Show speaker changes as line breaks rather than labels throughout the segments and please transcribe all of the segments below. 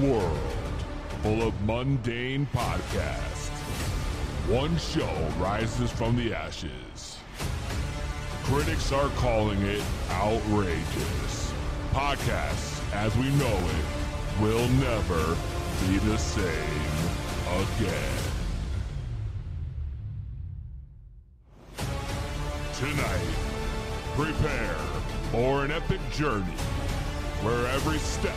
world full of mundane podcasts. One show rises from the ashes. Critics are calling it outrageous. Podcasts as we know it will never be the same again. Tonight, prepare for an epic journey where every step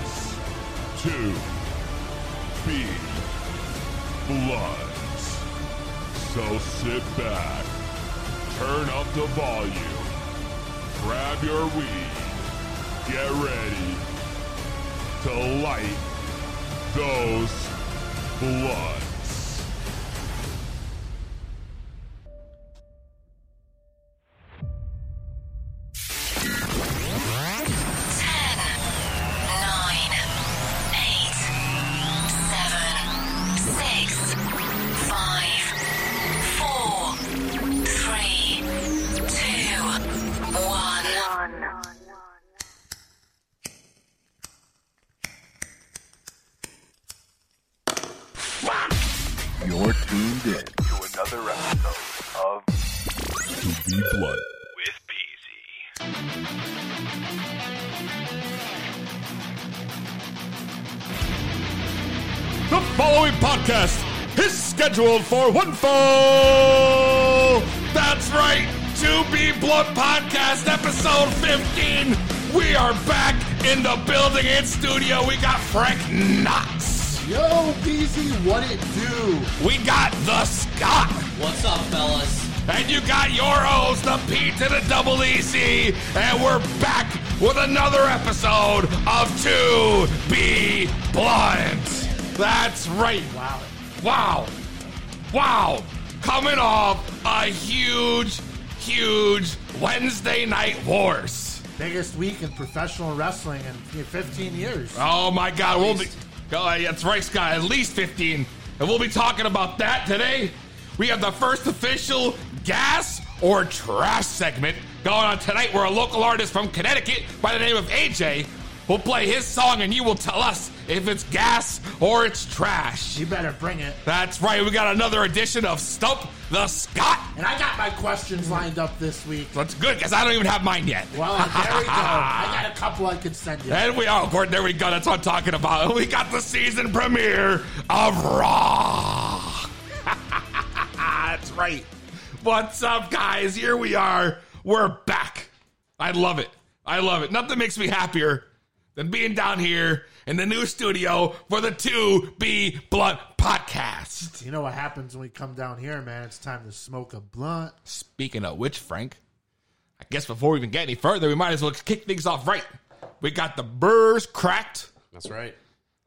to be blunt. So sit back, turn up the volume, grab your weed, get ready to light those blunts.
Nine, eight, seven, six, five, four, three, two, one.
You're tuned in to another episode of
To be blunt.
With Beezy.
The following podcast is scheduled for one fall. That's right, To Be Blunt Podcast, episode 15. We are back in the building and studio. We got Frank Knox.
Yo, PZ, what it do?
We got the Scott.
What's up, fellas?
And you got your host, the P to the double EC. And we're back with another episode of To Be Blunt. That's right. Wow. Wow. Wow. Coming off a huge, huge Wednesday night wars.
Biggest week in professional wrestling in 15 years.
Oh my God, we'll be. Oh, that's right, Scott. At least fifteen, and we'll be talking about that today. We have the first official gas or trash segment going on tonight, where a local artist from Connecticut by the name of AJ will play his song, and you will tell us if it's gas or it's trash.
You better bring it.
That's right. We got another edition of Stump the Scott.
And I got my questions lined up this week.
That's good because I don't even have mine yet.
Well, there we go. I got a couple I could send you.
And we are, Gordon. There we go. That's what I'm talking about. We got the season premiere of Raw. That's right. What's up, guys? Here we are. We're back. I love it. I love it. Nothing makes me happier than being down here in the new studio for the 2B Blunt podcast.
You know what happens when we come down here, man? It's time to smoke a blunt.
Speaking of which, Frank, I guess before we even get any further, we might as well kick things off right. We got the burrs cracked.
That's right.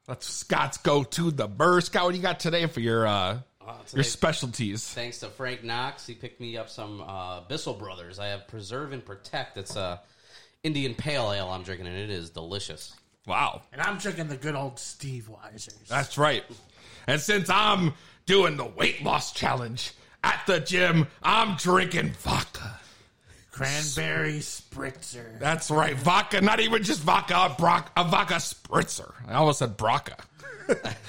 Let's Scott's go to the burr. Scott, what do you got today for your uh,
today-
your specialties?
Thanks to Frank Knox, he picked me up some uh, Bissell Brothers. I have Preserve and Protect. It's a Indian Pale Ale I'm drinking, and it is delicious.
Wow,
And I'm drinking the good old Steve Weiser's.
that's right. And since I'm doing the weight loss challenge at the gym, I'm drinking vodka.
Cranberry Spritzer.
That's right, vodka. Not even just vodka, a, brock, a vodka spritzer. I almost said brocca.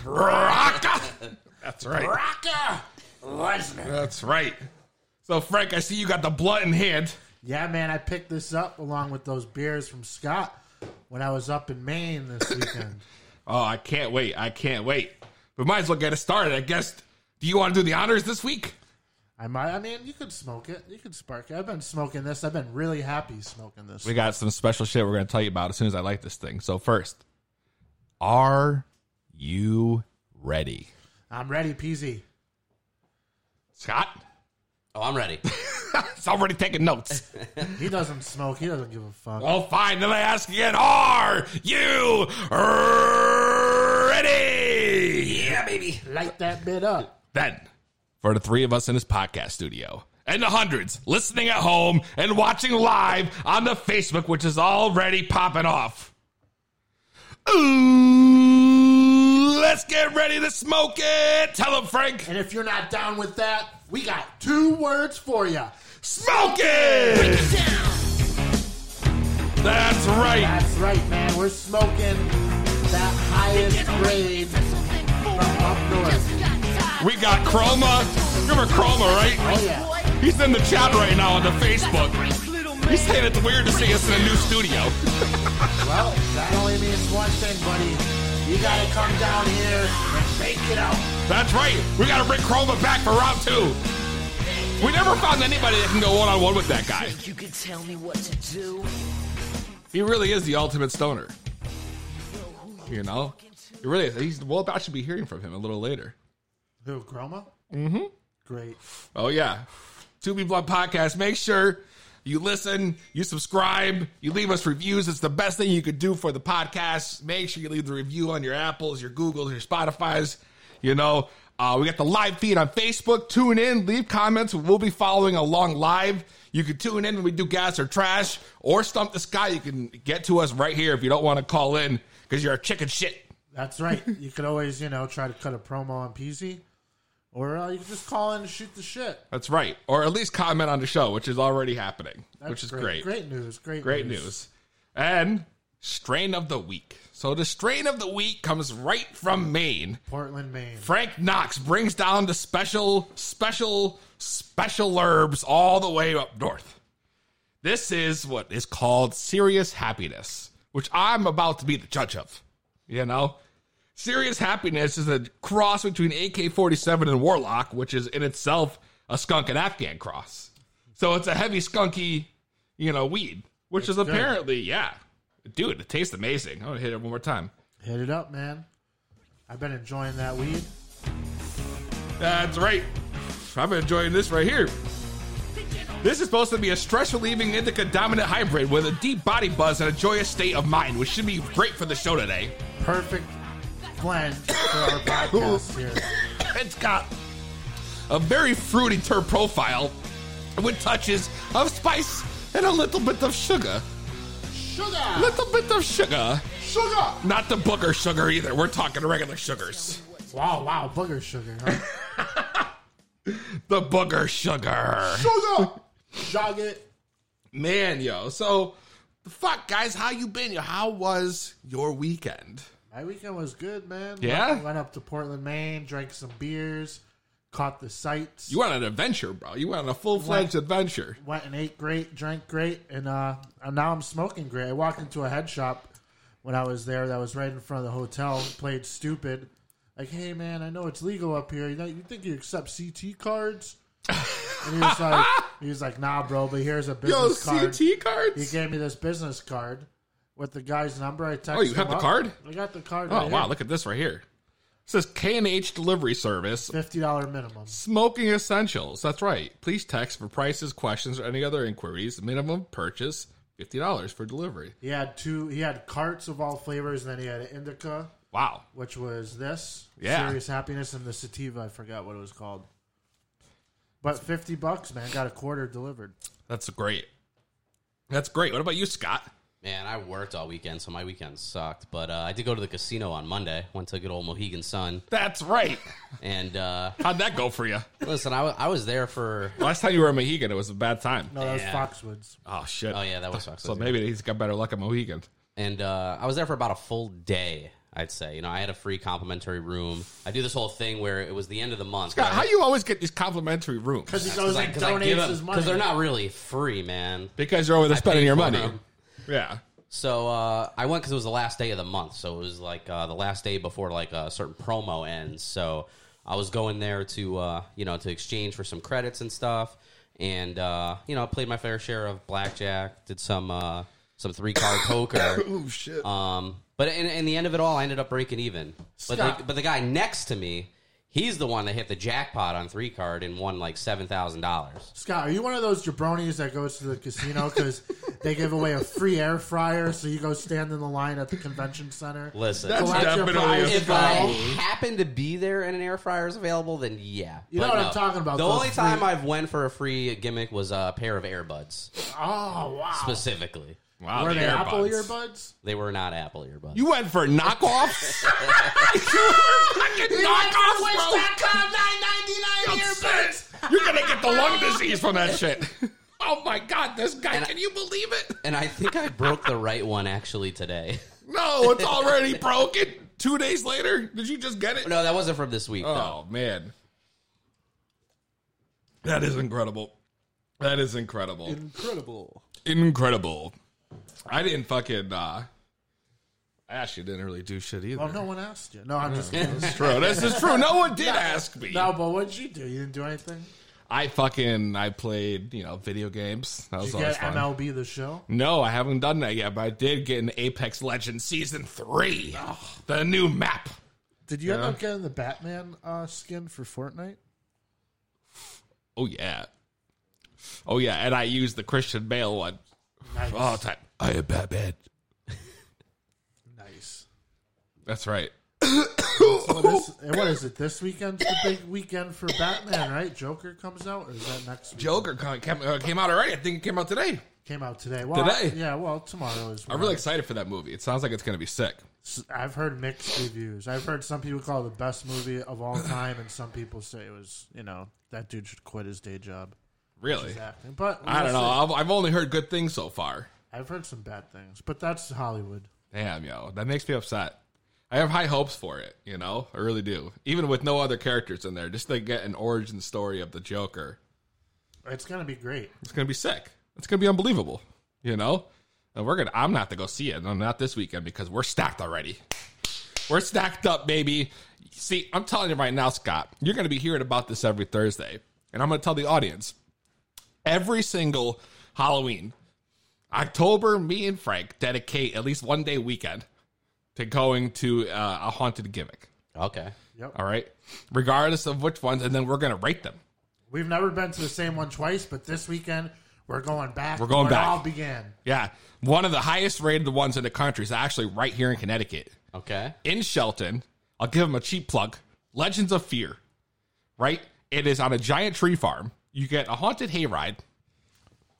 brocca. That's right.
Rocka Lesnar.
That's right. So Frank, I see you got the blunt in hand.
Yeah, man, I picked this up along with those beers from Scott when I was up in Maine this weekend.
Oh, I can't wait. I can't wait. We might as well get it started. I guess. Do you want to do the honors this week?
I might. I mean, you could smoke it. You could spark it. I've been smoking this. I've been really happy smoking this.
We got some special shit we're going to tell you about as soon as I like this thing. So, first, are you ready?
I'm ready, PZ.
Scott?
Oh, I'm ready.
It's already taking notes.
He doesn't smoke. He doesn't give
Oh,
a fuck.
well, fine. Then I ask again Are you ready. Yeah, baby.
Light that bit up.
Then, for the three of us in this podcast studio, and the hundreds listening at home and watching live on the Facebook, which is already popping off. Ooh, let's get ready to smoke it. Tell them, Frank.
And if you're not down with that, we got two words for you.
Smoke it. That's right.
That's right, man. We're smoking that highest grade from up north.
We got Chroma. Remember Chroma, right?
Oh, yeah.
He's in the chat right now on the Facebook. He's saying it's weird to see us in a new studio.
Well, that only means one thing, buddy. You gotta come down here and fake it out.
That's right. We got to bring Chroma back for round two. We never found anybody that can go one on one with that guy.
You can tell me what to do.
He really is the ultimate stoner. You know, he really is. He's well about should be hearing from him a little later.
Who, Groma? Mm-hmm. Great.
Oh yeah, Two Be Blood podcast. Make sure you listen, you subscribe, you leave us reviews. It's the best thing you could do for the podcast. Make sure you leave the review on your Apples, your Googles, your Spotify's. You know, uh, we got the live feed on Facebook. Tune in, leave comments. We'll be following along live. You can tune in when we do gas or trash or stump the sky. You can get to us right here if you don't want to call in because you're a chicken shit.
That's right. You could always, you know, try to cut a promo on PZ, or uh, you can just call in and shoot the shit.
That's right. Or at least comment on the show, which is already happening, which is great.
Great news. Great,
Great news. And strain of the week. So the strain of the week comes right from Maine.
Portland, Maine.
Frank Knox brings down the special, special, special herbs all the way up north. This is what is called serious happiness, which I'm about to be the judge of. You know? Serious happiness is a cross between AK 47 and Warlock, which is in itself a skunk and Afghan cross. So it's a heavy, skunky, you know, weed, which is apparently, yeah. Dude, it tastes amazing. I'm going to hit it one more time.
Hit it up, man. I've been enjoying that weed.
That's right. I'm enjoying this right here. This is supposed to be a stress relieving indica dominant hybrid with a deep body buzz and a joyous state of mind, which should be great for the show today.
Perfect blend for our podcast here.
It's got a very fruity ter profile with touches of spice and a little bit of sugar.
Sugar!
Little bit of sugar.
Sugar!
Not the booger sugar either. We're talking regular sugars.
Wow, wow, booger sugar. Huh?
The booger sugar.
sugar! Jog it.
Man, yo. So, fuck, guys, how you been? Yo, How was your weekend?
My weekend was good, man.
Yeah?
Went, went up to Portland, Maine, drank some beers, caught the sights.
You went on an adventure, bro. You went on a full fledged adventure.
went and ate great, drank great, and uh, and now I'm smoking great. I walked into a head shop when I was there that was right in front of the hotel. Played stupid, like, hey man, I know it's legal up here. You know, you think you accept CT cards? and he was like, he was like, nah, bro, but here's a
Yo,
business card.
CT
He
cards? Oh,
gave me this business card with the guy's number. I texted.
you
him
got the
up.
card?
I got the card.
oh, wow. Look at this right here. It says K&H Delivery Service,
fifty dollar minimum.
Smoking Essentials. That's right. Please text for prices, questions, or any other inquiries. Minimum purchase $50 for delivery.
He had two. He had carts of all flavors, and then he had an indica.
Wow.
which was this
Yeah.
serious happiness and the sativa i forgot what it was called but 50 bucks man got a quarter delivered
That's great. That's great. What about you, Scott?
Man, I worked all weekend, so my weekend sucked. But uh, I did go to the casino on Monday. Went to good old Mohegan Sun,
That's right.
and uh,
How'd that go for you?
listen, I wa- I was there for
Last time you were in Mohegan, it was a bad time.
no that
Yeah.
was foxwoods
Oh, shit.
Oh, yeah, that was-
So maybe he's got better luck at Mohegan.
and uh, I was there for about a full day. I'd say, you know, I had a free complimentary room. I do this whole thing where it was the end of the month.
God,
right?
how you always get these complimentary rooms?
because he goes and
Because I
donates
give
his
them
money
because they're not really free, man.
Because you're over there spending
paid
your
for
money.
them.
Yeah.
So uh, I went because it was the last day of the month, so it was like uh, the last day before like a certain promo ends. So I was going there to uh, you know to exchange for some credits and stuff, and uh, you know I played my fair share of blackjack, did some uh, some three card poker.
Oh shit.
Um, but in, in the end of it all, I ended up breaking even. But the,
Stop.
but the guy next to me, He's the one that hit the jackpot on three card and won like seven thousand dollars.
Scott, are you one of those jabronis that goes to the casino because they give away a free air fryer, so you go stand in the line at the convention center?
Listen,
That's
Collect your
definitely a
prize,
if
Scott.
I
Scott.
happen to be there and an air fryer is available, then yeah.
You
But
know what I'm talking about,
The
those
only time
free-
I've went for a free gimmick was a pair of earbuds
Oh wow!
specifically.
Wow,
Were
the
they Apple
earbuds.
earbuds?
They were not Apple earbuds.
You went for knockoffs? you were fucking knockoffs, bro.
nine ninety
Upset. You're gonna get the lung disease from that shit. Oh my god, this guy!
And I-
can you believe it?
and I think I broke the right one actually today.
No, it's already broken. Two days later, did you just get it?
No, that wasn't from this week. though.
Oh man, that is incredible. That is incredible.
Incredible.
incredible. I didn't fucking. Uh, I actually didn't really do shit either.
Well, no one asked you. No, I'm just kidding.
It's true. This is true. No one did ask me.
no, but what'd you do? You didn't do anything.
I fucking I played you know video games. That was
Did you
always
get
fun.
MLB the show?
No, I haven't done that yet, but I did get an Apex Legends Season 3. The new map.
Did you end up getting the Batman uh, skin for Fortnite?
Oh, yeah. Oh, yeah, and I used the Christian Bale one.
Nice.
All the time. I am Batman.
Nice.
That's right.
Well, this, and what is it? This weekend's the big weekend for Batman, right? Joker comes out, or is that next week?
Joker con- came, uh, came out already. I think it came out today.
Came out today. Well,
Today?
Yeah, well, tomorrow is.
I'm really excited for that movie. It sounds like it's going to be sick.
I've heard mixed reviews. I've heard some people call it the best movie of all time, and some people say it was, you know, that dude should quit his day job.
Really?
He's acting. But
I don't
we'll
know.
see.
I've, I've only heard good things so far.
I've heard some bad things, but that's Hollywood.
Damn, yo. That makes me upset. I have high hopes for it, you know? I really do. Even with no other characters in there, just to get an origin story of the Joker.
It's gonna be great.
It's gonna be sick. It's gonna be unbelievable. You know, and we're gonna. I'm not to go see it. No, not this weekend because we're stacked already. We're stacked up, baby. See, I'm telling you right now, Scott, you're gonna be hearing about this every Thursday, and I'm gonna tell the audience every single Halloween, October. Me and Frank dedicate at least one day weekend to going to uh, a haunted gimmick.
Okay.
All right, regardless of which ones, and then we're gonna rate them.
We've never been to the same one twice, but this weekend we're going back.
We're going
where
back.
It all began.
Yeah, one of the highest rated ones in the country is actually right here in Connecticut,
Okay.
in Shelton. I'll give them a cheap plug. Legends of Fear, right? It is on a giant tree farm. You get a haunted hayride,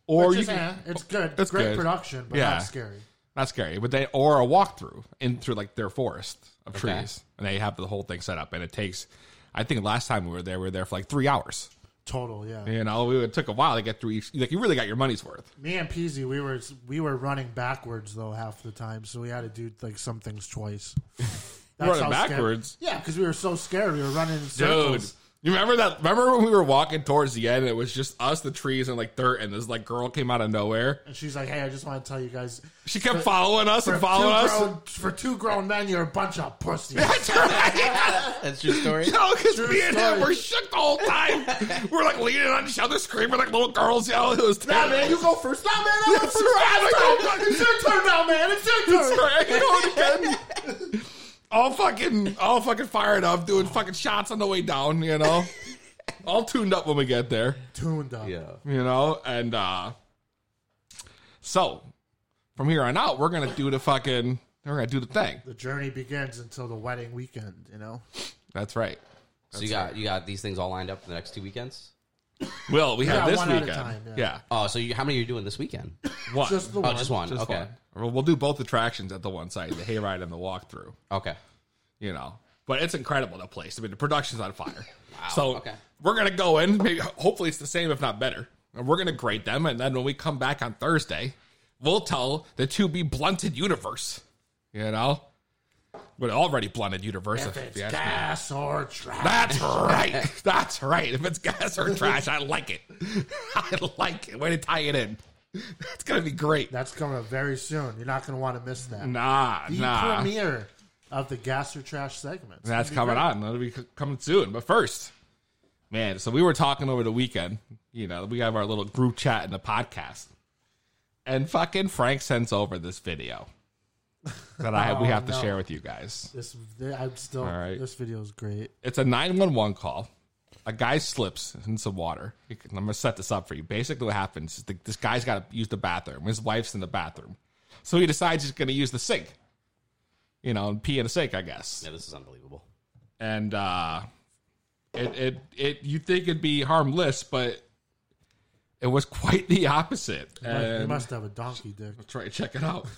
or
Which
you
is,
can,
eh, it's good.
That's
great
good.
production, but
Yeah.
not scary.
not scary, but they or a walkthrough in through like their forest of
Okay.
trees, and they have the whole thing set up. And it takes, I think last time we were there, we were there for like three hours.
Total, yeah.
You know, it took a while to get through each. Like you really got your money's worth.
Me and Peasy, we were we were running backwards though half the time, so we had to do like some things twice. That's
Running
how scared-
backwards?
yeah, because we were so scared. We were running in
Dude,
circles.
you remember that? Remember when we were walking towards the end? and It was just us, the trees, and like dirt, and this like girl came out of nowhere.
And she's like, "Hey, I just want to tell you guys,
She kept following us and
for
following
two
us.
grown- for two grown men, you're a bunch of pussies."
That's right.
That's your story.
No, because
True
me and him
story.
were shook the whole time. we're like leaning on each other, screaming like little girls. Yo, it was
Nah, man, you
terrible.
go first. Nah, man, I
That's right.
want first. It's your turn now, man. It's your turn.
Sorry, I can go on again. All fucking, all fucking fired up, doing fucking shots on the way down. You know, all tuned up when we get there.
Tuned up.
Yeah.
you know and uh so from here on out we're gonna do the fucking we're gonna do the thing
The journey begins until the wedding weekend. You know,
that's right
So you got you got these things all lined up for the next two weekends.
well we have
Yeah,
this
one at a
weekend
time,
yeah,
yeah.
Oh, so you, how many are you doing this weekend?
one
just the
Oh,
one.
just one.
Just
okay.
one. Well, we'll do both attractions at the one site the hayride and the walkthrough
Okay.
you know but it's incredible the place i mean the production's on fire so
okay.
we're gonna go in maybe hopefully it's the same if not better and we're gonna grade them and then when we come back on thursday we'll tell the to be blunted universe you know but already blunted universe
If
if
it's
you ask me.
gas or trash.
That's right. That's right. If it's gas or trash, I like it. I like it. Way to tie it in. That's gonna be great.
That's coming up very soon. You're not going to want to miss that.
Nah,
the
nah.
premiere of the gas or trash segment. It's
That's
gonna be
coming on. That'll be c- coming soon. But first, man, so we were talking over the weekend. You know, we have our little group chat in the podcast, and fucking Frank sends over this video. that I we
Oh,
have to
no.
share with you guys.
This I'm still.
All right.
This video is great.
It's a 911 call. A guy slips in some water. You can- I'm going to set this up for you. Basically, what happens is the, this guy's got to use the bathroom. His wife's in the bathroom. So he decides he's going to use the sink, you know, and pee in the sink, I guess.
Yeah, this is unbelievable.
And uh, it, it, it, you think it'd be harmless, but it was quite the opposite.
He must- he
And-
must have a donkey dick.
Let's try to check it out.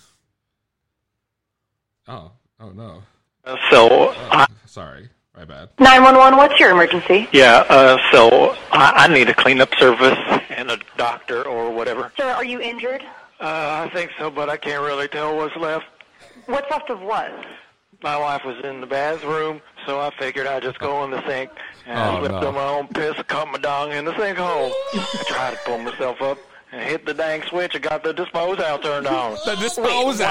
Oh, oh no.
Uh, So, I,
Sorry, my bad.
911, what's your emergency?
yeah, uh, so I, I need a cleanup service and a doctor or whatever.
Sir, are you injured?
Uh, I think so, but I can't really tell what's left.
What's left of what?
My wife was in the bathroom, so I figured I'd just go in the sink and
Oh,
I slipped
no.
on my own piss, caught my dong in the sinkhole. I tried to pull myself up and hit the dang switch. I got the dispose out turned on.
The disposal.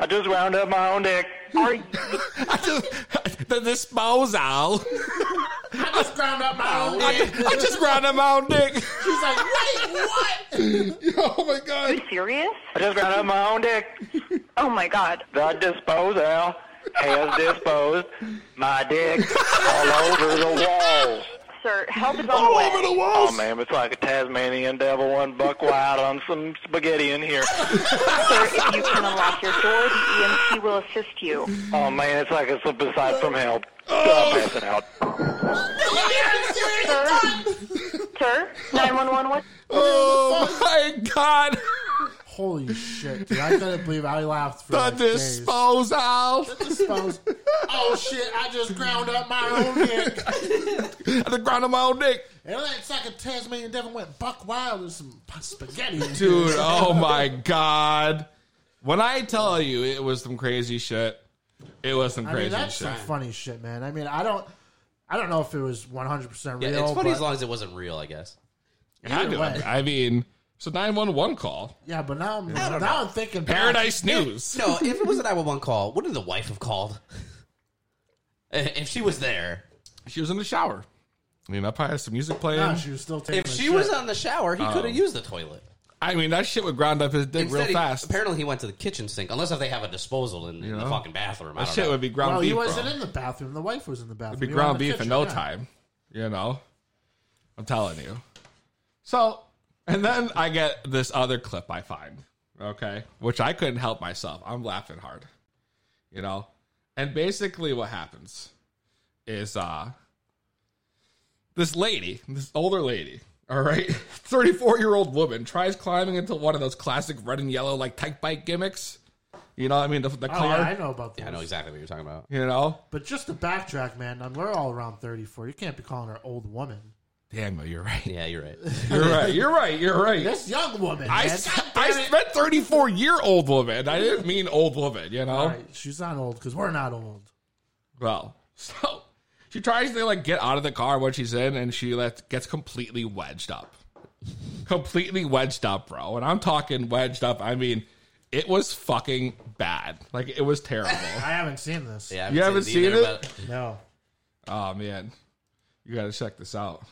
I just wound up my own dick.
Are you,
I just, the disposal.
I just ground up my own
I, ju- I just ground up my own dick.
He's like, wait, what?
oh my
are you
god.
serious?
I just wound up my own dick.
Oh my God.
The disposal has disposed my dick all over the walls.
Sir, help is on the
All
way.
over the
Oh,
walls.
man, it's like a Tasmanian devil, one buck wild on some spaghetti in here.
Sir, if you can unlock your door, the EMT will assist you.
Oh, man, it's like a slip aside from hell.
Oh.
I'm passing out.
Sir? Sir? 911, what?
oh my god.
Holy shit, dude. I couldn't believe I laughed for
The
like days.
disposal.
Dispose. Oh shit, I just ground up my own dick.
I just ground up my own dick.
And it's like a Tasmanian devil went buck wild and some spaghetti.
Dude, oh my god. When I tell you it was some crazy shit, it was some
I mean,
crazy
that's
shit.
some funny shit, man. I mean, I don't, I don't know if it was one hundred percent
Yeah,
real.
it's funny
but-
as long as it wasn't real, I guess.
It had to
Either
have
way.
been. I mean, so 911 call.
yeah, but now I'm, now I'm thinking back.
Paradise News.
No, if it was a 911 call, wouldn't the wife have called? if she was there.
She was in the shower. I mean, I probably had some music playing.
Nah, she was still taking.
If
a
she
shit.
was on the shower, he
Oh.
could have used the toilet.
I mean, that shit would ground up his dick
Instead,
real
he-
fast.
apparently, he went to the kitchen sink, unless if they have a disposal in, in the
know?
fucking bathroom. I
that
don't
shit
know.
would be ground
well,
beef.
he wasn't
bro.
in the bathroom. The wife was in the bathroom.
It'd be
He
ground
was in the
beef in
kitchen,
no
yeah.
time. You know, I'm telling you. So, and then I get this other clip I find, okay, which I couldn't help myself. I'm laughing hard, you know. And basically, what happens is uh this lady, this older lady, all right, 34 year old woman tries climbing into one of those classic red and yellow like tight bike gimmicks. You know, what I mean, the, the
Oh,
car.
yeah, I know about that.
I know exactly what you're talking about.
You know,
But just to backtrack, man, and we're all around 34. You can't be calling her old woman.
damn, though, you're right.
Yeah, you're right.
You're right. You're right. You're right.
This young woman.
I,
man.
said- I said 34 year old woman. I didn't mean old woman, you know?
All right, she's not old because we're not old.
Well, so she tries to like get out of the car when she's in and she like, gets completely wedged up. completely wedged up, bro. And I'm talking wedged up. I mean, it was fucking bad. Like, it was terrible.
I haven't seen this.
Yeah, I
You haven't seen
either,
it?
but-
No.
oh, man. You got to check this out.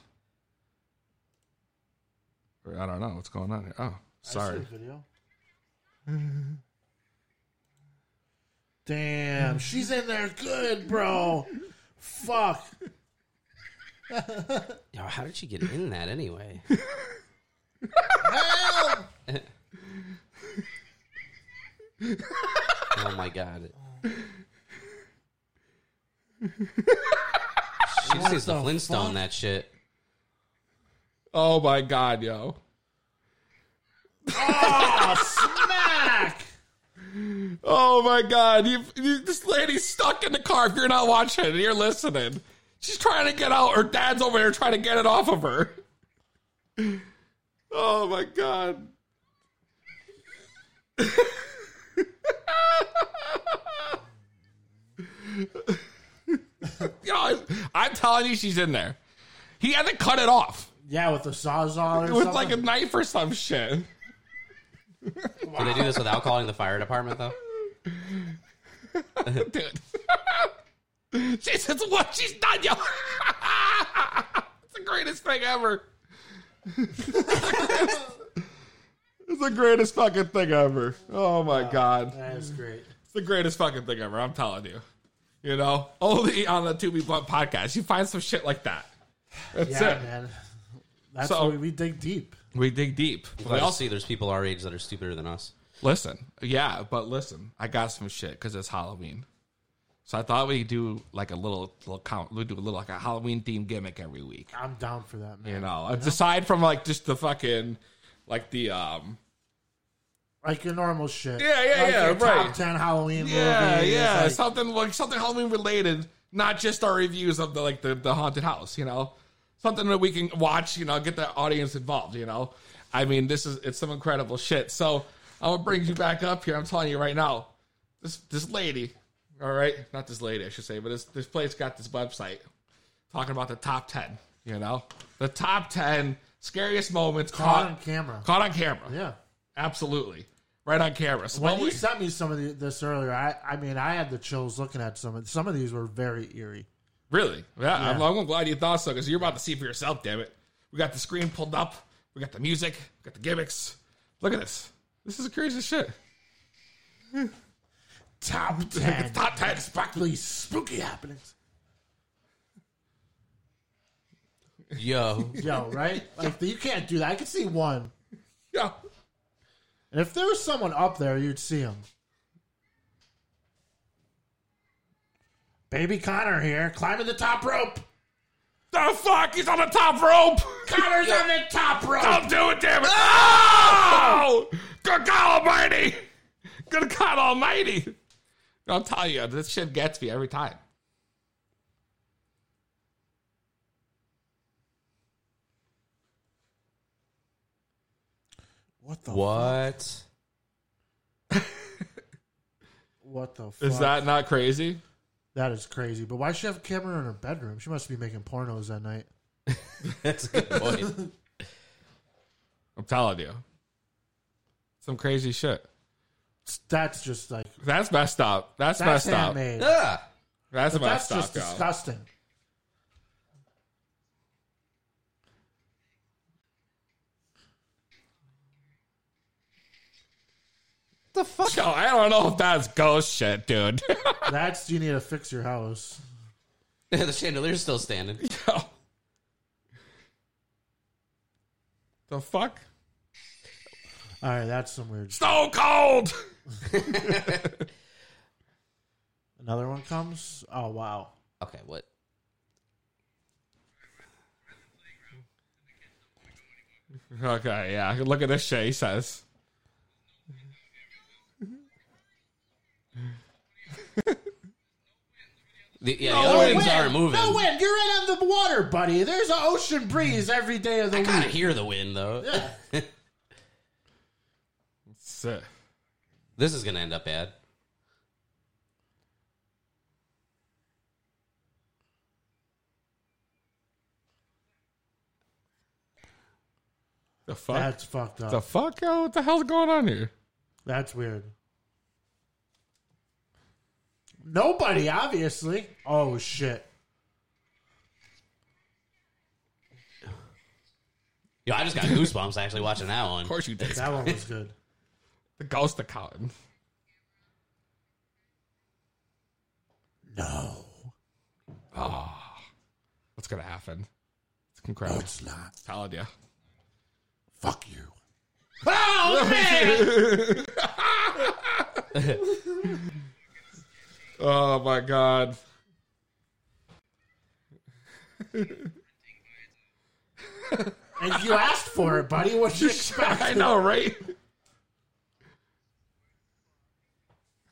Or, I don't know what's going on here. Oh,
I
sorry.
see the video. Damn, she's in there good, bro. Fuck.
Yeah, how did she get in that anyway?
Help!
oh my god. She just needs to
the
Flintstone
fuck?
that shit.
Oh, my God, yo.
Smack!
Oh my god, you, you, this lady's stuck in the car. If you're not watching and you're listening, she's trying to get out. Her dad's over there trying to get it off of her. Oh my god. Yo, I- I'm telling you, she's in there. He had to cut it off
Yeah, with the sawzall or
with
something.
like a knife or some shit.
Did they do this without calling the fire department though?
dude. she says what she's done, yo. it's the greatest thing ever. it's the greatest fucking thing ever. Oh my god.
That is great.
It's the greatest fucking thing ever. I'm telling you. You know, only on the To Be Blunt podcast, you find some shit like that. That's
Yeah,
it.
man. That's
So-
why we dig deep.
We dig deep.
Glad
We
to
also
see there's people our age that are stupider than us.
listen. Yeah, but listen, I got some shit because it's Halloween. So I thought we do like a little little count. We do a little like a Halloween themed gimmick every week.
I'm down for that, man.
You know, it's aside from like just the fucking like the um
Like your normal shit.
Yeah, yeah,
Like
yeah,
your
right.
Top ten Halloween
yeah
movies.
yeah
like-
something like something Halloween related, not just our reviews of the like the, the haunted house. You know, something that we can watch. You know, get the audience involved. You know, I mean, this is it's some incredible shit. So I'm gonna bring you back up here. I'm telling you right now, this this lady, all right, not this lady, I should say, but this this place got this website talking about the top ten. You know, the top ten scariest moments
Caught on camera.
Caught on camera.
yeah.
Absolutely. Right on camera. So
When
what
you
we-
sent me some of the, this earlier, I, I mean, I had the chills looking at some of some of these were very eerie.
really? Yeah, I'm,
Yeah.
I'm glad you thought so because you're about to see for yourself, damn it. We got the screen pulled up. We got the music. We got the gimmicks. Look at this. This is crazy as shit.
Top
It's top 10
really
sparkly.
spooky happenings.
Yo,
Yo, right? Like you can't do that. I could see one,
Yeah.
and if there was someone up there, you'd see him. Baby Connor here, climbing the top rope.
The fuck? He's on the top rope.
Connor's on the top rope.
Don't do it, damn it. Oh! Good God Almighty. Good God Almighty. I'll tell you, this shit gets me every time.
What the?
what?
What the? Fuck?
Is that not crazy?
that is crazy? But why does she have a camera in her bedroom? She must be making pornos that night.
That's a good point.
I'm telling you. Some crazy shit.
That's just like
That's messed up. That's,
that's
messed up.
handmade.
Ah,
That's
But
messed
that's
up,
just
yo.
disgusting.
the fuck? Yo, I don't know if that's ghost shit, dude.
That's you need to fix your house.
the chandelier's still standing.
Yo. The fuck?
All right, that's some weird. St-
So cold!
Another one comes. Oh wow,
Okay, what?
Okay, yeah. Look at this shit he says.
The, yeah, the other wings aren't moving.
No wind. You're in on the water, buddy. There's an ocean breeze every day of the
I gotta
week.
hear the wind though.
Yeah.
Sick.
This is gonna end up bad.
The fuck?
That's fucked up.
the fuck? Yo, what the hell's going on here?
that's weird. Nobody, obviously. Oh shit.
Yo, I just got goosebumps actually watching that one.
Of course you did.
That one was good.
The ghost accountant.
No,
Ah. What's gonna happen? It's incredible.
it's not.
telling you.
Fuck you.
Oh man! oh my god.
And you asked for it, buddy. What you expect?
I know, right?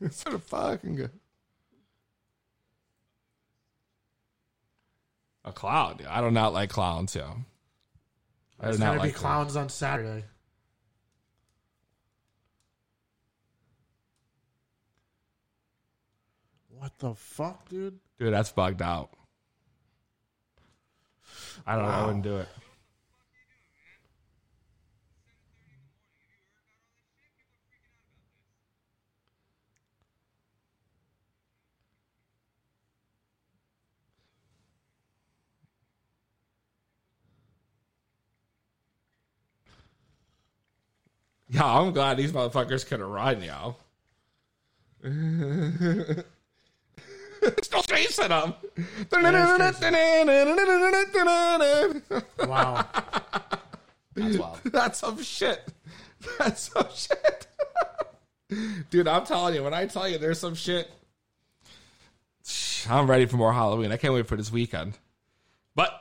It's sort of fucking good. A clown. dude. I do not like clowns, yo. I do
There's
not
gonna be
like clowns.
clowns on Saturday. What the fuck, dude?
Dude, that's bugged out. I don't know. I wouldn't do it. Yeah, I'm glad these motherfuckers could have run, y'all. Still chasing them.
Wow.
That's wild.
That's some shit. That's some shit. Dude, I'm telling you, when I tell you there's some shit, I'm ready for more Halloween. I can't wait for this weekend. But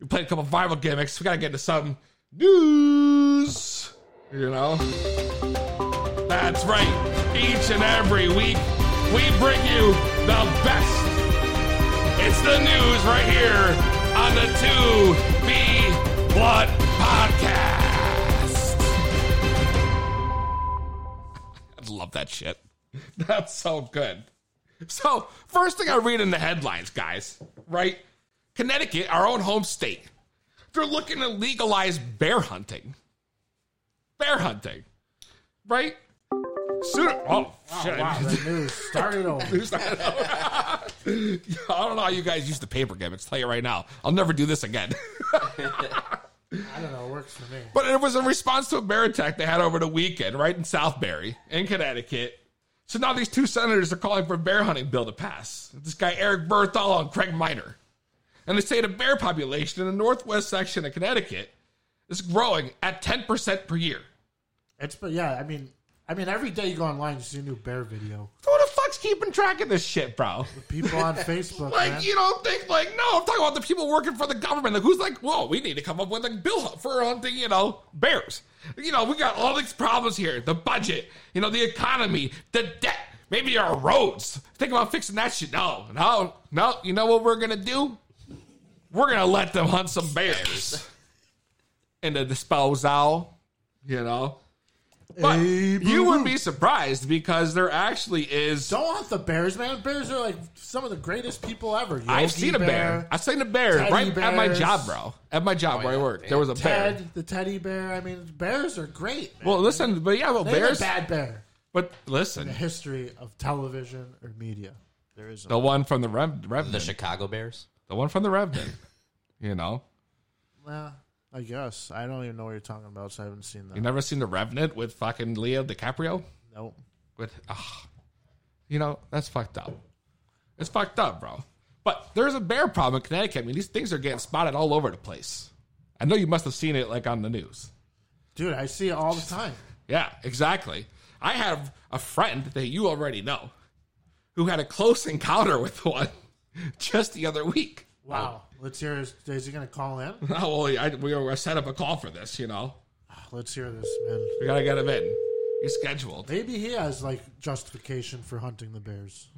we played a couple viral gimmicks. We gotta get into some news. You know? That's right. Each and every week, we bring you the best. It's the news right here on the 2B Blood Podcast. I love that shit. That's so good. So, first thing I read in the headlines, guys, right? Connecticut, our own home state, they're looking to legalize bear hunting. Bear hunting, right? Soon, oh, shit.
Wow, the news started over.
Who's that? I don't know how you guys use the paper gimmicks. Tell you right now, I'll never do this again.
I don't know. It works for me.
but it was in response to a bear attack they had over the weekend, right in Southbury, in Connecticut. So now these two senators are calling for a bear hunting bill to pass. This guy Eric Berthal and Craig Miner, and they say the bear population in the northwest section of Connecticut is growing at ten percent per year.
It's but yeah. I mean, I mean, every day you go online, you see a new bear video.
Who the fuck's keeping track of this shit, bro?
People on Facebook,
Like
man.
you don't think like no, I'm talking about the people working for the government. Like who's like, whoa, we need to come up with a bill for hunting, you know, bears. You know, we got all these problems here: the budget, you know, the economy, the debt, maybe our roads. Think about fixing that shit. No, no, no. You know what we're gonna do? We're gonna let them hunt some bears in the disposal. You know, but
Hey,
you
boo-boo.
would be surprised because there actually is.
Don't want the bears, man. Bears are like some of the greatest people ever. Yogi
I've seen a bear. I've seen a bear
teddy
right at my
bears.
job, bro. At my job where I
yeah,
work,
yeah.
there was a
Ted,
bear.
the teddy bear. I mean, bears are great. Man.
Well, listen, but yeah, well,
Name a
bears.
bad bear.
But
in
listen,
The history of television or media. There is.
the one from the Rev, Revenant,
The
the,
Chicago Bears.
one from the Revenant. you know,
Well, I guess I don't even know what you're talking about, so I haven't seen that.
you never seen the Revenant with fucking Leo DiCaprio.
nope.
With, ah, you know, that's fucked up. It's fucked up, bro. But there's a bear problem in Connecticut. I mean, these things are getting spotted all over the place. I know you must have seen it like on the news.
Dude, I see it all the time.
Yeah, exactly. I have a friend that you already know who had a close encounter with one just the other week.
Wow. Let's hear. His, is he going to call in?
Oh, well, I, we were set up a call for this, you know.
Ah, Let's hear this, man.
We got to get him in. He's scheduled.
Maybe he has like justification for hunting the bears.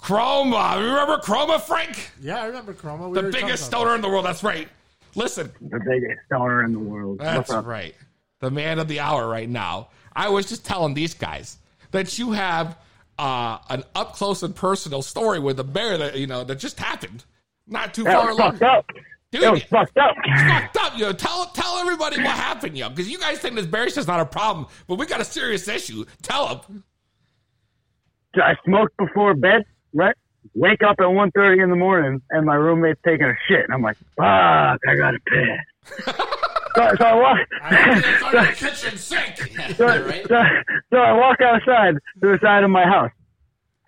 Chroma. Remember Chroma, Frank?
Yeah, I remember Chroma. We
The
were
biggest
talking about
stoner in the world. That's right. Listen,
the biggest stoner in the world.
That's right. The man of the hour right now. I was just telling these guys that you have uh, an up close and personal story with a bear that you know that just happened not too
That
far
was
along.
fucked up.
Dude,
That was fucked up.
fucked up, yo. Tell tell everybody what happened, yo, because you guys think this bear shit's not a problem, but we got a serious issue. Tell them.
I smoked before bed. Right. Wake up at 1.30 in the morning, and my roommate's taking a shit, and I'm like, "Fuck, I gotta piss." so, so I walk.
It's on the kitchen sink.
So, so, so I walk outside to the side of my house.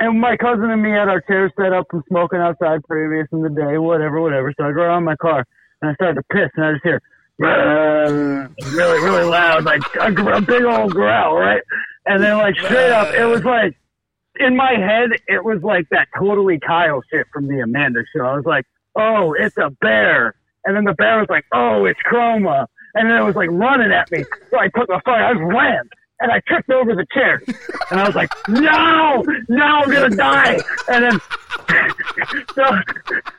And my cousin and me had our chairs set up from smoking outside previous in the day, whatever, whatever. So I go around my car and I start to piss and I just hear "Brrr," really, really loud, like a, gr- a big old growl, right? And then like straight up, it was like in my head, it was like that totally Kyle shit from the Amanda show. I was like, oh, it's a bear. And then the bear was like, oh, it's Chroma. And then it was like running at me. So I took the phone, I just ran. And I tripped over the chair. And I was like, no, no, I'm going to die. And then, so,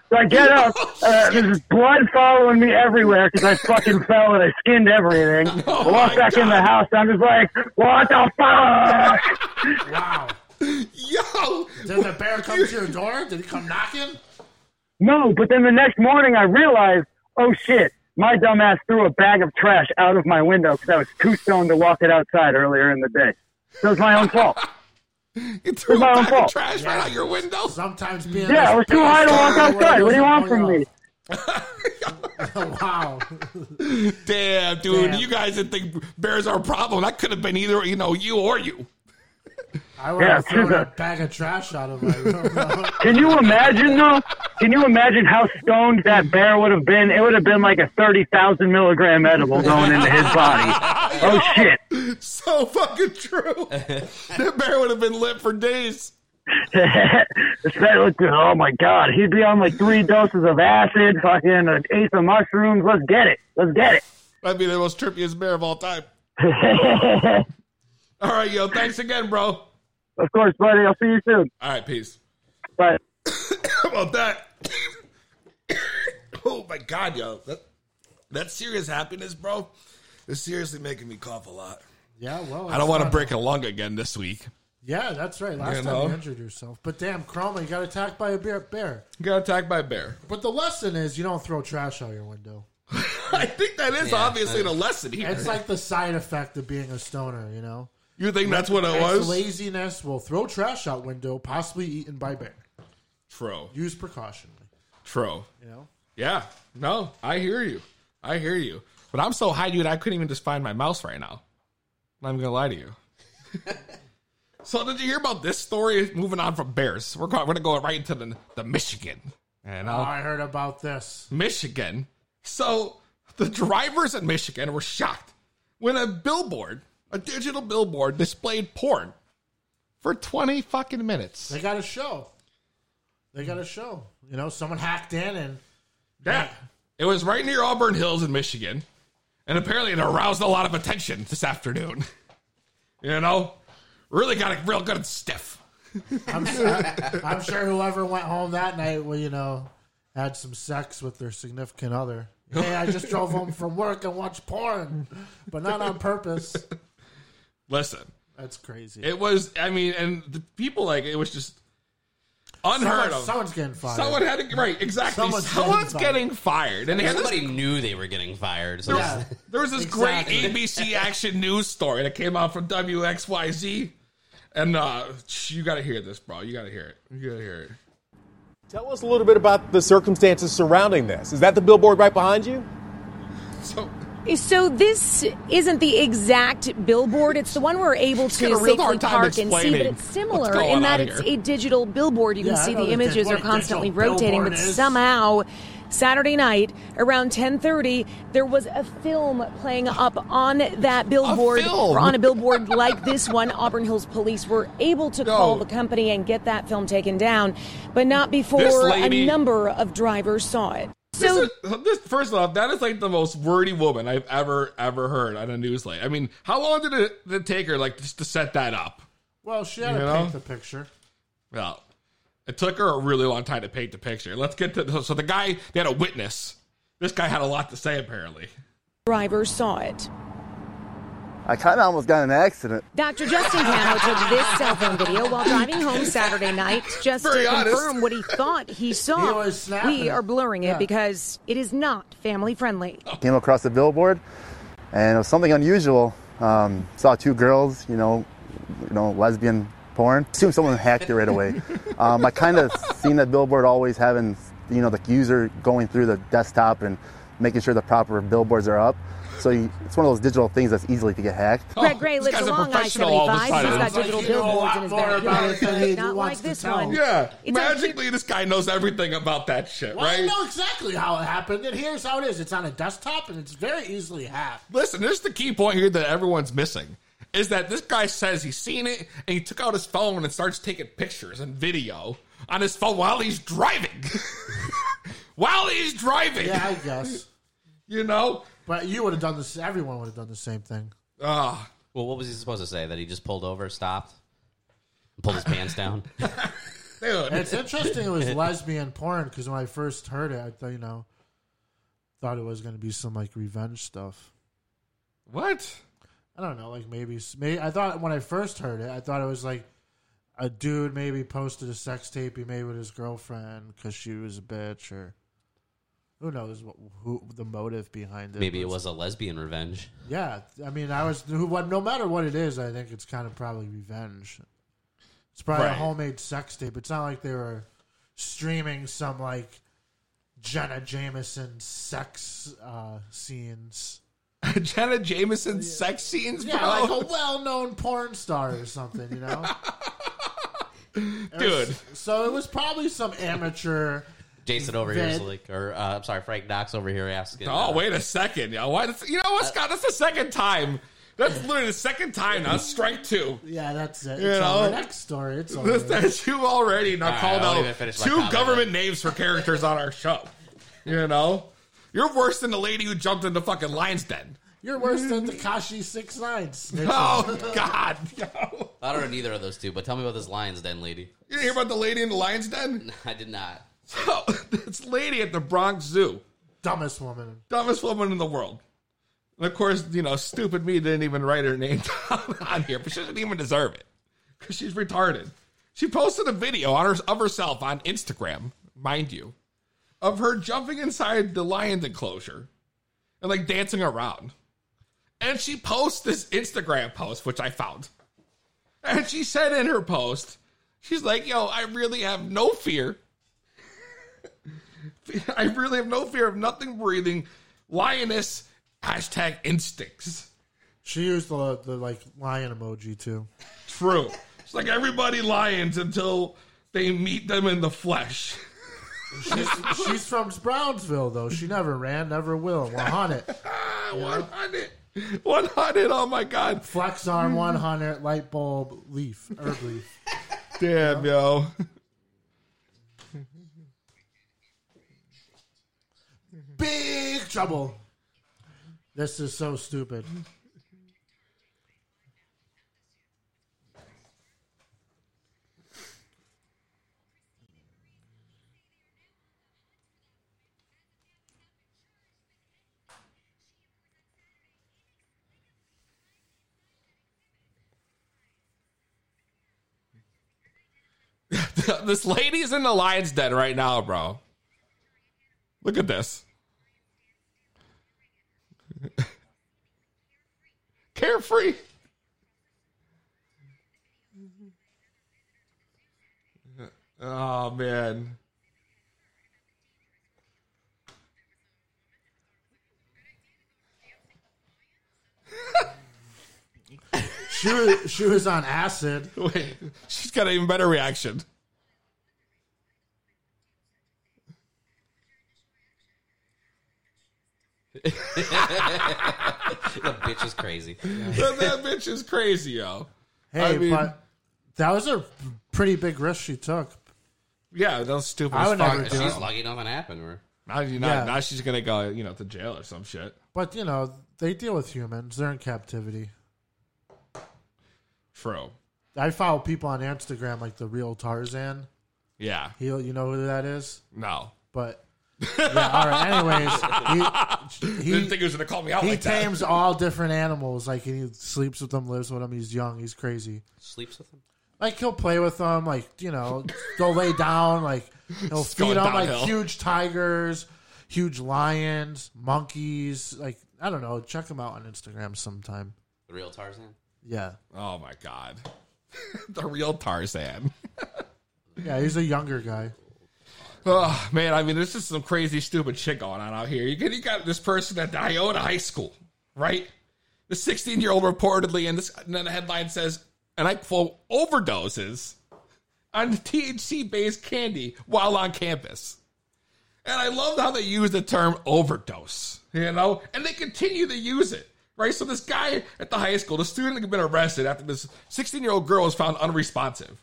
so I get up. Uh, there's blood following me everywhere because I fucking fell and I skinned everything. I walked
Oh my
back in the
God.
house. I'm just like, what the fuck?
Wow.
Yo,
Did the bear come to your door? Did he come knocking?
No, but then the next morning I realized, oh shit, my dumbass threw a bag of trash out of my window because I was too stoned to walk it outside earlier in the day. So it's my own fault.
you threw a
my own
bag of
fault.
trash right out your window.
Sometimes being
Yeah, I was too high to walk outside. What do you want from me?
wow.
Damn, dude,
Damn.
you guys didn't think bears are a problem. That could have been either you know you or you.
I would
Yeah,
have thrown a
trigger.
bag of trash out of my room.
Can you imagine though? Can you imagine how stoned that bear would have been? It would have been like a thirty thousand milligram edible going into his body. Oh shit!
So fucking true. that bear would have been lit for days.
It's that looked good. Oh my god, he'd be on like three doses of acid, fucking an eighth of mushrooms. Let's get it. Let's get
That'd be the most trippiest bear of all time.
it.
All right, yo, thanks again, bro. All
of course, buddy. I'll see you soon.
right, peace.
But
How about that? oh my god, yo, that,
Oh,
that serious happiness, bro, is seriously making me cough a lot.
yeah, well,
I don't want to
to
break a lung again this week.
Yeah, that's right. Last
You
time
know?
you injured yourself, but damn, Chroma, you got attacked by a bear. Bear.
Got attacked by a bear.
But the lesson is, you don't throw trash out your window.
I think that is
Yeah,
obviously
that
the lesson here.
It's like the side effect of being a stoner. You know,
you think that's what it
It's
was?
laziness will throw trash out window, possibly eaten by bear.
True.
Use precaution.
True.
You know,
Yeah. No, I hear you. I hear you. But I'm so high, dude, I couldn't even just find my mouse right now. I'm not even gonna lie to you. so did you hear about this story? Moving on from bears, we're going, we're gonna go right into the the Michigan. And
oh,
I'll,
I heard about this.
Michigan. So the drivers in Michigan were shocked when a billboard, a digital billboard, displayed porn for twenty fucking minutes.
They got a show. They got a show. You know, someone hacked in and
Yeah. It was right near Auburn Hills in Michigan. And apparently it aroused a lot of attention this afternoon. you know? Really got it real good and stiff.
I'm sure, I'm sure whoever went home that night, well, you know, had some sex with their significant other. Hey, I just drove home from work and watched porn, but not on purpose.
Listen,
That's crazy.
it was, I mean, and the people like, it was just
Someone-
unheard of.
Someone's getting fired.
Someone had to, right, exactly. Someone's,
Someone's getting
getting fired. And they had this
Everybody knew they were getting fired. So
Yeah.
There was this
Exactly.
great ABC action news story that came out from WXYZ. And uh you gotta hear this, bro. You gotta hear it. You gotta hear it.
Tell us a little bit about the circumstances surrounding this. Is that the billboard right behind you?
So
So this isn't the exact billboard. It's the one we're able
got a
to
real
safely
hard time
park and see,
explaining
but it's
what's
similar
going
in that
on
it's
here.
a digital billboard. You
Yeah,
can
I
see
know
the
the dig-
images
what
are
a digital
constantly rotating,
billboard
but
is.
somehow Saturday night around 10:30 there was a film playing up on that billboard
film?
or on a billboard like this one. Auburn Hills police were able to call
Yo.
the company and get that film taken down, but not
This
before a
lady-
number of drivers saw it. So
This is- uh, this- first off, that is like the most wordy woman I've ever ever heard on a newslight. I mean, how long did it, did it take her like just to set that up?
well, she had
You
to
know?
paint the picture.
Well, it took her a really long time to paint the picture. Let's get to so the guy they had a witness. This guy had a lot to say apparently.
drivers saw it.
I kind of almost got in an accident.
Dr. Justin Cano took this cell phone video while driving home Saturday night just
Very
to
honest.
confirm what he thought he saw.
He was snapping
we
it.
are blurring it
Yeah.
because it is not family friendly.
Came across the billboard, and it was something unusual. Um, saw two girls, you know, you know, lesbian porn. Assume someone hacked it right away. Um, I kind of seen that billboard always having, you know, the user going through the desktop and making sure the proper billboards are up. So you, it's one of those digital things that's easily to get hacked.
Greg Gray
Oh, this guy's
lives
a
along
professional all of a
I-75. He's
sudden.
got digital
Like, you know a
billboards
lot
in his
more about
backyard,
it than he
but not
wants
like
to
this
tell.
one.
Yeah,
It's a-
magically this guy knows everything about that shit,
Well, I
right?
know exactly how it happened, and here's how it is. It's on a desktop, and it's very easily hacked.
Listen, this is the key point here that everyone's missing. Is that this guy says he's seen it and he took out his phone and starts taking pictures and video on his phone while he's driving. while he's driving.
Yeah, I guess.
You know?
But you would have done this. Everyone would have done the same thing.
Ah,
well, what was he supposed to say? That he just pulled over, stopped, and pulled his pants down.
dude.
It's interesting. It was lesbian porn because when I first heard it, I thought you know, thought it was going to be some like revenge stuff.
What?
I don't know, like maybe, maybe I thought when I first heard it, I thought it was like a dude maybe posted a sex tape he made with his girlfriend because she was a bitch or who knows what, who the motive behind it.
Maybe it was a lesbian revenge.
Yeah, I mean, I was who- what- no matter what it is, I think it's kind of probably revenge. It's probably
Right.
a homemade sex tape. It's not like they were streaming some like Jenna Jameson sex uh, scenes.
Jenna Jameson's sex scenes, bro.
Yeah, like a well-known porn star or something, you know.
Dude.
So it was probably some amateur.
Jason over here is
Vid.
like, or uh, I'm sorry, Frank Knox over here asking.
Oh,
uh,
wait a second. Yo. Why, that's- you know what, Scott? That's the second time. That's literally the second time. Now, strike two.
Yeah, that's it.
You
It's on the
know?
next story. It's
This,
over.
that you already now
All right,
called
I won't even
out
finish my
two
comment.
government names for characters on our show. You know? You're worse than the lady who jumped into fucking lion's den.
You're worse than Takashi Six Nine.
Oh, God. Yo.
I don't know neither of those two, but tell me about this lion's den lady.
You didn't hear about the lady in the lion's den?
I did not.
So, this lady at the Bronx Zoo,
dumbest woman.
dumbest woman in the world. And of course, you know, stupid me didn't even write her name down on here, but she doesn't even deserve it because she's retarded. She posted a video on her, of herself on Instagram, mind you, of her jumping inside the lion's enclosure and like dancing around. And she posts this Instagram post, which I found. And she said in her post, she's like, yo, I really have no fear. I really have no fear of nothing breathing. Lioness hashtag instincts.
She used the, the like lion emoji too.
True. It's like everybody lions until they meet them in the flesh.
She's, she's from Brownsville though. She never ran, never will. One hundred.
Ah, 100. 100. Oh my God.
Flex arm one hundred. Light bulb leaf herb leaf.
Damn, yo.
Big trouble. This is so stupid.
this lady's in the lion's den right now, bro. Look at this. Carefree. Oh man.
She was, she was on acid.
Wait, she's got an even better reaction.
That bitch is crazy.
that, that bitch is crazy, yo.
Hey,
I mean-
but that was a pretty big risk she took.
Yeah, that was stupid.
I
as
would
fuck.
never do
She's lucky nothing happened to her.
Now, you know,
Yeah.
now she's gonna go, you know, to jail or some shit.
But you know they deal with humans. They're in captivity.
True.
I follow people on Instagram like the real Tarzan.
Yeah.
He, you know who that is.
No.
But yeah, all right. Anyways,
Didn't
he he,
think he was gonna call me out
he
like that.
tames all different animals. Like he sleeps with them, lives with them. He's young. He's crazy.
Sleeps with him.
Like he'll play with them. Like you know, go lay down. Like he'll
It's
feed
going
them like
downhill.
huge tigers, huge lions, monkeys. Like I don't know. Check him out on Instagram sometime.
The real Tarzan.
Yeah,
Oh my god. the real Tarzan.
yeah. He's a younger guy.
Oh man, I mean, this is some crazy, stupid shit going on out here. You got, you got this person at Iona High School, right? The 16 year old reportedly, and, this, and then the headline says, and I quote, overdoses on THC based candy while on campus. And I love how they use the term overdose, you know, and they continue to use it, right? So this guy at the high school, the student had been arrested after this 16 year old girl was found unresponsive,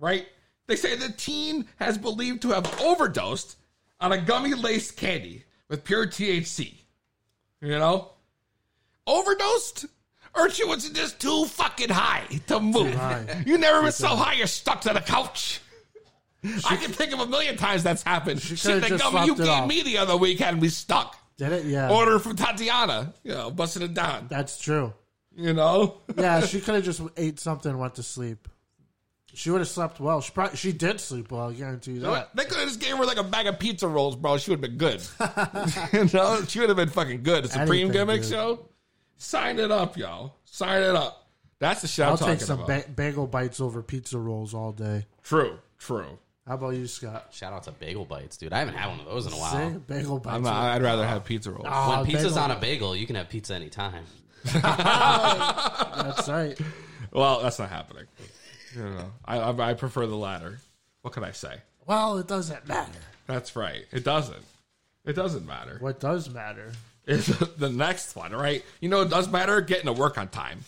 right? They say the teen has believed to have overdosed on a gummy laced candy with pure THC. You know? Overdosed? Or she was just too fucking high to move.
high.
You never been so high you're stuck to the couch. I can think of a million times that's happened. Shit,
could've
the
just
gummy you
slept it
gave
off.
me the other week had me stuck.
Did it? Yeah.
Order from Tatiana, you know, busting it down,
That's true.
you know?
Yeah, she could have just ate something and went to sleep. She would have slept well. She probably, she did sleep well. I guarantee you that.
They could have just gave her like a bag of pizza rolls, bro. She would have been good. you know, she would have been fucking good. The Supreme
Anything,
gimmick
dude.
show. Sign it up, y'all. Sign it up. That's the shit I'm
I'll
talking
take some
about.
ba- bagel bites over pizza rolls all day.
True, true.
How about you, Scott?
Shout out to Bagel Bites, dude. I haven't had one of those in a while.
Say bagel
I'm,
bites.
I'd rather have pizza rolls.
Ah,
when pizza's
bagel-
on a bagel, you can have pizza anytime.
That's right.
Well, that's not happening. I don't know. I, I, I prefer the latter. What can I say?
Well, it doesn't matter.
That's right. It doesn't. It doesn't matter.
What does matter?
is the next one, right? You know, it does matter getting to work on time.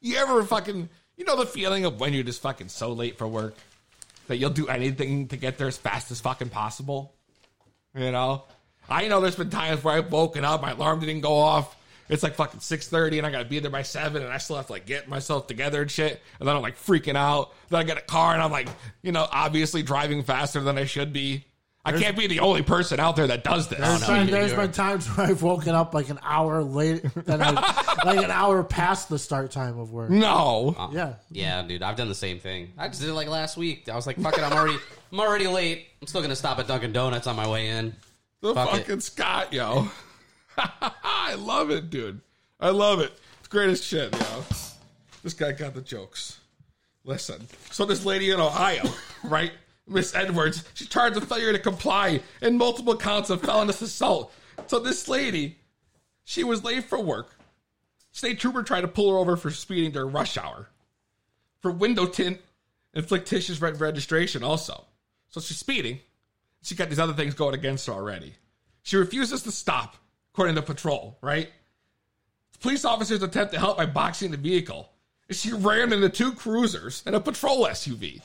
You ever fucking, you know, the feeling of when you're just fucking so late for work that you'll do anything to get there as fast as fucking possible? You know, I know there's been times where I've woken up, my alarm didn't go off. It's like fucking six thirty, and I gotta be there by seven, and I still have to like get myself together and shit. And then I'm like freaking out. Then I get a car, and I'm like, you know, obviously driving faster than I should be. I can't be the only person out there that does this. Oh,
There's, been, there's been times where I've woken up like an hour late, than I, like an hour past the start time of work. Uh-uh.
No.
Yeah.
Uh, Yeah, dude, I've done the same thing. I just did it like last week. I was like, "Fuck it, I'm already, I'm already late. I'm still gonna stop at Dunkin' Donuts on my way in."
The
Fuck it.
fucking Scott, yo. I love it, dude. I love it. It's great as shit, yo. This guy got the jokes. Listen. So this lady in Ohio, right? Miss Edwards, she charged with failure to comply in multiple counts of felonious assault. So this lady, she was late for work. State trooper tried to pull her over for speeding during rush hour. For window tint and fictitious re- registration also. So she's speeding she got these other things going against her already. She refuses to stop, according to patrol, right? Police officers attempt to help by boxing the vehicle. She ran into two cruisers and a patrol SUV.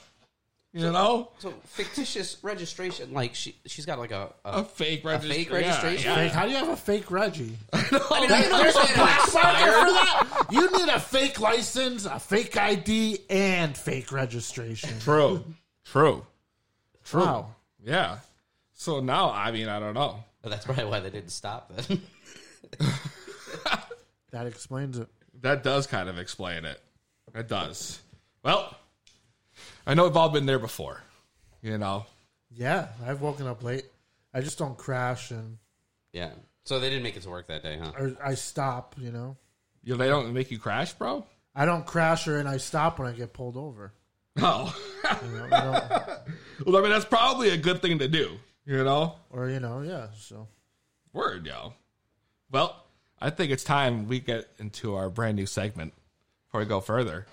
You know?
So fictitious registration, like she, she's got like a, a,
A fake
a
registration.
fake registration.
Fake, how do you have a fake Reggie?
I mean, I can understand it expired.
For that, you need a fake license, a fake ID, and fake registration.
True. True. True.
Wow.
Yeah. So now, I mean, I don't know.
But that's probably why they didn't stop then.
That explains it.
That does kind of explain it. It does. Well, I know we've all been there before. You know?
Yeah, I've woken up late. I just don't crash and
yeah. So they didn't make it to work that day, huh?
or uh, I stop, you know.
You they don't make you crash, bro?
I don't crash or and I stop when I get pulled over.
Oh.
You know, I don't-
Well, I mean, that's probably a good thing to do, you know?
or you know, yeah. So
Word, yo. Well, I think it's time we get into our brand new segment before we go further.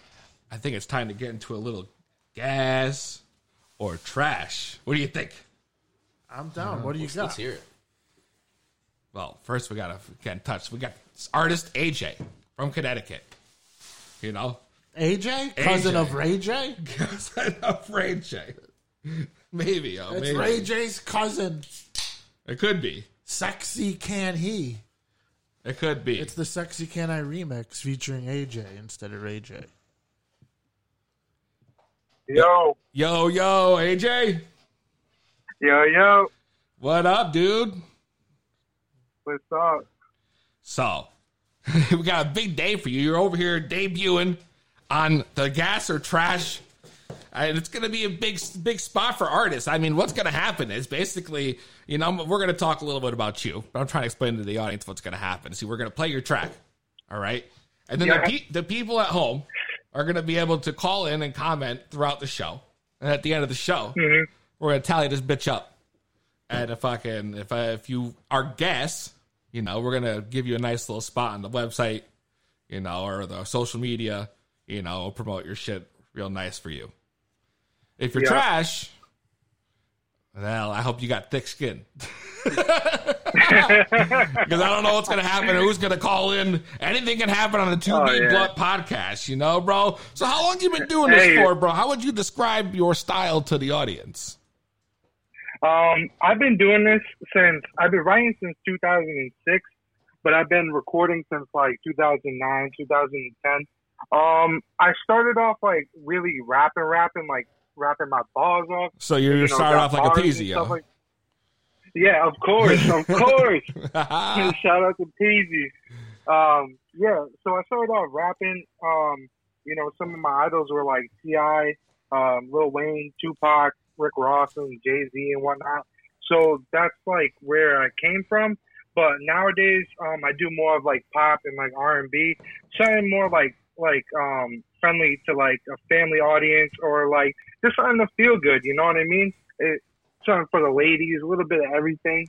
I think it's time to get into a little gas or trash. What do you think?
I'm down. What do you
Let's
got?
hear it.
Well, first we gotta get in touch. We got this artist AJ from Connecticut. You know?
AJ, cousin
AJ.
of Ray J.
Yes, I know Ray J. Maybe, yo.
It's
maybe.
Ray J's cousin.
It could be.
Sexy can he?
It could be.
It's the Sexy Can I remix featuring AJ instead of Ray J.
Yo,
yo, yo, AJ.
yo, yo.
What up, dude?
What's up?
So we got a big day for you. You're over here debuting on the gas or trash. Uh, And it's going to be a big, big spot for artists. I mean, what's going to happen is basically, you know, we're going to talk a little bit about you. But I'm trying to explain to the audience what's going to happen. See, we're going to play your track, all right? And then the, pe- the people at home are going to be able to call in and comment throughout the show. And at the end of the show, we're going to tally this bitch up. And if I can, if I, if you are guess, you know, we're gonna give you a nice little spot on the website, you know, or the social media, you know, promote your shit real nice for you. If you're
Yeah.
trash, well, I hope you got thick skin. Because I don't know what's gonna happen or who's gonna call in. Anything can happen on the Two
Oh,
B
yeah.
Blood podcast, you know, bro. So how long you been doing this
Hey.
for, bro? How would you describe your style to the audience?
Um, I've been doing this since I've been writing since 2006, but I've been recording since like 2009, 2010. Um, I started off like really rapping, rapping, like rapping my balls off.
So you're
you know,
starting
got
off like a
bars and
peasy, yo.
stuff like- yeah, of course, of course. Shout out to Peasy. Um, yeah, so I started off rapping. Um, you know, some of my idols were like T.I., um, Lil Wayne, Tupac, Rick Ross, and Jay Z, and whatnot. So that's like where I came from. But nowadays, um, I do more of like pop and like R and B, something more like like um, friendly to like a family audience or like just something to feel good. You know what I mean? it, something for the ladies, a little bit of everything.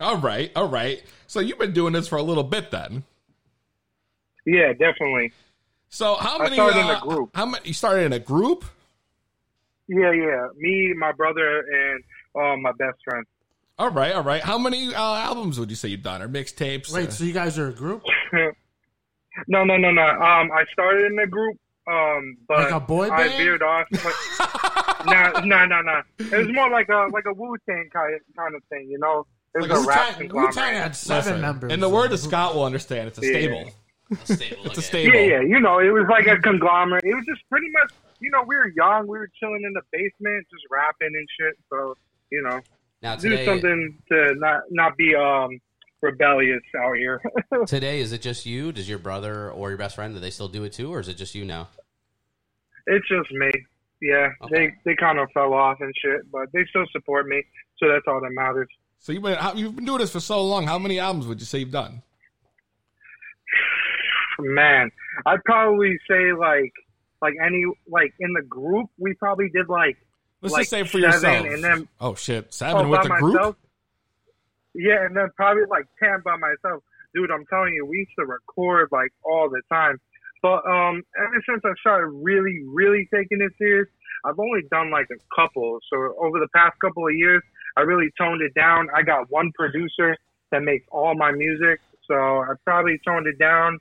All right, all right. So you've been doing this for a little bit then.
Yeah, definitely.
So how
I
many?
started in
uh,
a group.
How many? You started in a group.
Yeah, yeah. Me, my brother, and um, my best friend.
All right, all right. How many uh, albums would you say you've done, or mixtapes?
Wait,
Uh,
so
You guys are a group,
no, no, no, no. Um, I started in a group, um, but
Like a boy
I
band?
veered off. but- Nah, nah, nah, nah. It was more like a like a Wu Tang kind of, kind of thing, you know. It was
Like
a rap
Wu-Tang-
conglomerate.
Wu-Tang had seven Listen, members. in the word of Scott will understand, it's a stable. it's a stable.
Yeah, yeah. You know, it was like a conglomerate. It was just pretty much, you know, we were young. We were chilling in the basement, just rapping and shit. So, you know,
Now
do
today-
something to not not be um rebellious out here.
Today, is it just you? Does your brother or your best friend, do they still do it too? Or is it just you now?
it's just me. Yeah, they they kind of fell off and shit, but they still support me. So that's all that matters.
So you've been how, you've been doing this for so long. How many albums would you say you've done?
Man, I'd probably say like like any like in the group we probably did like
Let's
like
just say for
seven,
yourself.
and then
oh shit, seven
Oh,
with the
by
group.
myself? Yeah, and then probably like ten by myself. Dude, I'm telling you, we used to record like all the time. But um ever since I started really, really taking it serious, I've only done like a couple. So over the past couple of years I really toned it down. I got one producer that makes all my music, so I probably toned it down.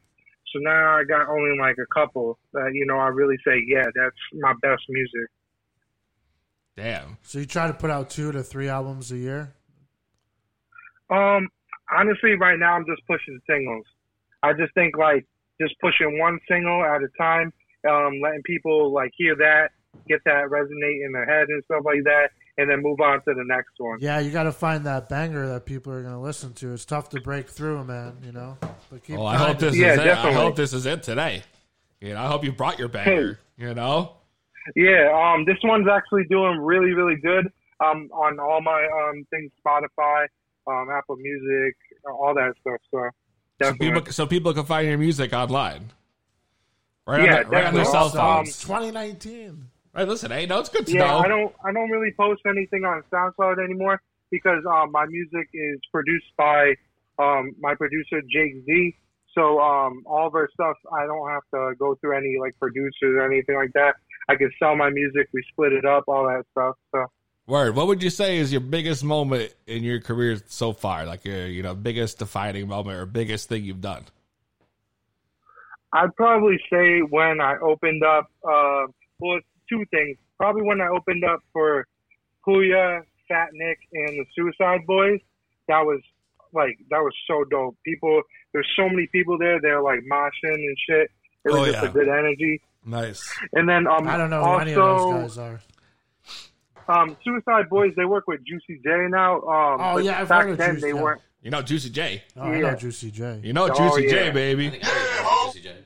So now I got only like a couple that, you know, I really say, Yeah, that's my best music.
Damn.
so you try to put out two to three albums a year.
Um, honestly, right now I'm just pushing singles. I just think like just pushing one single at a time, um, letting people like hear that, get that resonate in their head and stuff like that, and then move on to the next one.
Yeah, you got to find that banger that people are going to listen to. It's tough to break through, man. You know, but keep
Oh, I hope
grinding.
this is it. I hope this is it today. You know, I hope you brought your banger. You know,
Yeah, um, this one's actually doing really, really good. Um, on all my um things, Spotify, um, Apple Music, all that stuff. So
so
definitely.
people so people can find your music online. Right,
Yeah,
on, the, right on their cell
definitely. Um,
phones.
2019.
right, listen, hey, no, it's good to
yeah,
know.
I don't I don't really post anything on SoundCloud anymore because um, my music is produced by um, my producer Jake Z. So um, all of our stuff, I don't have to go through any like producers or anything like that. I can sell my music. We split it up, all that stuff. So
Word. What would you say is your biggest moment in your career so far? Like your, you know, biggest defining moment or biggest thing you've done?
I'd probably say when I opened up, uh, well, it's two things. Probably when I opened up for Puya, Fat Nick, and the Suicide Boys. That was like that was so dope. People, there's so many people there. They're like moshing and shit. It was
Oh,
just
yeah.
a good energy.
Nice.
And then um,
I don't know who
also,
any of those guys are.
Um, Suicide Boys, they work with Juicy J now. Um,
Oh,
but
yeah, I've
back
heard of
then
Juice
they
J.
weren't.
You know Juicy J.
Oh, I know Juicy J.
You know
Oh,
Juicy J,
yeah.
baby.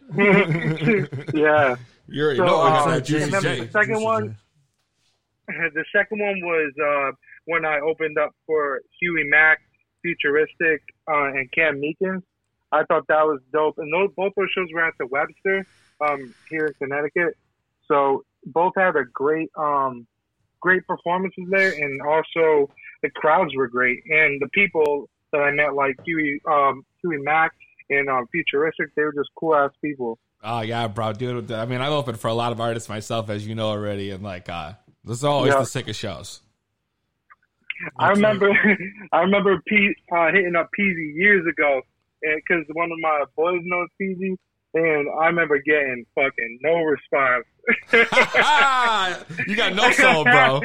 yeah. uh,
You're- you know it's like Juicy
and then
J.
The second one, the second one was uh, when I opened up for Huey Mack, Futuristic, uh, and Cam Meekins. I thought that was dope, and those both those shows were at the Webster um, here in Connecticut. So both had a great, um, great performances there, and also the crowds were great, and the people that I met, like Huey, um, Huey Mack and um, Futuristic, they were just cool ass people.
Oh yeah, bro, dude. I mean, I've opened for a lot of artists myself, as you know already, and like, uh, this is always
Yeah.
the sickest shows.
I remember, I remember P, uh, hitting up Peasy years ago because one of my boys knows Peasy, and I remember getting fucking no response.
you got no soul, bro.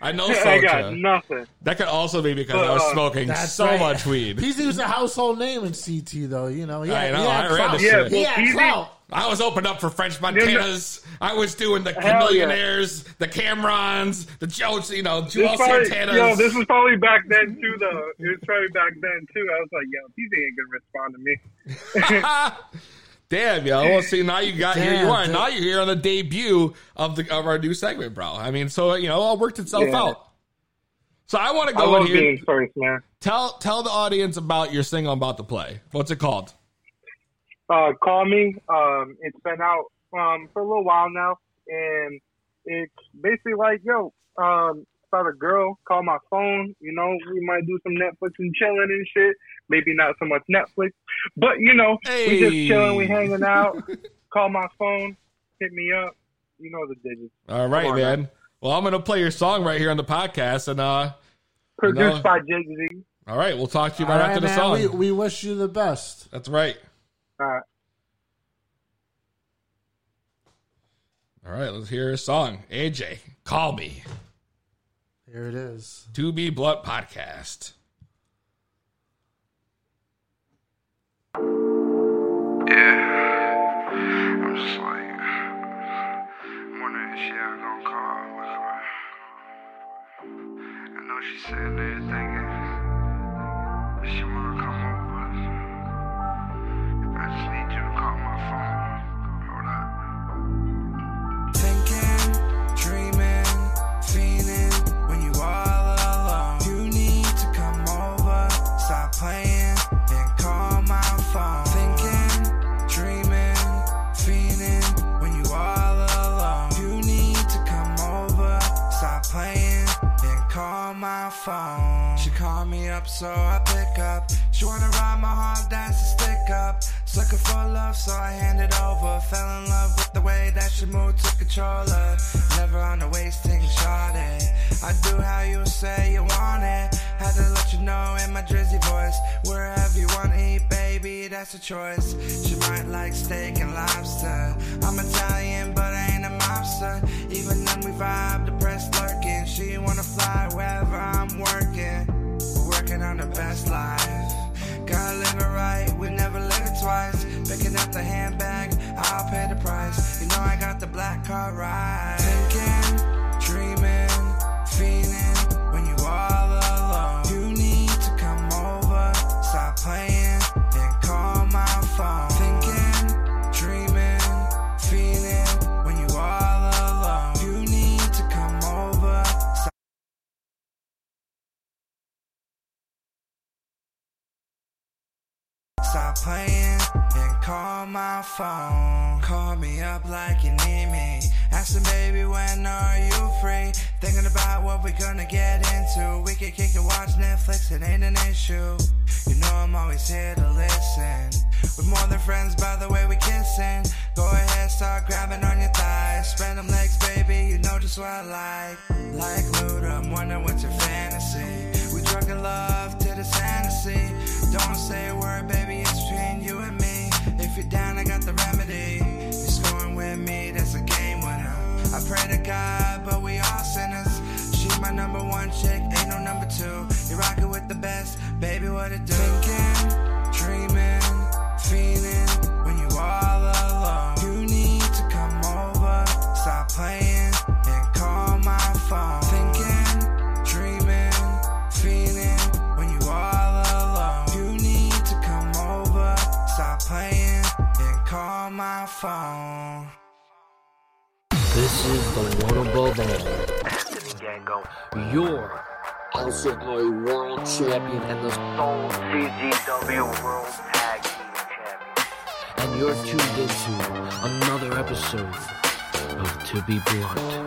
I know soul.
I got
Joe.
nothing.
That could also be because I
Uh,
was smoking
That's
so
right.
much weed.
PZ was a household name in CT, though. You know, yeah,
I know.
yeah,
I ran the
clout.
shit.
yeah, clout.
I was opened up for French Montanas. I was doing the
Hell yeah.
millionaires, the Camerons, the Joe, you know, Joel
This probably,
Santanas.
yo, this was probably back then too, though. It was probably back then too. I was like, yo, Peasy ain't gonna respond to me.
Damn, yo! Well, see, now you got here. You
Damn,
are
dude.
now. You're here on the debut of the of our new segment, bro. I mean, so you know, all worked itself
Yeah.
out. So I want to
I
go in
love
here.
being first, man.
Tell tell the audience about your single I'm about to play. What's it called?
uh, call me. Um, it's been out um, for a little while now, and it's basically like, yo, um, if about a girl, call my phone. You know, we might do some Netflix and chilling and shit. Maybe not so much Netflix, but you know, we
Hey.
just chilling, we hanging out. call my phone, hit me up. You know the digits.
All right,
Come on,
man. Well, I'm gonna play your song right here on the podcast, and uh, you know-
Produced by Jay Z.
All right, we'll talk to you
All
right,
right,
after the
man,
song.
We, we wish you the best.
That's right.
All right.
All right, let's hear a song. AJ, call me.
Here it is.
To be blunt podcast.
I'm just like, wondering if she ever gonna call. What's up? I know she's sitting there thinking, if she wanna come over. I just need you to call my phone. Hold up. Thinking, dreaming, feeling, when you all alone. You need to come over, stop playing, and call my phone. Thinking, dreaming, feeling, when you all alone. You need to come over, stop playing, and call my phone. She called me up, so I pick up. She wanna ride my hard dance and stick up. Sucker for love, so I hand it over. Fell in love with the way that she moved, took control of. Never on the wasting shot it. I do how you say you want it. Had to let you know in my drizzy voice. Wherever you wanna eat, baby, that's a choice. She might like steak and lobster. I'm Italian, but I ain't a mobster. Even then we vibe, depressed lurking. She wanna fly wherever I'm working. Working on the best life. Gotta live it right, we never live it twice. Picking up the handbag, I'll pay the price. You know I got the black car ride. Thinking, dreaming, feeling, when you all alone. You need to come over, stop playing, and call my phone. Thinking, dreaming, feeling, when you all alone. You need to come over, stop. Stop playing and call my phone. Call me up like you need me. Asking baby when are you free? Thinking about what we're gonna get into. We can kick and watch Netflix, it ain't an issue. You know I'm always here to listen. We're more than friends by the way we kissing. Go ahead, start grabbing on your thighs. Spread them legs, baby, you know just what I like. Like Luda, I'm wondering what's your fantasy. We drunk in love to this fantasy. Don't say a word, baby, it's between you and me. If you're down, I got the remedy. You're scoring with me, that's a game winner. I pray to God, but we all sinners. She my number one chick, ain't no number two. You're rocking with the best, baby, what it do? Thinking, dreaming, feeling, when you all alone. You need to come over, stop playing, and call my phone. Thinking, dreaming, feeling, when you all alone. You need to come over, stop playing, and call my phone.
This is the one above all. Anthony Gango. You're also the world champion and the sole CGW World Tag Team Champion. And you're tuned into another episode of To Be Blunt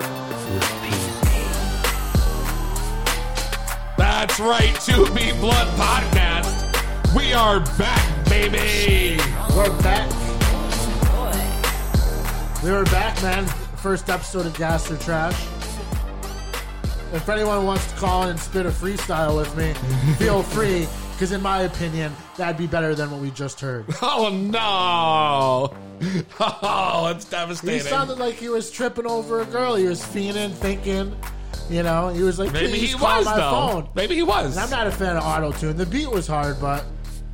with PZ.
That's right, To Be Blunt podcast. We are back, baby.
We're back. We were back, man. First episode of Gas or Trash. If anyone wants to call in and spit a freestyle with me, feel free. Because in my opinion, that'd be better than what we just heard.
Oh no! Oh, it's devastating.
He sounded like he was tripping over a girl. He was fiending, thinking. You know, he was like,
Maybe
"Please
he
call
was,
my
though.
phone."
Maybe he was.
And I'm not a fan of auto tune. The beat was hard, but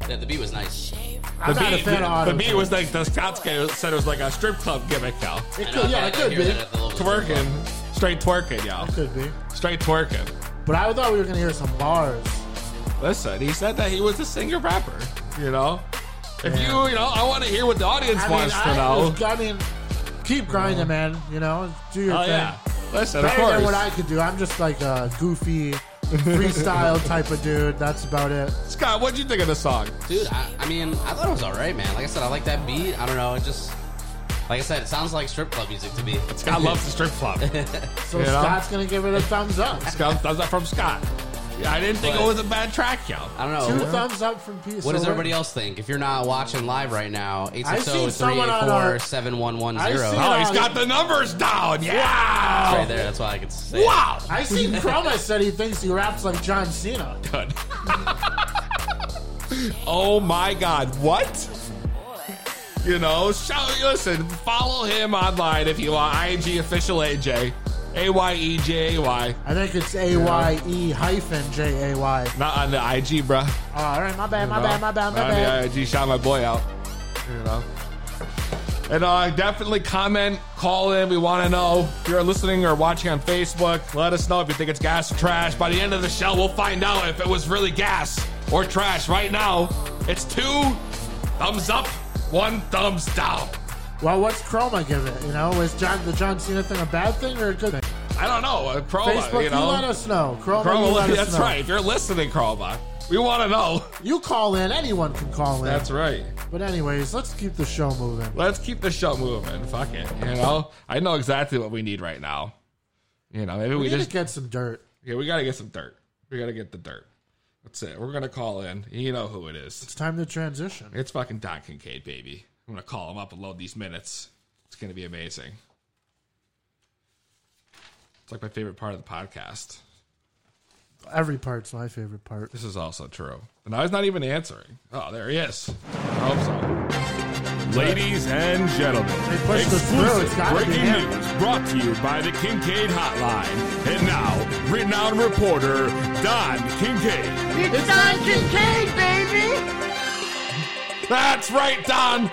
Yeah, the beat was nice.
I'm not a fan of auto.
The beat was like the Scots guy said it was like a strip club gimmick, though.
It could- I know, yeah, I it could hear be. that at the local
Twerking, straight twerking, y'all.
could be.
Straight twerking.
But I thought we were gonna hear some bars.
Listen, he said that he was a singer rapper. You know, if you you know, I want to hear what the audience
I mean,
wants to
I-
know.
I mean, keep grinding, man. You know, do your
Oh,
thing.
yeah. Listen, of
better than
course.
what I could do. I'm just like a goofy freestyle type of dude. That's about it.
Scott, what'd you think of the song?
Dude, I, I mean, I thought it was all right, man. Like I said, I like that beat. I don't know, it just Like I said, it sounds like strip club music to me.
Scott loves the strip club.
So
You know?
Scott's gonna give it a thumbs up.
Scott, thumbs up from Scott. Yeah, I didn't think it was a bad track, yo.
I
Two
don't know.
thumbs up from Pete.
What does everybody else think? If you're not watching live right now,
seen someone on
860-384-7110.
our- I've seen it
Oh, he's
on-
got the numbers down. Yeah.
It's right there. That's why I can say. it.
Wow.
I seen Chroma said he thinks he raps like John Cena.
Good. oh my God. What? You know, shout, listen, follow him online if you want. ING official AJ. A Y E J A Y.
I think it's A Y E hyphen J A Y.
Not on the IG, bruh.
Oh, all right, my bad, my
You know?
bad, my bad, my
Not on
bad.
the IG, shout my boy out. You know. And uh, definitely comment, call in. We want to know if you're listening or watching on Facebook. Let us know if you think it's gas or trash. By the end of the show, we'll find out if it was really gas or trash. Right now, it's two thumbs up, one thumbs down.
Well, what's Chroma give it? You know, is John the John Cena thing a bad thing or a good thing?
I don't know. Uh, Chroma,
Facebook,
you know.
let us know. Chroma,
Chroma,
you let us
that's
know.
right. If you're listening, Chroma, we want to know.
You call in. Anyone can call in.
That's right.
But anyways, let's keep the show moving.
Let's keep the show moving. Fuck it. You know, I know exactly what we need right now. You know, maybe we,
We, need
just
to get some dirt.
yeah, we gotta get some dirt. We gotta get the dirt. That's it. We're gonna call in. You know who it is.
It's time to transition.
It's fucking Don Kincaid, baby. I'm gonna call him up and load these minutes. It's gonna be amazing. It's like my favorite part of the podcast.
Every part's my favorite part.
This is also true. And now he's not even answering. Oh, there he is. I hope so.
Ladies and gentlemen,
They pushed us through. It's
exclusive
gotta be
breaking
him.
news brought to you by the Kincaid Hotline. And now, renowned reporter Don Kincaid.
It's on Kincaid, baby!
That's right, Don.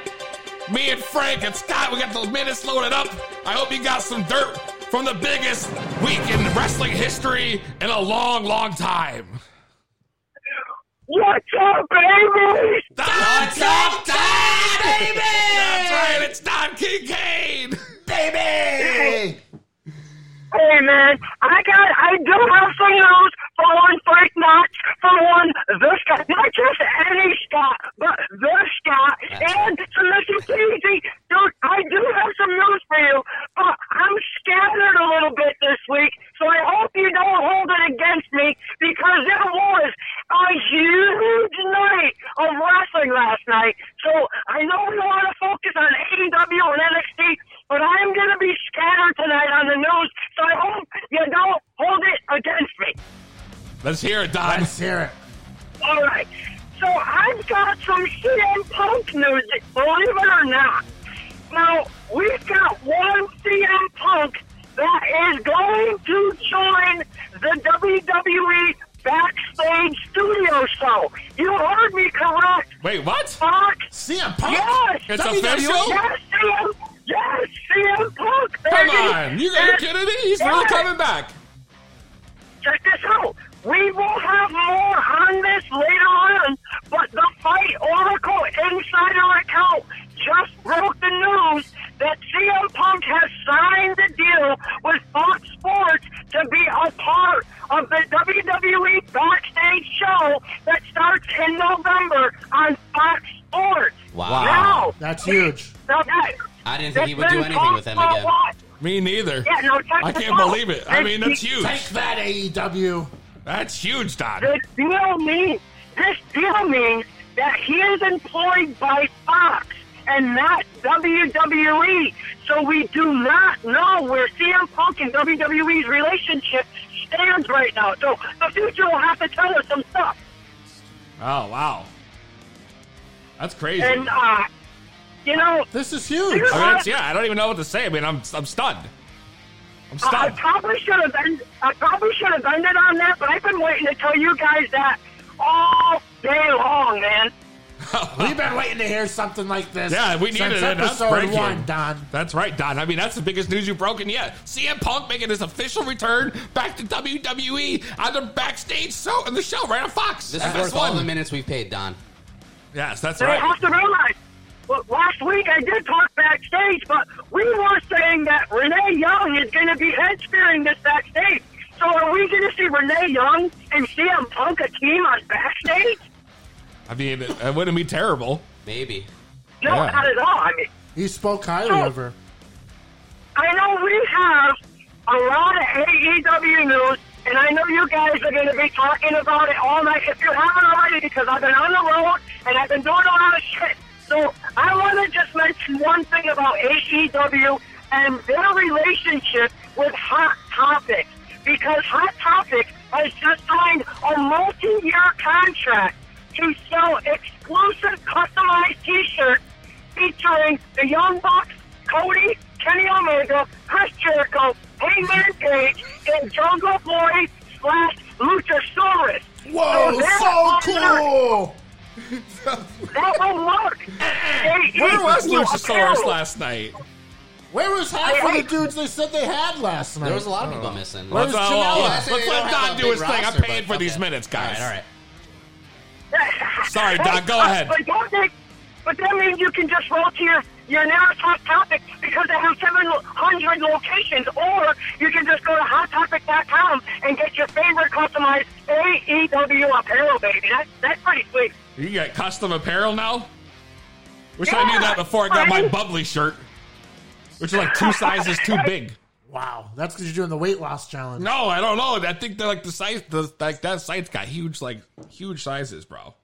Me and Frank and Scott, we got the minutes loaded up. I hope you got some dirt from the biggest week in wrestling history in a long, long time.
What's up, baby?
What's up, Don, baby? That's right, it's Don Kincaid.
Baby!
Hey man, I got I do have some news for one Frank Knox, for one this guy, not just any Scott, but this Scott and for Mr. Peasy. Dude, I do have some news for you, but I'm scattered a little bit this week, so I hope you don't hold it against me because it was a huge night of wrestling last night. So I know we want to focus on AEW and NXT, but I'm gonna be scattered tonight on the news, so I hope you don't hold it against me.
Let's hear it, Don. Let's
hear it.
All right. So I've got some CM Punk news, believe it or not. Now, we've got one CM Punk that is going to join the WWE Backstage Studio Show. You heard me correct.
Wait, what?
Fox.
CM
Punk?
Yes. E.
It's official?
Yes, CM, yes, CM Punk.
Come
baby.
on. You, are you
Yes.
kidding me? He's really
Yes
coming back.
check this out. We will have more on this later on, but the Fight Oracle Insider account just broke the news that CM Punk has signed the deal with Fox Sports to be a part of the WWE Backstage Show that starts in November on Fox Sports.
Wow.
Now,
That's huge.
now that,
I didn't
that's
think he would do
been
anything with them
talked
again.
about a lot.
Me neither.
Yeah, no, check
I
this
can't
out.
believe it. I mean, that's huge.
Take that,
E
AEW.
That's huge, Don.
The deal means this deal means that he is employed by Fox and not WWE. So we do not know where CM Punk and WWE's relationship stands right now. So the future will have to tell us some stuff.
Oh, wow. That's crazy.
And uh, you know,
this is huge.
I mean, it's, yeah, I don't even know what to say. I mean, I'm, I'm stunned. I'm
I- I
stunned.
probably should have end- I probably should have ended on that, but I've been waiting to tell you guys that all day long, man.
We've been waiting to hear something like this.
Yeah, we
since
needed it. That's
episode
breaking.
one, Don.
That's right, Don. I mean, that's the biggest news you've broken yet. CM Punk making his official return back to WWE on the backstage show in the show right on Fox.
This is
FS1.
worth all the minutes we've paid, Don.
Yes, that's
They have to realize. Well, last week I did talk backstage, but we were saying that Renee Young is going to be head spearing this backstage. So are we going to see Renee Young and CM Punk a team on backstage?
I mean, it, it wouldn't be terrible.
Maybe.
No,
Yeah.
not at all. I mean,
He spoke highly of her.
I know we have a lot of AEW news, and I know you guys are going to be talking about it all night if you haven't already, because I've been on the road and I've been doing a lot of shit. So I want to just mention one thing about AEW and their relationship with Hot Topic, because Hot Topic has just signed a multi-year contract to sell exclusive customized T-shirts featuring the Young Bucks, Cody, Kenny Omega, Chris Jericho, Hangman Page, and Jungle Boy slash Luchasaurus.
Oh,
Whoa,
that
so
will
cool!
work. That will work. They-
Where
they-
was
you
Luchasaurus
apparel.
last night?
Where was half of the dudes they said they had last night?
There was a lot of
Oh.
people missing.
Let's,
Where's
uh,
Janela?
yeah,
I said
let's
they
let
don't have
Don
a
do
big
his thing. I'm
roster,
paying for
but-
these
okay.
minutes, guys.
All right,
Sorry, Don, go
But-
ahead.
But, don't they, but that means you can just roll to your, your nearest Hot Topic because they have 700 locations, or you can just go to hottopic.com and get your favorite customized AEW apparel, baby. That's, that's pretty sweet.
You got custom apparel now? Wish I knew that before I got my bubbly shirt, which is like two sizes too big.
Wow, that's because you're doing the weight loss challenge.
No, I don't know. I think they're like the size, the, like that site's got huge, like huge sizes, bro.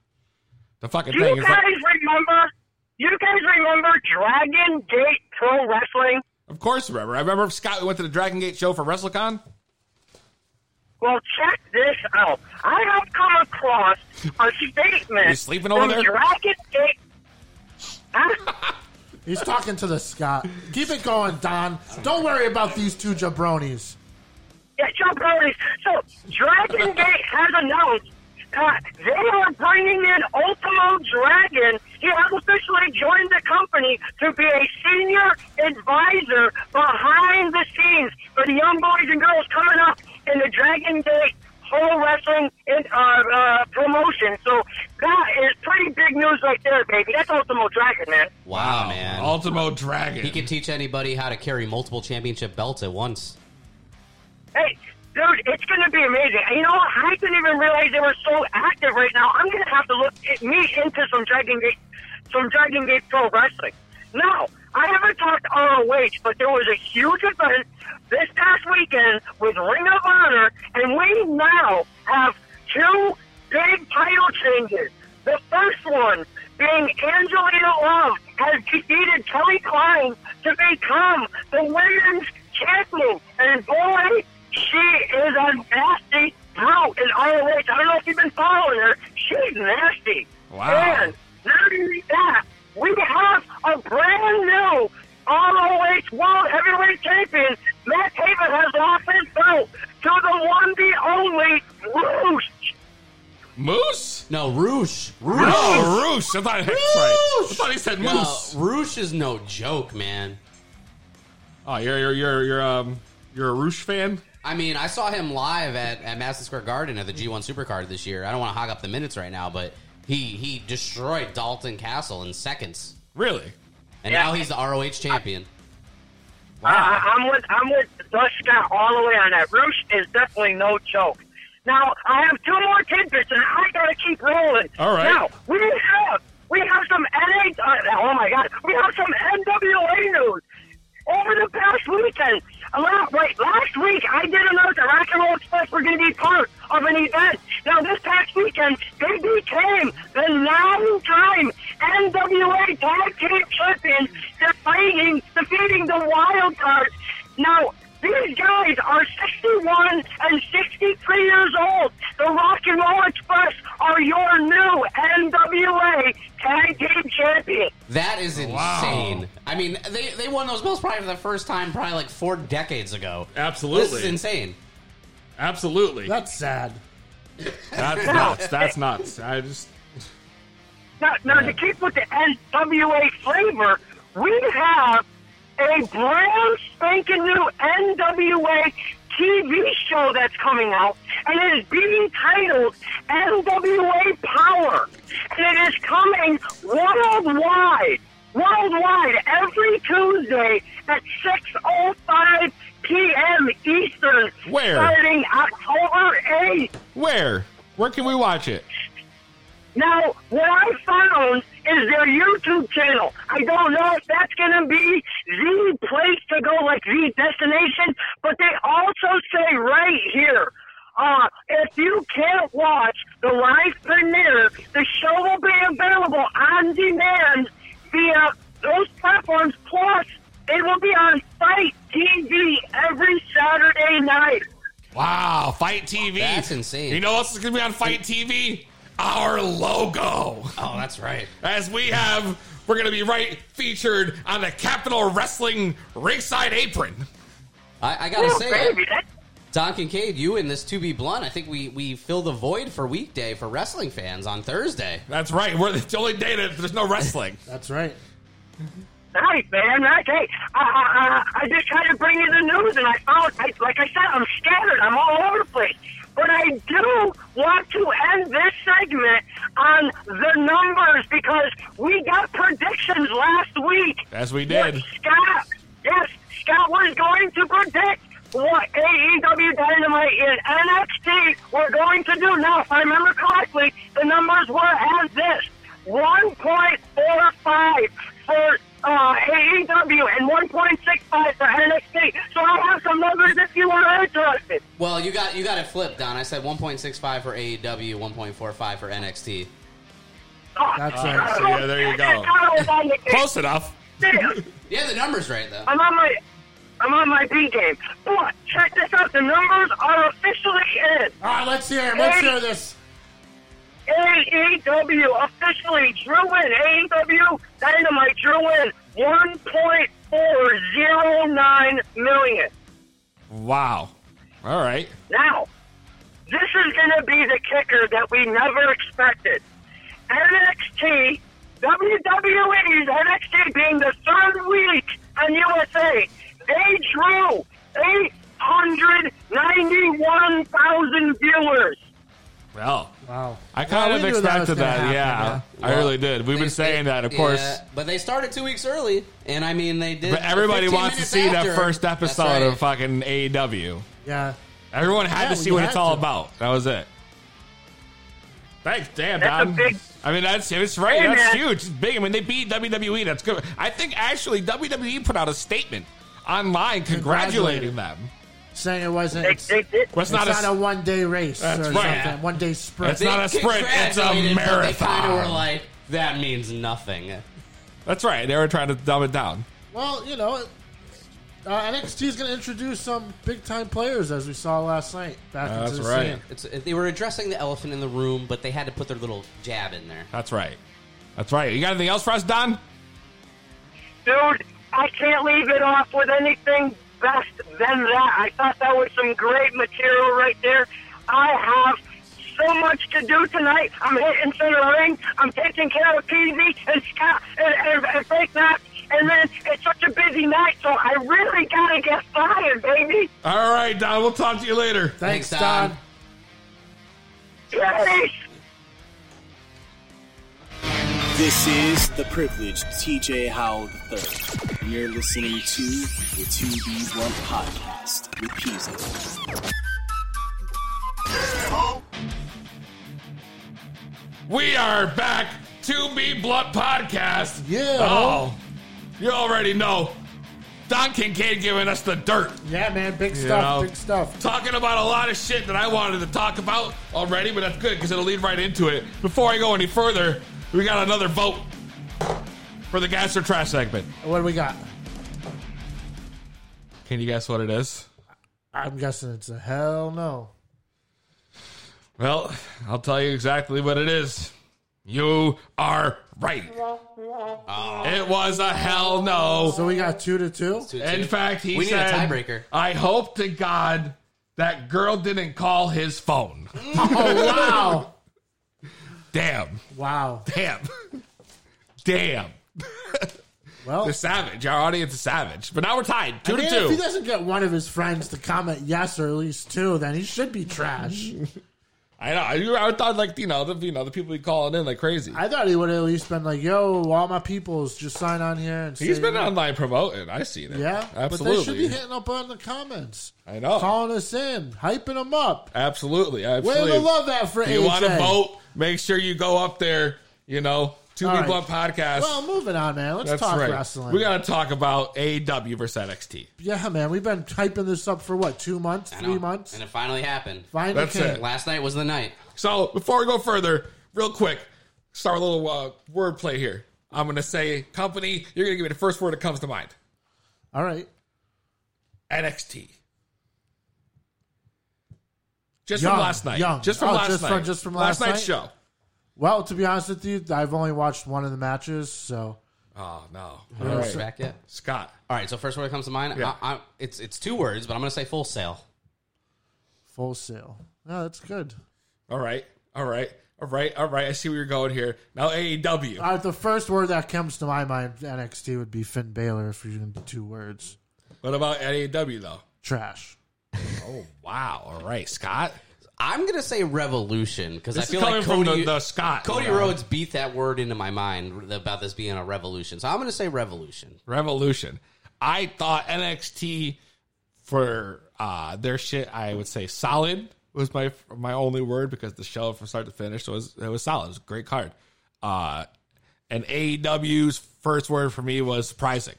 The fucking
Do you
thing is
guys
like,
remember? You guys remember Dragon Gate Pro Wrestling?
of course, remember. I remember Scott, we went to the Dragon Gate show for WrestleCon.
Well, check this out. I have come across a statement.
You sleeping over
from
there?
Dragon Gate.
He's talking to the Scott. Keep it going, Don. Don't worry about these two jabronis.
Yeah, Joe Brody's. So, Dragon Gate has announced that they are bringing in Ultimo Dragon. He has officially joined the company to be a senior advisor behind the scenes for the young boys and girls coming up in the Dragon Gate whole wrestling and, uh, uh, promotion. So, that is pretty big news right there, baby. That's Ultimo Dragon, man.
Wow, man.
Ultimo Dragon.
He can teach anybody how to carry multiple championship belts at once.
Hey, dude, it's going to be amazing. And You know what? I didn't even realize they were so active right now. I'm going to have to look at me into some Dragon Gate, some Dragon Gate Pro Wrestling. Now, I haven't talked ROH, but there was a huge event this past weekend with Ring of Honor, and we now have two big title changes. The first one being Angelina Love has defeated Kelly Klein to become the women's champion. And boy, she is a nasty brute in ROH. I don't know if you've been following her. She's nasty.
Wow.
And not only that, we have a brand new ROH World Heavyweight Champion. Matt Haven has lost his belt to the one, the only Rouge.
Moose?
No, Roosh.
Roosh. No, Roosh. I thought, Sorry. I thought he said
No,
Moose.
Roosh is no joke, man.
Oh, you're you're you're you're um you're a Roosh fan.
I mean, I saw him live at, at Madison Square Garden at the G1 Supercard this year. I don't want to hog up the minutes right now, but he he destroyed Dalton Castle in seconds.
Really?
And now he's the ROH champion.
I, I- I'm with I'm with Dust Scott all the way on that. Roosh is definitely no joke. Now I have two more tidbits, and I gotta keep rolling.
All right.
Now we have we have some NA. Uh, oh my God, we have some NWA news over the past weekend. A lot, wait, last week I did announce that Rock and Roll Express were going to be part of an event. Now this past weekend they became the nine-time NWA Tag Team Champions, defeating defeating the Wild Cards. Now these guys are 61 and 63 years old. The Rock and Roll Express are your new NWA Tag Team Champions.
That is insane. I mean, they, they won those belts probably for the first time probably like four decades ago.
Absolutely.
This is insane.
Absolutely.
That's sad.
That's nuts. That's nuts. I just
Now, now to keep with the NWA flavor, we have a brand spanking new NWA TV show that's coming out, and it is being titled NWA Power, and it is coming worldwide, worldwide every Tuesday at 6:05 p.m. Eastern,
Where?
starting October 8th.
where where can we watch it?
Now, what I found is their YouTube channel. I don't know if that's going to be the place to go, like the destination, but they also say right here. Uh, if you can't watch the live premiere, the show will be available on demand via those platforms. Plus, it will be on Fight TV every Saturday night.
Wow, Fight TV.
That's insane.
You know what else is going to be on Fight TV? Our logo.
Oh, that's right.
As we have, we're going to be right featured on the Capital Wrestling ringside apron.
I, I gotta say, Don Kincaid, you and this to be blunt, I think we we fill the void for weekday for wrestling fans on Thursday.
That's right. We're the only day that there's no wrestling.
That's right.
Nice, man. Nice. Hey, I, I, I I just tried to bring you the news, and I found, I, like I said, I'm scattered. I'm all over the place. But I do want to end this segment on the numbers because we got predictions last week.
As we did.
Scott, yes, Scott was going to predict what AEW Dynamite and NXT were going to do. Now, if I remember correctly, the numbers were as this 1.45 for uh, AEW and 1.65 for NXT. So I have some numbers if you are interested.
Well, you got you got it flipped, Don. I said 1.65 for E AEW, 1.45 for NXT.
That's
right. So, yeah, there you go. Close enough.
Yeah, the number's right though.
I'm on my I'm on my B game. But check this out. The numbers are officially in.
All right, let's hear it. Let's hear this.
AEW officially drew in. AEW Dynamite drew in 1.409 million.
Wow. All right.
Now, this is going to be the kicker that we never expected. NXT, WWE's NXT being the third week on USA, they drew 891,000 viewers.
Well, Oh.
wow.
I kind
Well,
of
we knew that
expected
was gonna
that.
happen,
yeah,
yeah.
I
Well,
really did. We've been saying that, of course.
Yeah, but they started two weeks early, and I mean they did.
But everybody
15
wants to
minutes
see
after.
that first
That's
episode
right.
of fucking E AEW.
Yeah.
Everyone had
Yeah,
to see
you
what
had
it's all
to.
about. That was it. Thanks, damn,
That's a
Don.
big-
I mean, that's it's right.
Hey,
that's
man.
huge. It's big. I mean, they beat WWE. That's good. I think actually WWE put out a statement online congratulating
Congratulating.
them.
Saying it wasn't. It's,
Well, it's
it's
not
not,
a-
a, one day race.
That's
or
right.
something. One day sprint.
It's not a sprint. It's a
Congratulated, but They kind
marathon.
of were like, that means nothing.
That's right. They were trying to dumb it down.
Well, you know, uh, NXT is going to introduce some big time players as we saw last night back into the scene.
It's, they were addressing the elephant in the room, but they had to put their little jab in there.
That's right. That's right. You got anything else for us, Don?
Dude, I can't leave it off with anything best than that. I thought that was some great material right there. I have so much to do tonight. I'm hitting center ring. I'm taking care of PV and Scott and, and, and Fake Knox. And then it's such a busy night, so I really gotta get fired, baby.
All right, Don. We'll talk to you later.
Thanks, Don.
Yes.
This is the privileged TJ Howell III. and You're listening to the 2B1 podcast with Pisa.
We are back to Be Blunt Podcast.
Yeah.
Oh, you already know. Don Kincaid giving us the dirt.
Yeah, man. Big
You
stuff.
know.
Big stuff.
Talking about a lot of shit that I wanted to talk about already, but that's good because it'll lead right into it. Before I go any further, we got another vote for the gas or trash segment.
What do we got?
Can you guess what it is?
I'm guessing it's a hell no.
Well, I'll tell you exactly what it is. You are right. It was a hell no.
So we got two to two.
In fact, he
We need a
said,
tiebreaker.
"I hope to God that girl didn't call his phone."
Oh wow!
Damn!
Wow!
Damn! Damn!
Well,
the savage. Our audience is savage. But now we're tied, two
I mean,
to
If he
two.
doesn't get one of his friends to comment yes or at least two, then he should be trash.
I know. I, I thought like you know the you know the people be calling in like crazy.
I thought he would at least been like, "Yo, all my peoples, just sign on here." And
He's
say-
been online promoting. I see that.
yeah,
absolutely.
But they should be hitting up on the comments,
I know.
calling us in, hyping them up.
Absolutely,
Way
absolutely.
to love that for
If you want to
AJ.
vote? Make sure you go up there. You know, two
All
B
right.
Blunt podcast.
Well, moving on, man. Let's
That's
talk
right.
wrestling.
We got to talk about AW versus NXT.
yeah, man. We've been hyping this up for what two months,
I know.
three months.
and it finally happened.
Finally That's came. it.
Last night was the night.
So before we go further, real quick, start a little uh, word play here. I'm going to say company. You're going to give me the first word that comes to mind.
All right,
NXT. Just
Young,
from last night.
young.
Just from
Oh,
last
just
night.
from- just from last
night's
night?
show.
Well, to be honest with you, I've only watched one of the matches, so
Oh no.
All right.
Is it back yet?
Scott.
All right. So first word that comes to mind.
Yeah.
I, I, it's it's two words, but I'm going to say full sale.
full sale. No, that's good.
All right. All right. All right. All right. I see where you're going here. Now E AEW.
All right, Uh, the first word that comes to my mind, NXT, would be Finn Balor. If you can do two words,
What about AEW though?
trash.
Oh wow. All right, Scott.
I'm going to say revolution because I
This is
feel
coming
like
from
Cody,
the- the Scott,
Cody
you know.
Rhodes beat that word into my mind about this being a revolution. So I'm going to say revolution.
Revolution. I thought NXT for uh, their shit. I would say solid was my my only word because the show from start to finish was it was solid. It was a great card. Uh, and AEW's first word for me was surprising.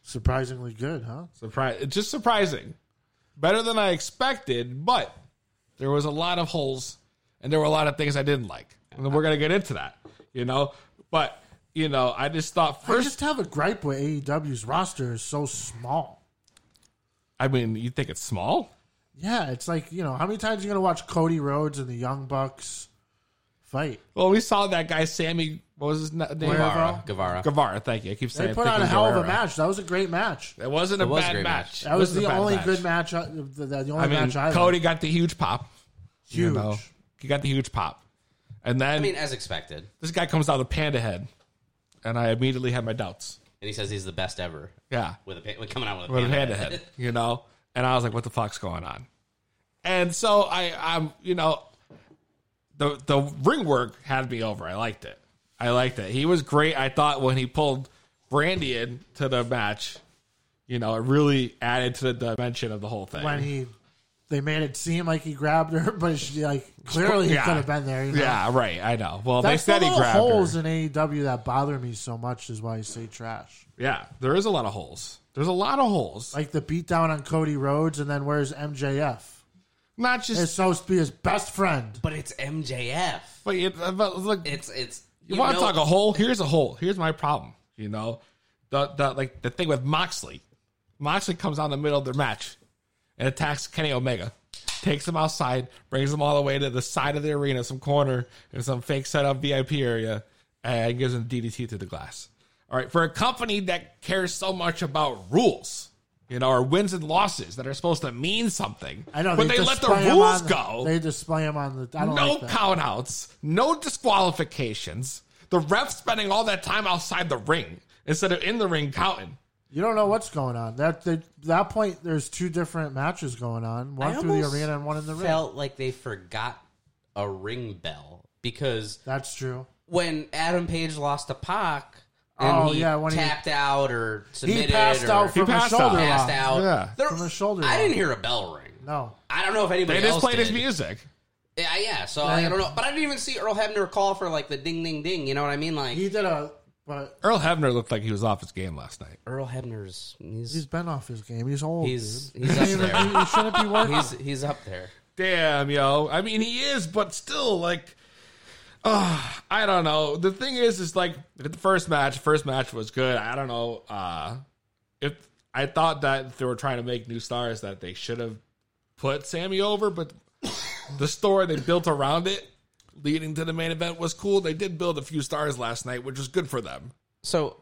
Surprisingly good, huh?
Surprise! It's just surprising, better than I expected. But there was a lot of holes, and there were a lot of things I didn't like, and we're gonna get into that, you know. But you know, I just thought
I
first.
just have a gripe with AEW's roster is so small.
I mean, you think it's small?
Yeah, it's like you know how many times you gonna watch Cody Rhodes and the Young Bucks fight?
Well, we saw that guy Sammy. What was his na- name?
Guevara.
Guevara.
Guevara. Thank you. I keep saying.
They put
thinking
on a hell of a
Guevara.
match. That was a great match.
It wasn't a It was a bad great match. match.
That was
It wasn't a
the
bad
only
match.
good match. I, the, the- the only
I mean,
match I
Cody got the huge pop.
Huge.
he got the huge pop, and then
I mean, as expected.
this guy comes out with panda head, and I immediately had my doubts.
And he says he's the best ever.
Yeah.
With a pa- with coming out with a
with a
panda
panda head, you know. And I was like, "What the fuck's going on?" And so I, I'm, you know, the the ring work had me over. I liked it. I liked it. He was great. I thought when he pulled Brandy in to the match, you know, it really added to the dimension of the whole thing.
when he they made it seem like he grabbed her, but she like clearly
Yeah.
he could have been there. you know?
Yeah, right. I know. Well,
That's
they said
the
he
little
grabbed her.
holes in AEW that bother me so much is why I say trash.
Yeah, there is a lot of holes. There's a lot of holes.
Like the beatdown on Cody Rhodes, and then where's MJF?
Not just
it's supposed to be his best friend.
But it's MJF.
But, it,
uh,
but look,
it's it's
You, want
know-
to talk a hole? Here's a hole. Here's my problem. You know, the, the like the thing with Moxley. Moxley comes out in the middle of their match and attacks Kenny Omega, takes him outside, brings him all the way to the side of the arena, some corner in some fake setup VIP area, and gives him DDT through the glass. All right, for a company that cares so much about rules, you know, or wins and losses that are supposed to mean something,
I know,
but they, let the
display him
rules
on
go
They display him on the. I don't
no
like that.
countouts, no disqualifications. The ref spending all that time outside the ring instead of in the ring counting.
You don't know what's going on. That they, that point, there's two different matches going on. One
I
through the
almost
arena and one in the ring.
Felt like they forgot a ring bell because
that's true.
When Adam Page lost to Pac, and
Oh,
he
yeah, when he-
tapped out or submitted,
passed
or
out from He a passed shoulder out.
Passed
lock.
out.
Yeah.
There-
From a shoulder
I
lock.
didn't hear a bell ring.
No,
I don't know if anybody
They just
else
played his
did.
music.
Yeah, yeah. So
Yeah.
I don't know, but I didn't even see Earl Hebner call for like the ding, ding, ding. You know what I mean? Like
he did a but
Earl Hebner looked like he was off his game last night.
Earl Hebner's he's
he's been off his game. He's old.
he's
dude.
he's
He
up
shouldn't
there.
be- he shouldn't be working.
He's he's up there.
Damn, yo. I mean, he is, but still, like, uh, I don't know. The thing is, is like the first match. First match was good. I don't know uh, if I thought that if they were trying to make new stars that they should have put Sammy over, but the story they built around it, leading to the main event, was cool. They did build a few stars last night, which was good for them.
So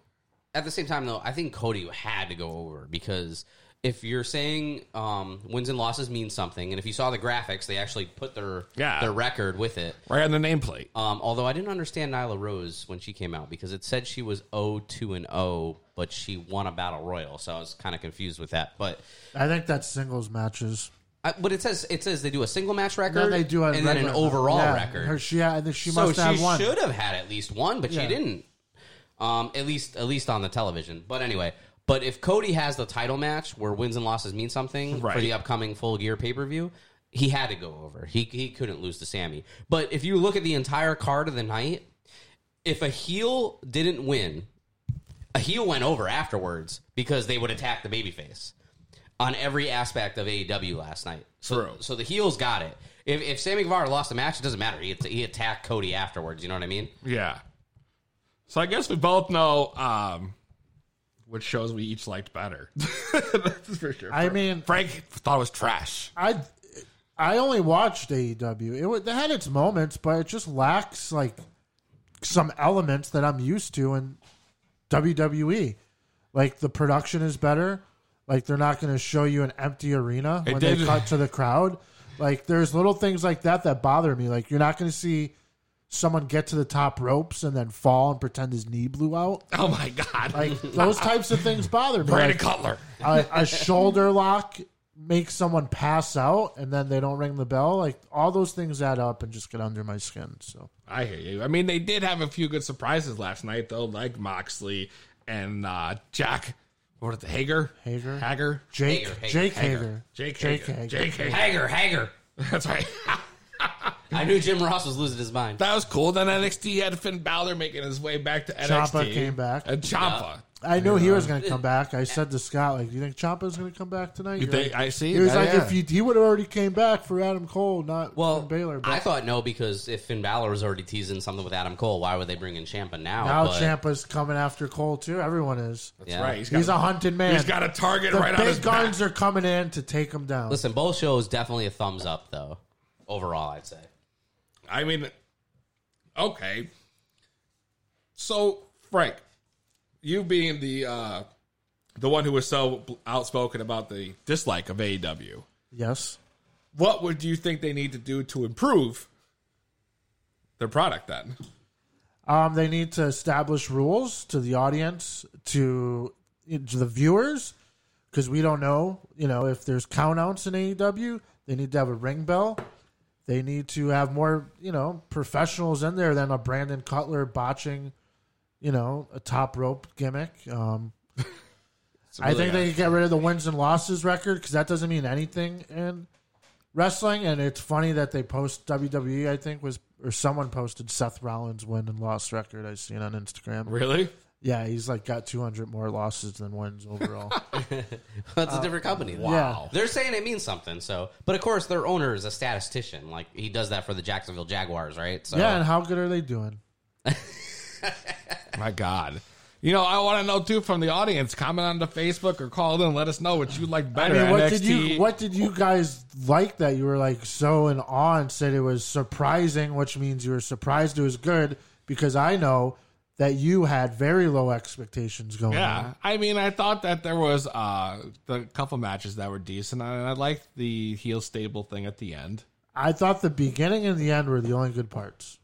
at the same time, though, I think Cody had to go over because if you're saying um, wins and losses mean something, and if you saw the graphics, they actually put their
Yeah.
their record with it.
Right on the nameplate.
Um, although I didn't understand Nyla Rose when she came out because it said she was 0-2 and 0, but she won a battle royal, so I was kind of confused with that. But
I think that's singles matches.
I, but it says it says they do a single match record,
then they do a
and then an
regular-
overall
yeah,
record.
her- she- yeah, and then she
so
must
she
have one.
should have had at least one, but
Yeah.
she didn't. Um, at least at least on the television. But anyway, but if Cody has the title match where wins and losses mean something for
Right.
the upcoming Full Gear pay per view, he had to go over. He he couldn't lose to Sammy. But if you look at the entire card of the night, if a heel didn't win, a heel went over afterwards because they would attack the babyface on every aspect of AEW last night. So, so the heels got it. If, if Sammy Guevara lost the match, it doesn't matter. He, he attacked Cody afterwards. You know what I mean?
Yeah. So I guess we both know um, which shows we each liked better. That's for sure.
I mean,
Frank thought it was trash.
I I only watched AEW. It, wa- it had its moments, but it just lacks like some elements that I'm used to in WWE. Like the production is better. Like they're not going to show you an empty arena
It
when they
did-
cut to the crowd. Like there's little things like that that bother me. Like you're not going to see someone get to the top ropes and then fall and pretend his knee blew out.
Oh my god!
Like those types of things bother me.
Brandon
Like,
Cutler.
a, a shoulder lock makes someone pass out, and then they don't ring the bell. Like all those things add up and just get under my skin. So
I hear you. I mean, they did have a few good surprises last night, though, like Moxley and uh, Jack. What is it, Hager?
Hager.
Hager.
Jake- Hager, Hager. Jake Hager.
Jake
Jake
Hager.
Hager.
Jake Hager.
Hager, Hager.
That's right.
I knew Jim Ross was losing his mind.
That was cool. Then NXT had Finn Balor making his way back to NXT.
Ciampa came back.
And Ciampa.
I knew he was going to come back. I said to Scott, "Like, do you think Ciampa's going to come back tonight?"
You
You're
think-
like-
I see
He was
that,
like,
yeah.
"If he, he would have already came back for Adam Cole, not
Well,
Finn Balor." But
I thought no because if Finn Balor was already teasing something with Adam Cole, why would they bring in Champa now?
now
But-
Champa's coming after Cole too. Everyone is. That's
Yeah. right.
He's,
He's
a
got-
hunted man.
he's got a target
the
right on
big
his back.
guns are coming in to take him down.
Listen, both shows definitely a thumbs up though. Overall, I'd say.
I mean, okay. So Frank, you being the uh, the one who was so outspoken about the dislike of E AEW,
yes.
what would you think they need to do to improve their product? Then
Um, they need to establish rules to the audience, to, to the viewers, because we don't know, you know, if there's countouts in AEW. They need to have a ring bell. They need to have more, you know, professionals in there than a Brandon Cutler botching, you know, a top rope gimmick. Um, I
really
think they
a-
could get rid of the wins and losses record because that doesn't mean anything in wrestling. And it's funny that they post WWE. I think was or someone posted Seth Rollins win and loss record. I seen on Instagram.
Really?
Yeah, he's like got 200 more losses than wins overall.
That's
Uh,
a different company. then.
Wow.
They're saying it means something. So, but of course, their owner is a statistician. Like he does that for the Jacksonville Jaguars, right? So,
Yeah, and how good are they doing?
My God. You know, I want to know too from the audience. Comment on the Facebook or call in. Let us know what you like
I
better.
mean, what
NXT.
did you what did you guys like that you were like so in awe and said it was surprising, which means you were surprised it was good because I know that you had very low expectations going.
Yeah,
in.
I mean, I thought that there was uh, the couple matches that were decent, and I liked the heel stable thing at the end.
I thought the beginning and the end were the only good parts.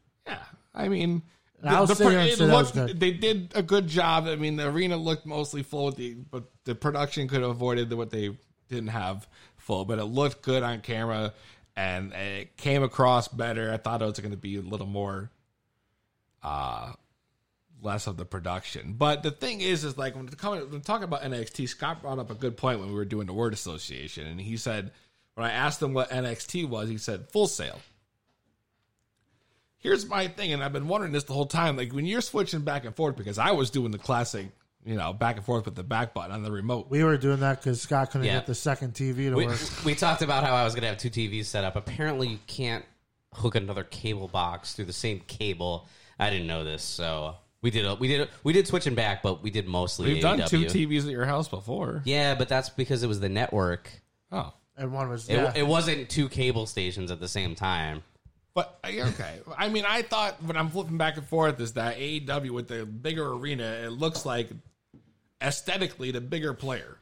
I mean,
And I'll sit here and
it
say that was
looked-
good.
they did a good job. I mean, the arena looked mostly full, with the, but the production could have avoided what they didn't have full. But it looked good on camera, and it came across better. I thought it was going to be a little more, uh, less of the production. But the thing is, is like when coming when talking about NXT, Scott brought up a good point when we were doing the word association, and he said when I asked him what NXT was, he said full sale here's my thing, and I've been wondering this the whole time. Like when you're switching back and forth, because I was doing the classic, you know, back and forth with the back button on the remote.
We were doing that because Scott couldn't
Yeah.
get the second TV to
we,
work.
we talked about how I was going to have two TVs set up. Apparently, you can't hook another cable box through the same cable. I didn't know this, so we did. A, we did. A, we did switching back, but we did mostly.
We've done
AEW.
two TVs at your house before.
Yeah, but that's because it was the network.
Oh,
And one was
it,
yeah.
it wasn't two cable stations at the same time.
But uh, yeah, okay, I mean, I thought when I'm flipping back and forth is that AEW with the bigger arena, it looks like aesthetically the bigger player.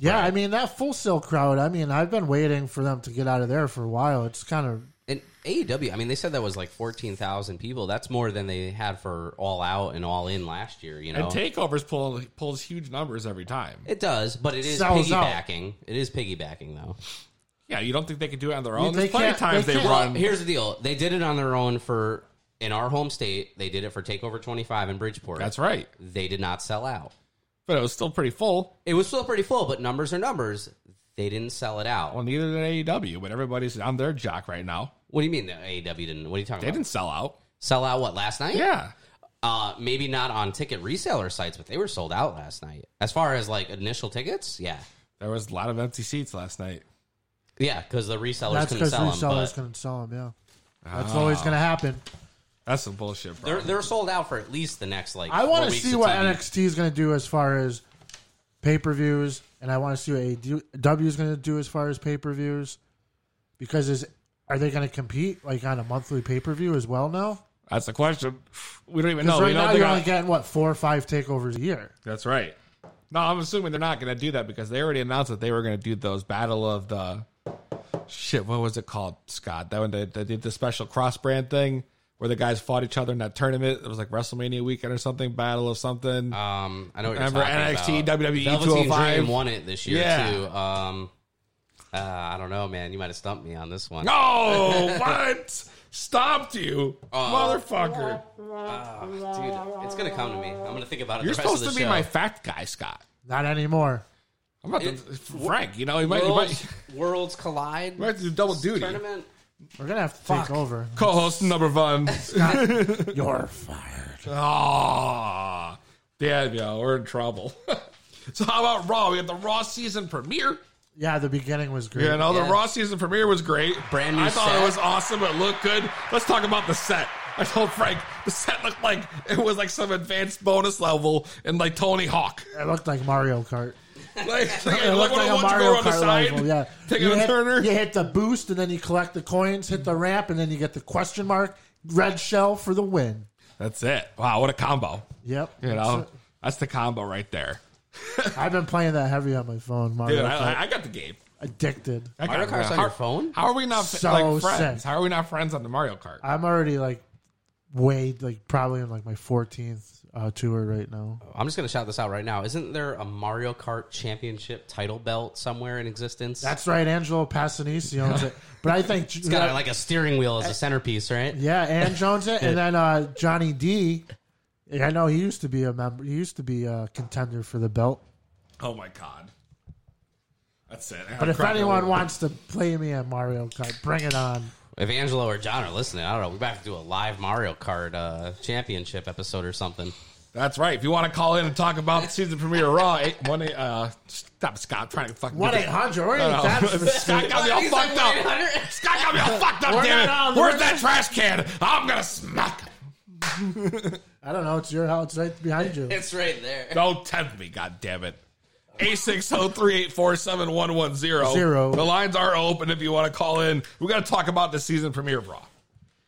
yeah, I mean that full sail crowd. I mean, I've been waiting for them to get out of there for a while. It's kind of
And AEW, I mean, they said that was like fourteen thousand people. That's more than they had for All Out and All In last year. You know,
And takeovers pull pulls huge numbers every time.
It does, but it is
Sells out.
piggybacking. It is piggybacking though.
Yeah, you don't think they can do it on their
I mean,
own? There's plenty of times they,
Well,
run.
Here's the deal: they did it on their own for in our home state. They did it for Takeover 25 in Bridgeport. That's
right.
They did not sell out,
but it was still pretty full.
It was still pretty full, but numbers are numbers. They didn't sell it out.
Well, neither did AEW, but everybody's on their jock right now.
What do you mean the AEW didn't? What are you talking
They
about?
didn't sell out.
Sell out what last night?
Yeah.
Uh, maybe not on ticket reseller sites, but they were sold out last night. As far as like initial tickets, yeah,
there was a lot of empty seats last night.
Yeah, because the resellers
That's
couldn't
because
sell them.
resellers
But
couldn't sell them. Yeah, that's
Ah.
always going to happen.
That's some bullshit, bro.
they're they're sold out for at least the next like.
I
want
want to see what NXT is going to do as far as pay per views, and I want to see what AEW is going to do as far as pay per views. Because is are they going to compete like on a monthly pay per view as well now?
That's the question. We don't even
Because
know.
right
we don't
now
think
you're
I-
only getting what four or five takeovers a year.
That's right. No, I'm assuming they're not going to do that because they already announced that they were going to do those Battle of the shit. What was it called, Scott? That when they, they did the special cross brand thing where the guys fought each other in that tournament. It was like WrestleMania weekend or something, Battle of something.
Um, I know what
Remember
you're talking
NXT
about.
WWE
Velveteen
205?
Dream won it this year
Yeah.
too. Um, uh, I don't know, man. You might have stumped me on this one.
No, what stopped you,
Oh.
motherfucker?
Ah, dude, it's gonna come to me. I'm gonna think about it.
You're
the rest
supposed
of
to
the
be
show.
my fact guy, Scott.
Not anymore.
I'm not the, Frank. You know, he might, he might,
worlds, worlds collide.
might do double duty.
Tournament.
We're gonna have to
Fuck.
take over.
Co-host number one.
you're
fired. Ah, yeah, yeah, we're in trouble. so how about Raw? We had the Raw season premiere.
Yeah, the beginning was great.
You know, the Raw season premiere was great. Brand
new
I thought
set.
it was awesome. It looked good. Let's talk about the set. I told Frank the set looked like it was like some advanced bonus level and like Tony Hawk.
It looked like Mario Kart.
Like, like
It looked
one of
like a
the ones you go
Mario
around the
Kart
side.
level. Yeah,
Take
you
a
hit,
turner.
You hit the boost, and then you collect the coins. Hit the ramp, and then you get the question mark red shell for the win.
That's it. Wow, what a combo.
Yep.
You know, that's, the combo right there.
I've been playing that heavy on my phone. Mario
Dude,
Kart.
I, I got the game.
addicted.
I got it. How- How are we not
So
like friends?
sick.
How are we not friends on the Mario Kart?
I'm already like way like probably on like my 14th uh, tour right now.
I'm just gonna shout this out right now. Isn't there a Mario Kart Championship title belt somewhere in existence?
That's right, Angelo Passanese owns it, but I think
It's got like a steering wheel as a centerpiece, right?
Yeah, and Jones it, and then uh, Johnny D. I know he used to be a member. He used to be a contender for the belt.
Oh my god, that's it. I gotta
But if
crack it
anyone
open.
wants to play me at Mario Kart, bring it on.
If Angelo or John are listening, I don't know. We might have to do a live Mario Kart uh, championship episode or something.
that's right. If you want to call in and talk about the season premiere of Raw, eight one eight. Uh, stop, Scott. I'm trying to fucking get the-
1-800, we're
No,
in
no.
Dallas.
Scott got me all
He's like,
fucked up.
1-800.
Scott got me all fucked up.
We're
damn it!
not on-
Where's
we're
that
not-
trash can? I'm gonna smack. him.
I don't know. It's your house it's right behind you.
It's right there.
Don't tempt me, God damn it. A six zero three eight four seven one one zero.
Zero.
The lines are open if you want to call in. We got to talk about the season premiere of Raw.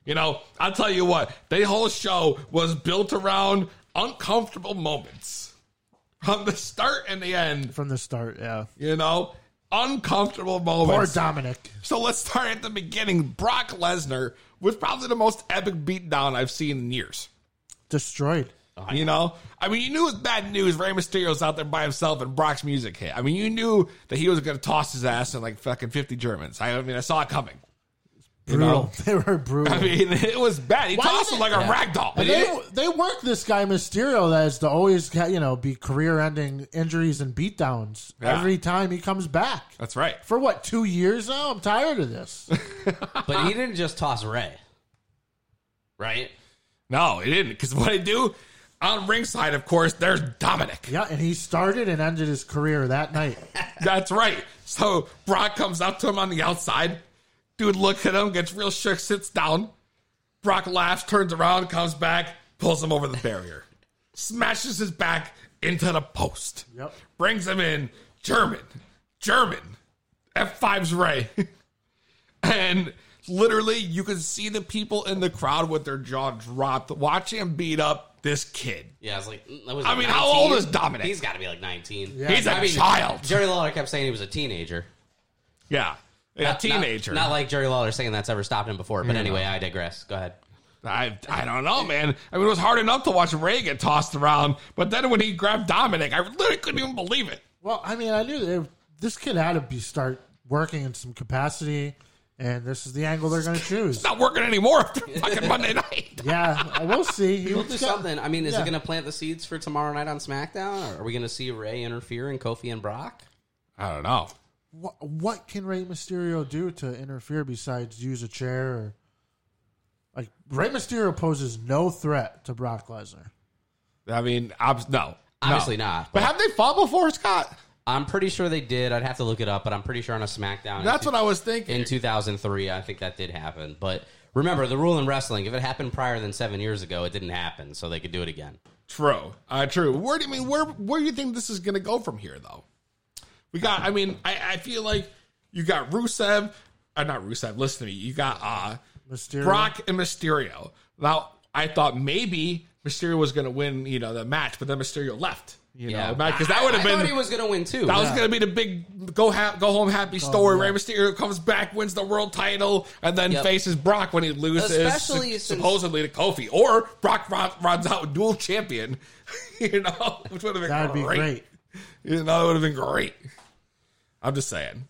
You know, I'll tell you what. The whole show was built around uncomfortable moments from the start and the end.
From the start, yeah.
You know, uncomfortable
Poor
moments.
Dominic.
So let's start at the beginning. Brock Lesnar was probably the most epic beatdown I've seen in years.
Destroyed.
You know, I mean, you knew it was bad news. Rey Mysterio's out there by himself, and Brock's music hit. I mean, you knew that he was going to toss his ass in like fucking fifty Germans. I, I mean, I saw it coming. You
Brutal.
know?
They were brutal.
I mean, it was bad. He
Why
tossed
did
him like a
they-
rag doll.
And they, they work this guy Mysterio that is to always, ca- you know, be career-ending injuries and beatdowns
Yeah.
every time he comes back.
That's right.
For what two years now? I'm tired of this.
But he didn't just toss Ray, right?
No, he didn't. Because what I do on ringside, of course, there's Dominic.
yeah, and he started and ended his career that night.
That's right. So Brock comes up to him on the outside. Dude looks at him, gets real shook, sits down. Brock laughs, turns around, comes back, pulls him over the barrier, smashes his back into the post.
Yep.
Brings him in. German. German. F5's Ray. and literally, you could see the people in the crowd with their jaw dropped, watching him beat up this kid.
Yeah, I was like, mm, that was
I
like
mean, how old
19?
is Dominic?
He's got to be like 19.
Yeah. He's a
a
child.
Jerry Lawler kept saying he was a teenager.
Yeah, a
Not-
teenager.
Not, not like Jerry Lawler saying that's ever stopped him before. But
Yeah.
anyway, I digress. Go ahead.
I I don't know, man. I mean, it was hard enough to watch Ray get tossed around, but then when he grabbed Dominic, I literally couldn't even believe it.
Well, I mean, I knew that this kid had to be start working in some capacity, and this is the angle they're going to choose.
Not working anymore after fucking Monday night.
yeah, we'll see.
He'll do something. I mean, is
Yeah.
it going to plant the seeds for tomorrow night on SmackDown? Or are we going to see Ray interfere in Kofi and Brock?
I don't know.
What, what can Rey Mysterio do to interfere besides use a chair? Or, like Rey Mysterio poses no threat to Brock Lesnar.
I mean, obs- no.
Obviously
no.
not.
But have they fought before, Scott?
I'm pretty sure they did. I'd have to look it up, but I'm pretty sure on a SmackDown. in
That's
two-
what I was thinking.
In 2003, I think that did happen. But remember, the rule in wrestling if it happened prior than seven years ago, it didn't happen, so they could do it again.
True. Uh, true. Where do you mean? Where Where do you think this is going to go from here, though? We got. I mean, I, I feel like you got Rusev. Uh, not Rusev. Listen to me. You got uh,
Mysterio.
Brock and Mysterio. Now, I thought maybe Mysterio was going to win. You know, the match, but then Mysterio left. You know, because that would have
I
been.
thought he was going to win too.
That was going to be the big go ha- go home happy
Go
story.
home,
Rey
yeah.
Mysterio comes back, wins the world title, and then
Yep.
faces Brock when he loses,
Especially
su-
since-
supposedly to Kofi, or Brock run- runs out dual champion. you know, which would have been
That'd be
great.
great.
You know, it would have been great. I'm just saying.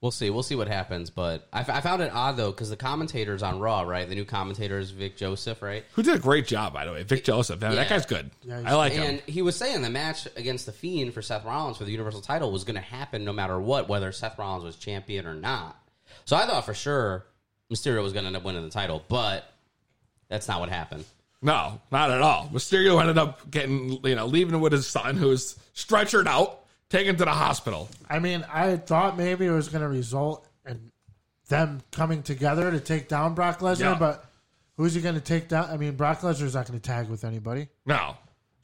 We'll see. We'll see what happens. But I, f- I found it odd though because the commentators on Raw, right? The new commentator is Vic Joseph, right?
Who did a great job, by the way, Vic Joseph. That, that
Yeah.
guy's good. I like him.
and he was saying the match against the Fiend for Seth Rollins for the Universal title was going to happen no matter what, whether Seth Rollins was champion or not. So I thought for sure Mysterio was going to end up winning the title, but that's not what happened.
No, not at all. Mysterio ended up getting you know leaving with his son, who's stretchered out, taken to the hospital.
I mean, I thought maybe it was going to result in them coming together to take down Brock Lesnar,
Yeah.
but who's he going to take down? I mean, Brock Lesnar's not going to tag with anybody.
No,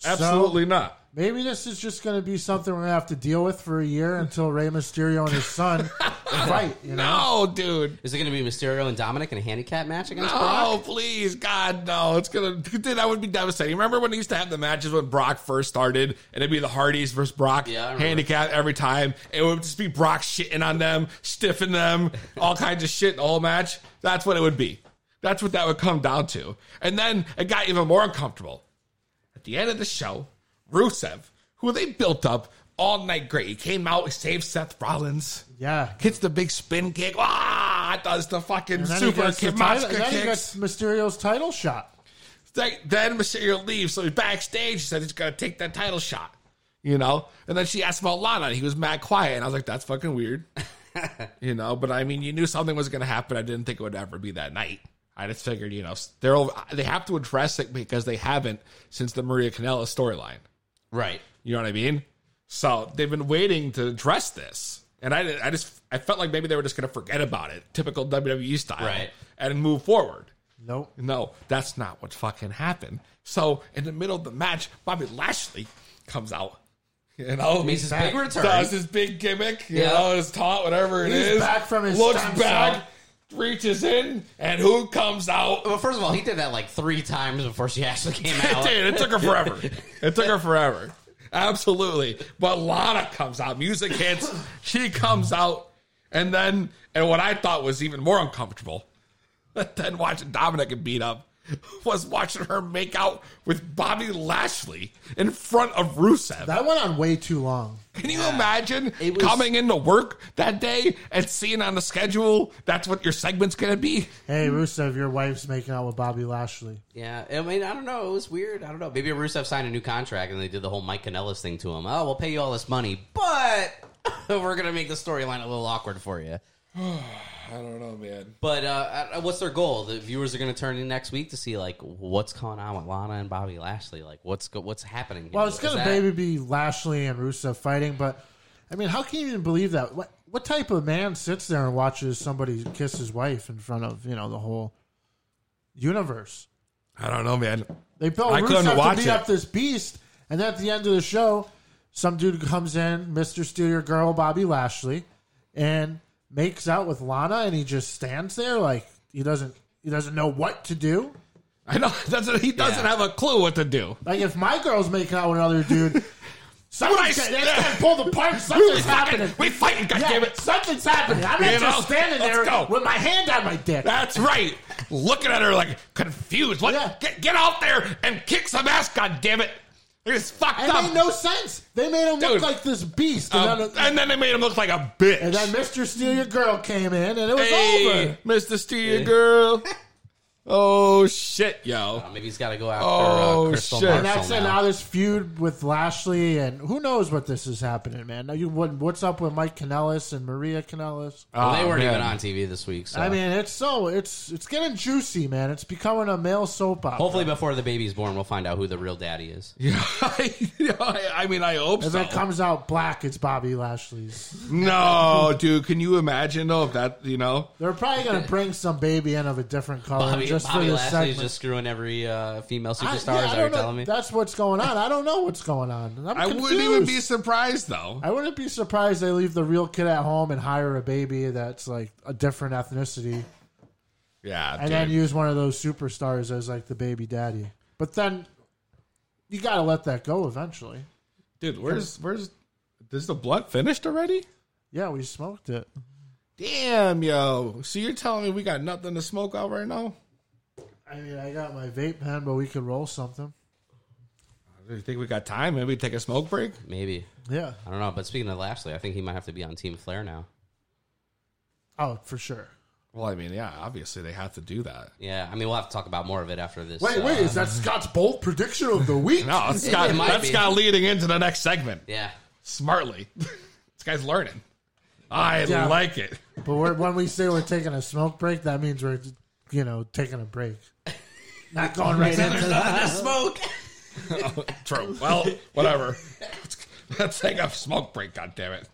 absolutely not.
Maybe this is just going to be something we're going to have to deal with for a year until Rey Mysterio and his son fight. You know?
No, dude.
Is it going to be Mysterio and Dominic in a handicap match against Brock?
No, Oh, please, God, no! It's gonna, dude, that would be devastating. Remember when they used to have the matches when Brock first started, and it'd be the Hardys versus Brock,
Yeah, I remember.
handicap every time. It would just be Brock shitting on them, stiffing them, all kinds of shit all match. That's what it would be. That's what that would come down to. And then it got even more uncomfortable at the end of the show. Rusev, who they built up all night, great. He came out, he saved Seth Rollins.
Yeah.
Hits the big spin kick. Ah, does the fucking
And then he
super
gets the
kick,
title-
Moshka
then he
kick.
gets Mysterio's title shot.
Th- Then Mysterio leaves, so he's backstage. He said he's gonna take that title shot, you know. And then she asked about Lana, and he was mad quiet. And I was like, "That's fucking weird," you know. But I mean, you knew something was gonna happen. I didn't think it would ever be that night. I just figured, you know, they're over, they have to address it because they haven't since the Maria Canella storyline.
Right.
You know what I mean? So they've been waiting to address this, and I, didn't- I just I felt like maybe they were just gonna forget about it, typical WWE style,
Right.
and move forward.
Nope.
No, that's not what fucking happened. So in the middle of the match, Bobby Lashley comes out. You know,
Oh, Makes his big return.
Does his big gimmick. You
Yeah.
know, his taunt, whatever it is.
He's back from his
looks
stem
back,
cell.
reaches in, and who comes out?
Well, first of all, he did that like three times before she actually came
It
out.
did. It took her forever. it took her forever. Absolutely. But Lana comes out. Music hits. She comes out. And then, and what I thought was even more uncomfortable than watching Dominic get beat up was watching her make out with Bobby Lashley in front of Rusev.
That went on way too long.
Can you imagine coming into work that day and seeing on the schedule that's what your segment's going to be?
Hey, Rusev, your wife's making out with Bobby Lashley.
Yeah, I mean, I don't know. It was weird. I don't know. Maybe Rusev signed a new contract and they did the whole Mike Kanellis thing to him. Oh, we'll pay you all this money, but we're going to make the storyline a little awkward for you.
I don't know, man.
But uh, uh, what's their goal? The viewers are going to turn in next week to see like what's going on with Lana and Bobby Lashley. Like what's go- what's happening? here?
Well, it's
Is
going to
that-
maybe be Lashley and Rusev fighting, but I mean, how can you even believe that? What what type of man sits there and watches somebody kiss his wife in front of you know the whole universe?
I don't know, man.
They built
I couldn't
Rusev
watch
to beat
it.
up this beast, and then at the end of the show, some dude comes in, Mister Steal Your Girl, Bobby Lashley, and makes out with Lana, and he just stands there like he doesn't he doesn't know what to do.
I know. Doesn't, he doesn't have a clue what to do.
Like if my girl's making out with another dude, somebody's
Would I
gonna,
stand-
gonna pull the punch.
We
Something's
fucking-
happening.
We fighting, goddammit.
it! Something's happening. I'm
You
not
know?
just standing
Let's
there
go.
with my hand on my dick.
That's right. Looking at her like confused. What? Get, get out there and kick some ass, goddammit. It was fucked
It
up.
made no sense. They made him look like this beast. And,
Um,
then,
and then they made him look like a bitch.
and then Mr. Steal Your Girl came in, and it was
Hey, Mr. Steer Girl. Oh shit, yo.
Uh, maybe he's got to go after
Oh,
uh, Crystal
shit.
over.
Marshall
And that's it.
now.
Now this feud with Lashley, and who knows what this is happening, man. Now you, what, what's up with Mike Kanellis and Maria Kanellis?
Well, they weren't
Oh, man.
even on TV this week. So.
I mean, it's so it's it's getting juicy, man. It's becoming a male soap opera.
hopefully before the baby's born, we'll find out who the real daddy is.
I, I mean, I hope
if
so.
it comes out black, it's Bobby Lashley's.
no, dude, can you imagine though if that you know?
They're probably gonna bring some baby in of a different color
Bobby,
just
Bobby
for this
Lashley's
segment.
just screwing every uh, female
I-
superstar.
yeah,
is
I
that
don't
you're
know.
telling me?
That's what's going on. I don't know what's going on. I'm
I wouldn't even be surprised though.
I wouldn't be surprised they leave the real kid at home and hire a baby that's like a different ethnicity,
Yeah,
and then use one of those superstars as like the baby daddy. But then you got to let that go eventually.
dude, where's where's is the blood finished already?
Yeah, we smoked it.
Damn, yo. So you're telling me we got nothing to smoke out right now?
I mean, I got my vape pen, but we could roll something.
Do you think we got time? Maybe we take a smoke break.
Maybe.
Yeah.
I don't know. But speaking of Lashley, I think he might have to be on Team Flair now.
Oh, for sure.
Well, I mean, yeah, obviously they have to do that.
Yeah. I mean, we'll have to talk about more of it after this.
Wait, wait,
uh,
is that Scott's bold prediction of the week?
um, No, Oh, it's got
It might
that's
be.
got leading into the next segment.
Yeah.
Smartly. this guy's learning. I
Yeah.
like it.
But we're, when we say we're taking a smoke break, that means we're, you know, taking a break. Not going right into that.
smoke.
Oh, True. Well, whatever. Let's take a smoke break, God damn it.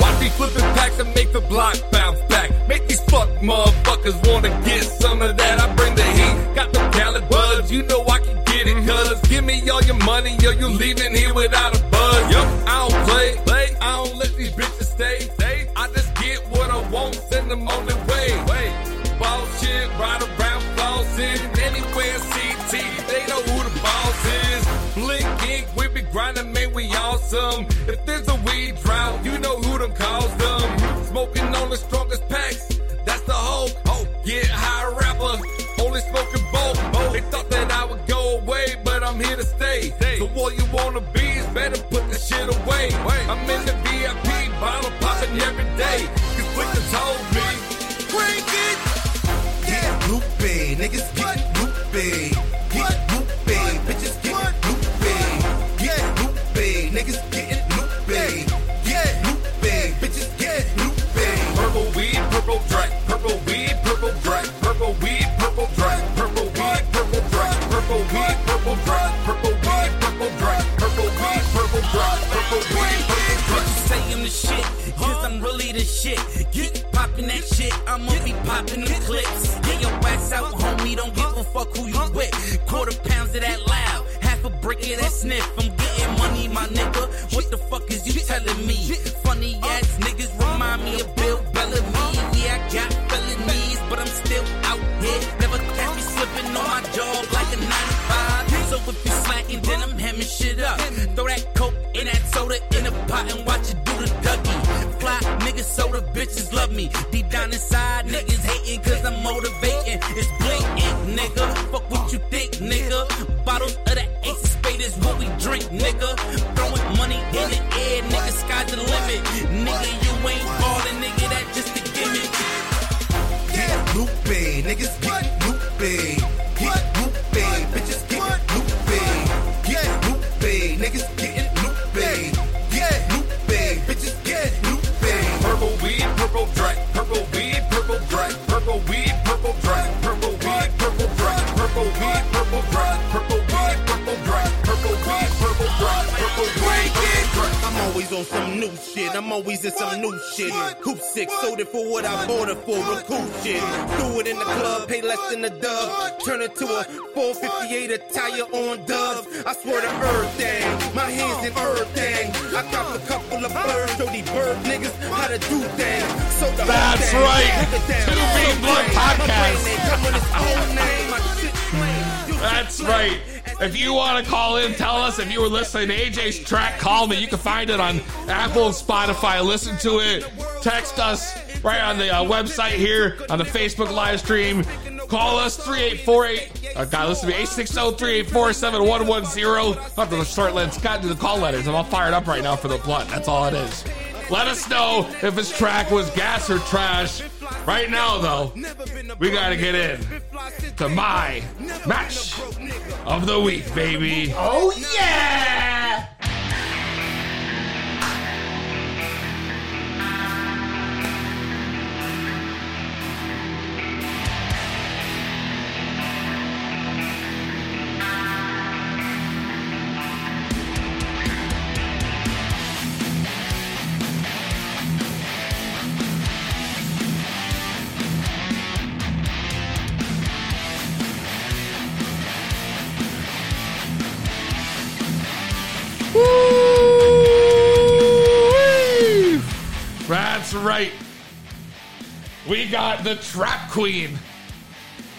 Watch me flipping packs and make the block bounce back. Make these fuck motherfuckers wanna get some of that. I bring the heat. Got them Khaled buds, you know I can get it. Cuz give me all your money, yo, you leaving here without a buzz. Yup, I don't play, play. I don't let these bitches stay. stay. I just get what I want, send them on their way. Wait. Ball shit, ride around, flossing. Anywhere CT, they know who the boss is. Blink ink, we be grinding, man, we awesome. If there's a weed drought, you know who done caused them. Smoking on the strongest packs, that's the hope. Oh, yeah, high rapper, only smoking bulk. Oh, they thought that I would go away, but I'm here to stay. So what you wanna be is better put the shit away. I'm in the VIP, bottle popping every day. Cause what you told me, bring it.
Get loopy, niggas get loopy. Get loopy, bitches get loopy. Get loopy, niggas get loopy. Get loopy, bitches get loopy.
Purple weed, purple drink. Purple weed, purple drink. Purple weed, purple drink. Purple weed, purple drink. Purple weed, purple drink. Purple weed, purple drink. Purple weed, purple drink. Purple weed, purple drink.
say I'm the shit, cause I'm really the shit. Keep popping that shit, I'ma be popping the clips. Get your wax out, homie, don't give a fuck who you with. Quarter pounds of that loud, half a brick of that sniff. I'm getting money, my nigga. What the fuck is you telling me? Funny ass niggas remind me of Bill Bellamy. Yeah, I got felonies, but I'm still out here. Never catch me slipping on my job like a 95. So if you slacking, then I'm hemming shit up. Throw that coke in that soda in a pot and watch it do the ducky. Fly niggas, soda bitches love me. Deep down inside, niggas hating cause I'm motivating. It's blatant, nigga. Fuck what you think, nigga. Bottles of that ace of spade is what we drink, nigga. Throwing money in the air, nigga. Sky's the limit. Nigga, you ain't ballin', nigga. That just a gimmick.
Get loopy, niggas get loopy. Get loopy, bitches get loopy. Get loopy, niggas get loopy. Get loopy, bitches get loopy.
Purple weed, purple drink. Purple weed, purple drink. Purple weed, purple drink. Purple weed, purple drink. Purple weed, purple drink. Purple weed, purple drink. Purple weed, purple drink. Purple weed, purple drink.
I'm always on some new shit.
shit. I'm always in some new shit. Hoop sick, sold it for what I bought it for. Recoup shit. Do it in the club, pay less than a dub. Turn it to a 458 attire on doves. I swear to earth thing. My hands in earth thing. I cop a couple of birds, show these bird niggas how to do things. So the
That's right. Two Bean Blood Podcast. That's right. If you want to call in, tell us. If you were listening to AJ's track, call me. You can find it on Apple and Spotify. Listen to it. Text us right on the uh, website here on the Facebook live stream. Call us 3848. Uh, God, listen to me. 860 384 7110. I'll have to short let Scott do the call letters. I'm all fired up right now for the blunt. That's all it is. Let us know if his track was gas or trash. Right now, though, we got to get in to my match of the week, baby.
Oh yeah!
That's right. We got the Trap Queen.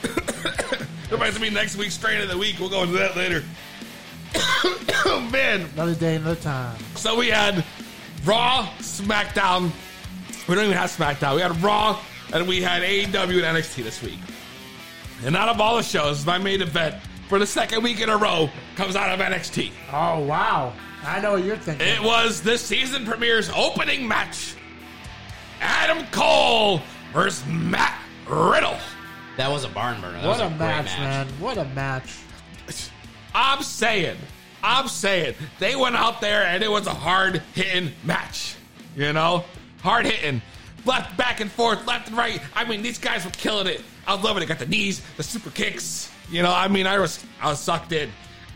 Reminds me next week's strain of the week. We'll go into that later. oh, man.
Another day, another time.
So we had Raw, SmackDown. We don't even have SmackDown. We had Raw, and we had AEW and NXT this week. And out of all the shows, my main event for the second week in a row comes out of NXT.
Oh wow! I know what you're thinking.
It was this season premiere's opening match. Adam Cole versus Matt Riddle.
That was a barn burner. That
what
was
a,
great
match, man! What a match!
I'm saying, I'm saying, they went out there and it was a hard hitting match. You know, hard hitting, left back and forth, left and right. I mean, these guys were killing it. I was loving it. Got the knees, the super kicks. You know, I mean, I was I was sucked in,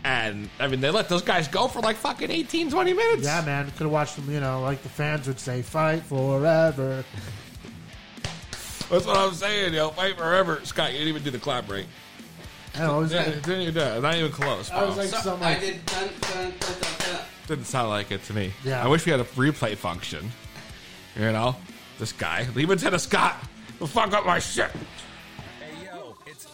and I mean, they let those guys go for like fucking 18, 20 minutes.
Yeah, man, could have watched them. You know, like the fans would say, "Fight forever."
That's what I'm saying, yo. Fight forever, Scott. You didn't even do the clap right.
I was
yeah,
like-
it didn't even do it. Not even close.
I was
bro.
like,
So-
some
I
like,
did. Dun, dun, dun, dun, dun.
Didn't sound like it to me.
Yeah.
I wish we had a replay function. You know, this guy. Leave it to the Scott. Don't Fuck up my shit.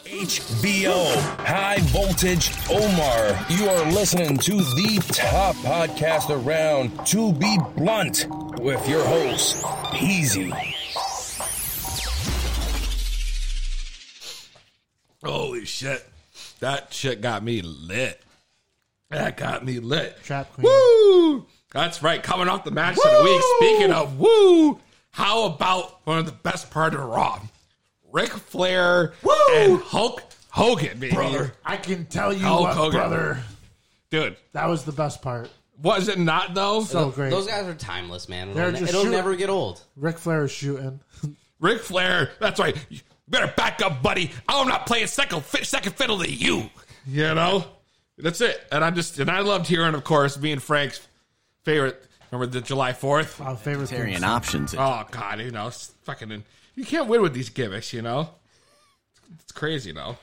HBO High Voltage Omar. You are listening to the top podcast around to be blunt with your host, Easy.
Holy shit. That shit got me lit. That got me lit.
Trap queen.
Woo! That's right. Coming off the match of the week. Speaking of woo, how about one of the best part of Raw? Ric Flair and Hulk Hogan, baby. brother.
I can tell you
Hulk
what,
Hogan.
brother.
Dude,
That was the best part.
was it not though?
So great.
Those guys are timeless, man.
They're
It'll, ne-
just
it'll
shoot-
never get old.
Ric Flair is shooting.
Ric Flair. That's right. You better back up, buddy. I'm not playing second fi- second fiddle to you. You know, that's it. And I just and I loved hearing, of course, me and Frank's favorite. Remember the July Fourth?
Our favorite
Tarian
things. options.
Oh God, you know, it's fucking. You can't win with these gimmicks. You know, it's crazy though.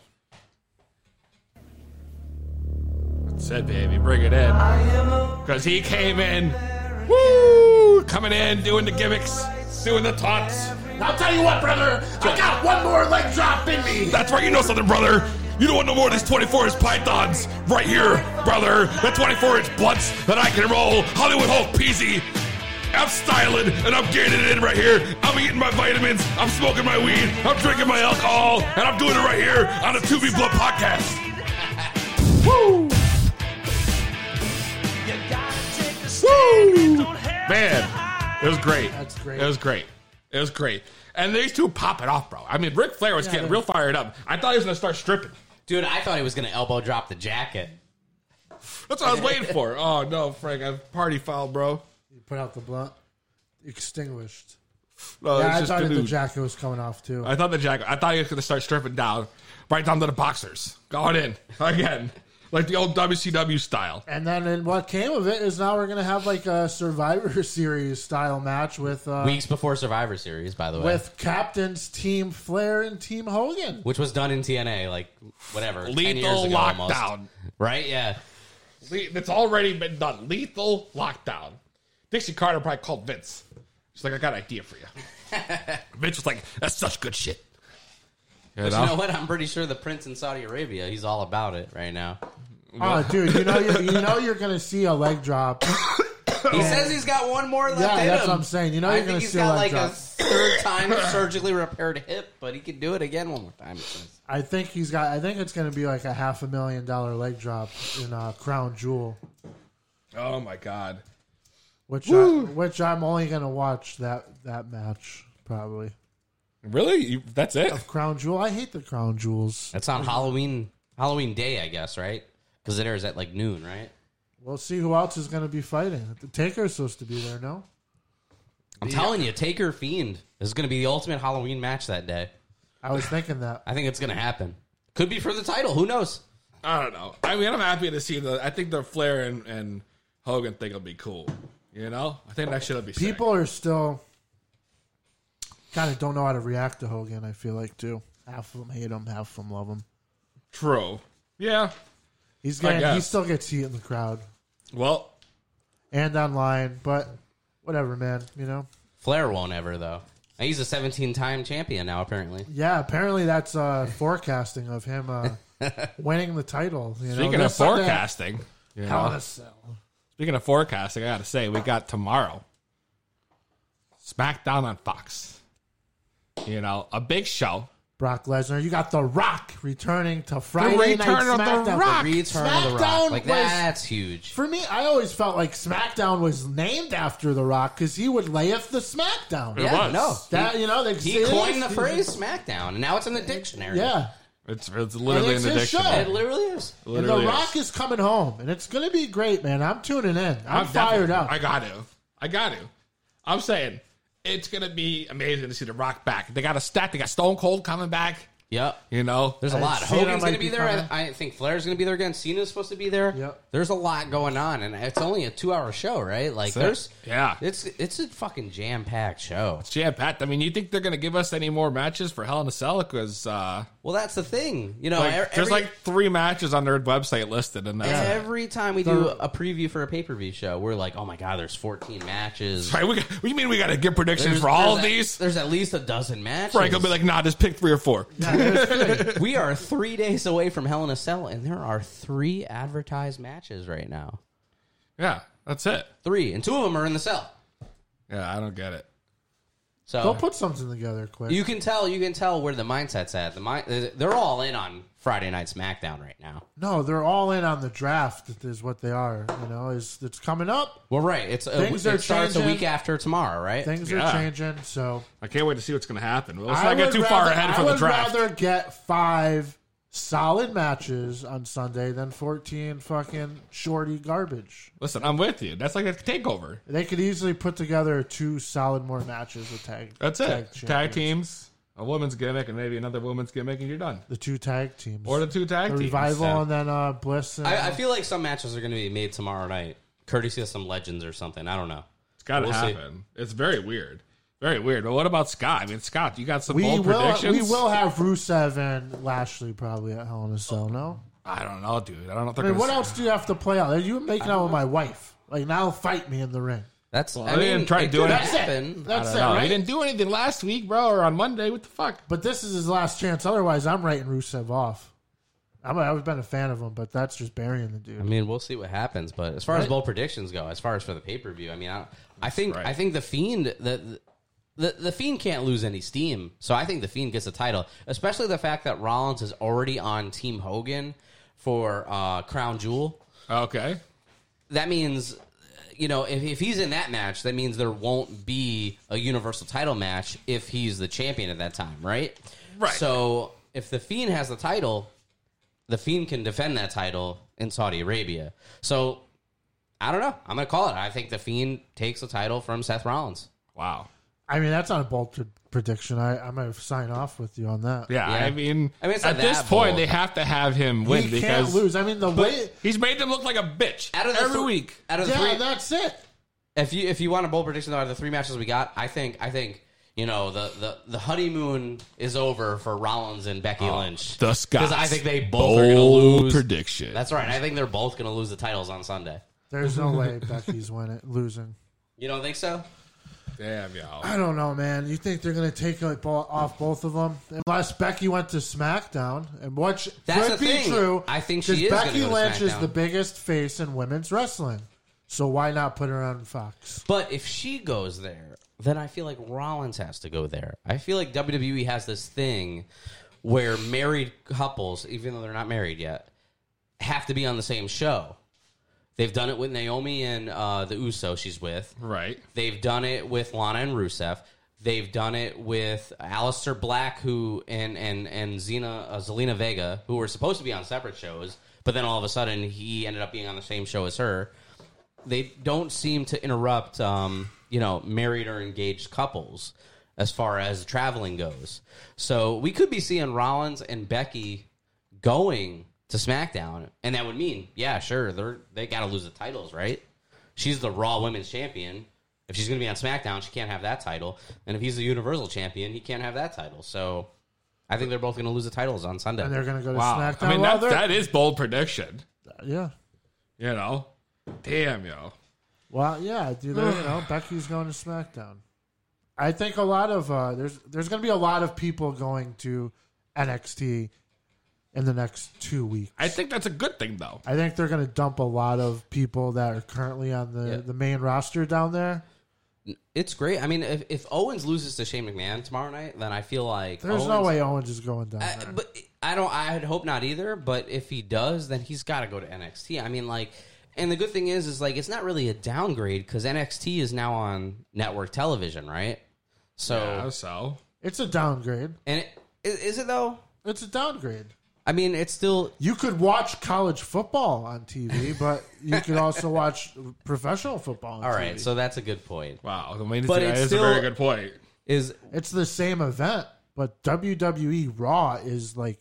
That's it, baby. Bring it in. Because he came in, woo, coming in, doing the gimmicks, doing the taunts.
I'll tell you what, brother. I got one more leg drop in me.
That's right, you know something, brother. You don't want no more of these 24 inch pythons right here, brother. The 24 inch blunts that I can roll. Hollywood Hulk Peasy. I'm styling and I'm getting it in right here. I'm eating my vitamins. I'm smoking my weed. I'm drinking my alcohol. And I'm doing it right here on the 2B Blood podcast. Woo! Woo! Man, it was great. That's
great.
It was great. It was great. And these two popping off, bro. I mean, Ric Flair was
Yeah,
getting
they-
real fired up. I thought he was going to start stripping.
Dude, I thought he was going to elbow drop the jacket.
That's what I was waiting for. Oh, no, Frank. I've party foul, bro.
You put out the blunt. Extinguished.
No,
yeah,
it's
I
just
thought
the
that the
nude.
jacket was coming off too.
I thought the jack. I thought he was going to start stripping down, right down to the boxers. Going in again. like the old WCW style.
And then and what came of it is now we're gonna have like a Survivor Series style match with uh,
Weeks before Survivor Series, by the way.
with captains Team Flair and Team Hogan.
which was done in TNA, like whatever. 10
Lethal
years ago almost.
lockdown.
Right? Yeah.
Le- That's already been done. Lethal lockdown. Dixie Carter probably called Vince. She's like, I got an idea for you. Vince was like, that's such good shit. You
But
know?
you know what? I'm pretty sure the prince in Saudi Arabia, he's all about it right now.
Oh, dude, you know you, you know you're gonna see a leg drop.
He says he's got one more left.
Yeah,
in
that's
him.
what I'm saying. You know
I
you're
think
gonna
he's
see a
got
leg
like
drop.
a third time surgically repaired hip, but he could do it again one more time. he says.
I think he's got. I think it's gonna be like a half a million dollar leg drop in uh, Crown Jewel,
Oh my god.
which I, which I'm only gonna watch that that match probably.
Really? You- That's it?
Of Crown Jewel, I hate the Crown Jewels.
That's on Halloween Halloween Day, I guess, right? Because it airs at like noon, right?
We'll see who else is gonna be fighting. The Taker's supposed to be there, no?
I'm telling you, Taker Fiend is going to be the ultimate Halloween match that day.
I was thinking that.
I think it's going to happen. Could be for the title. Who knows?
I don't know. I mean, I'm happy to see the. I think the Flair and, and Hogan thing will be cool. You know, I think that shit will be sick.
People are still kind of don't know how to react to Hogan. I feel like too. Half of them hate him, half of them love him.
True. Yeah.
He's
I
getting, he
guess.
still gets heat in the crowd
Well,
and online, but whatever, man. You know.
Flair won't ever though. And He's a 17 time champion now, apparently.
Yeah, apparently that's uh, forecasting of him uh, winning the title. You know,
Speaking
This
of
Sunday-
forecasting, you
Hell
know.
in a Cell.
Speaking of forecasting, I got to say, we got tomorrow SmackDown on Fox. You know, a big show.
Brock Lesnar, you got The Rock returning to Friday
return of The
Night SmackDown.
Rock.
The return of The Rock. Like,
was-
that's huge.
For me, I always felt like SmackDown was named after The Rock because he would layeth the SmackDown.
It Yeah, was. no.
that
He-
you know they
He coined the phrase SmackDown, and now it's in the dictionary.
Yeah,
It's it's
And it's his show.
It literally is.
and The Rock is coming home, and it's gonna be great, man. I'm tuning in. I'm, fired
definitely-
up.
I got to. I got to. I'm saying it's going to be amazing to see The Rock back. They got a stack. They got Stone Cold coming back.
Yep.
You know,
There's a lot. Hogan's going to be there. I, I think Flair's going to be there again. Cena's supposed to be there. There's a lot going on, and it's only a two-hour show, right? Like,
That's
there's
it. yeah,
it's it's a fucking jam packed show. It's
jam packed. I mean, you think they're going to give us any more matches for Hell in a Cell? Because uh,
well, that's the thing. You know,
like,
e-
there's
every-
like three matches on their website listed, and that's it.
every time we
The-
do a preview for a pay per view show, we're like, oh my god, there's 14 matches.
Right, we got, what do you mean we got to give predictions
There's-
for all of
there's a-
these?
There's at least a dozen matches.
Frank will be like, nah, just pick three or four.
we are three days away from Hell in a Cell, and there are three advertised matches right now.
Yeah, that's it.
Three, and two of them are in the cell.
Yeah, I don't get it.
So
Go put something together quick.
you can tell, you can tell where the mindset's at. The mind, they're all in on Friday Night SmackDown right now.
No, they're all in on the draft. Is what they are. You know, is it's coming up.
Well, right, it's a,
Things are
it starts a
changing.
week after tomorrow, right?
Things
Yeah.
are changing. So
I can't wait to see what's going to happen. Well, let's
I
not get
would
too far
rather-
ahead
I
for the
would
draft.
rather get five solid matches on Sunday than fourteen fucking shorty garbage.
Listen, I'm with you. That's like a takeover.
They could easily put together two solid more matches with tag.
That's it. Tag,
champions.
teams, a woman's gimmick, and maybe another woman's gimmick, and you're done.
The two tag teams,
Or the two tag
the
teams.
revival,
Yeah.
and then uh, Bliss. And,
I, I feel like some matches are going to be made tomorrow night, courtesy of some legends or something. I don't know.
It's got to
We'll see.
happen. It's very weird. Very weird. But what about Scott? I mean, Scott, you got some
we
bold
will
predictions?
we will have Rusev and Lashley probably at Hell in a Cell. No,
I don't know, dude. I don't know if
I
they're going
mean, what
to.
else do you have to play out? You making out with my wife? Like now, fight me in the ring.
That's
I they mean, didn't try to it do could anything.
That's it. That's
I
it.
don't know. They
right?
didn't do anything last week, bro, or on Monday. What the fuck?
But this is his last chance. Otherwise, I'm writing Rusev off. I'm, I've been a fan of him, but that's just burying the dude.
I mean, we'll see what happens. But as far as
Right.
bold predictions go, as far as for the pay per view, I mean, I, I think I think the fiend the, the the fiend can't lose any steam. So I think the fiend gets the title, especially the fact that Rollins is already on Team Hogan for uh, Crown Jewel.
Okay,
that means. You know, if, if he's in that match, that means there won't be a universal title match if he's the champion at that time, right? Right. So if the Fiend has the title, the Fiend can defend that title in Saudi Arabia. So I don't know. I'm going to call it. I think the Fiend takes the title from Seth Rollins.
Wow.
I I mean, that's not a bold pred- prediction. I, I'm going to sign off with you on that.
Yeah, I mean,
I mean, it's
at
not
this
that
point,
bold.
they have to have him win
He can't
because
lose. I mean, the
But
way-
he's made them look like a bitch
Out of the
every
thr-
week.
out of the
yeah,
three-
that's it.
If you if you want a bold prediction though, out of the three matches we got, I think I think you know the the, the honeymoon is over for Rollins and Becky Lynch.
Oh, The Scots.
I think they both
bold
are going to lose.
prediction.
That's right. I think they're both going to lose the titles on Sunday.
There's no way Becky's winning, losing.
You don't think so?
Damn y'all.
I don't know, man. You think they're going to take it bo- off both of them? Unless Becky went to SmackDown, and which
That's
could
the
be
thing.
true.
I think she
'cause
is gonna
Becky
go to
Lynch is
SmackDown.
the biggest face in women's wrestling. So why not put her on Fox?
But if she goes there, then I feel like Rollins has to go there. I feel like WWE has this thing where married couples, even though they're not married yet, have to be on the same show. They've done it with Naomi and uh, the Uso she's with.
Right.
They've done it with Lana and Rusev. They've done it with Alistair Black, who and and and Zena uh, Zelina Vega, who were supposed to be on separate shows, but then all of a sudden he ended up being on the same show as her they don't seem to interrupt um, you know married or engaged couples as far as traveling goes so we could be seeing rollins and becky going to smackdown and that would mean yeah sure they're they gotta lose the titles right she's the raw women's champion if she's gonna be on smackdown she can't have that title and if he's the universal champion he can't have that title so i think they're both gonna lose the titles on sunday
And they're gonna go to
Wow.
SmackDown.
I mean,
Well,
that,
they're-
that is bold prediction.
Yeah.
You know, damn yo.
Well, yeah, dude. there- You know, Becky's going to SmackDown. I think a lot of uh, there's there's going to be a lot of people going to NXT in the next two weeks.
I think that's a good thing though.
I think they're going to dump a lot of people that are currently on the,
Yeah.
the main roster down there.
it's great i mean if, if owens loses to shane mcmahon tomorrow night then i feel like
There's no way Owens is going down. there.
But I don't. I would hope not either. But if he does, then he's got to go to NXT. I mean, like, and the good thing is, is like it's not really a downgrade because NXT is now on network television, right? So,
Yeah, so
It's a downgrade.
and it, is, is it though?
It's a downgrade.
I mean, it's still
You could watch college football on TV, but you could also watch professional football. On
all right.
TV.
So that's a good point.
Wow, I mean,
But
that
it's
is
still-
a very good point.
Is
It's the same event, but WWE Raw is like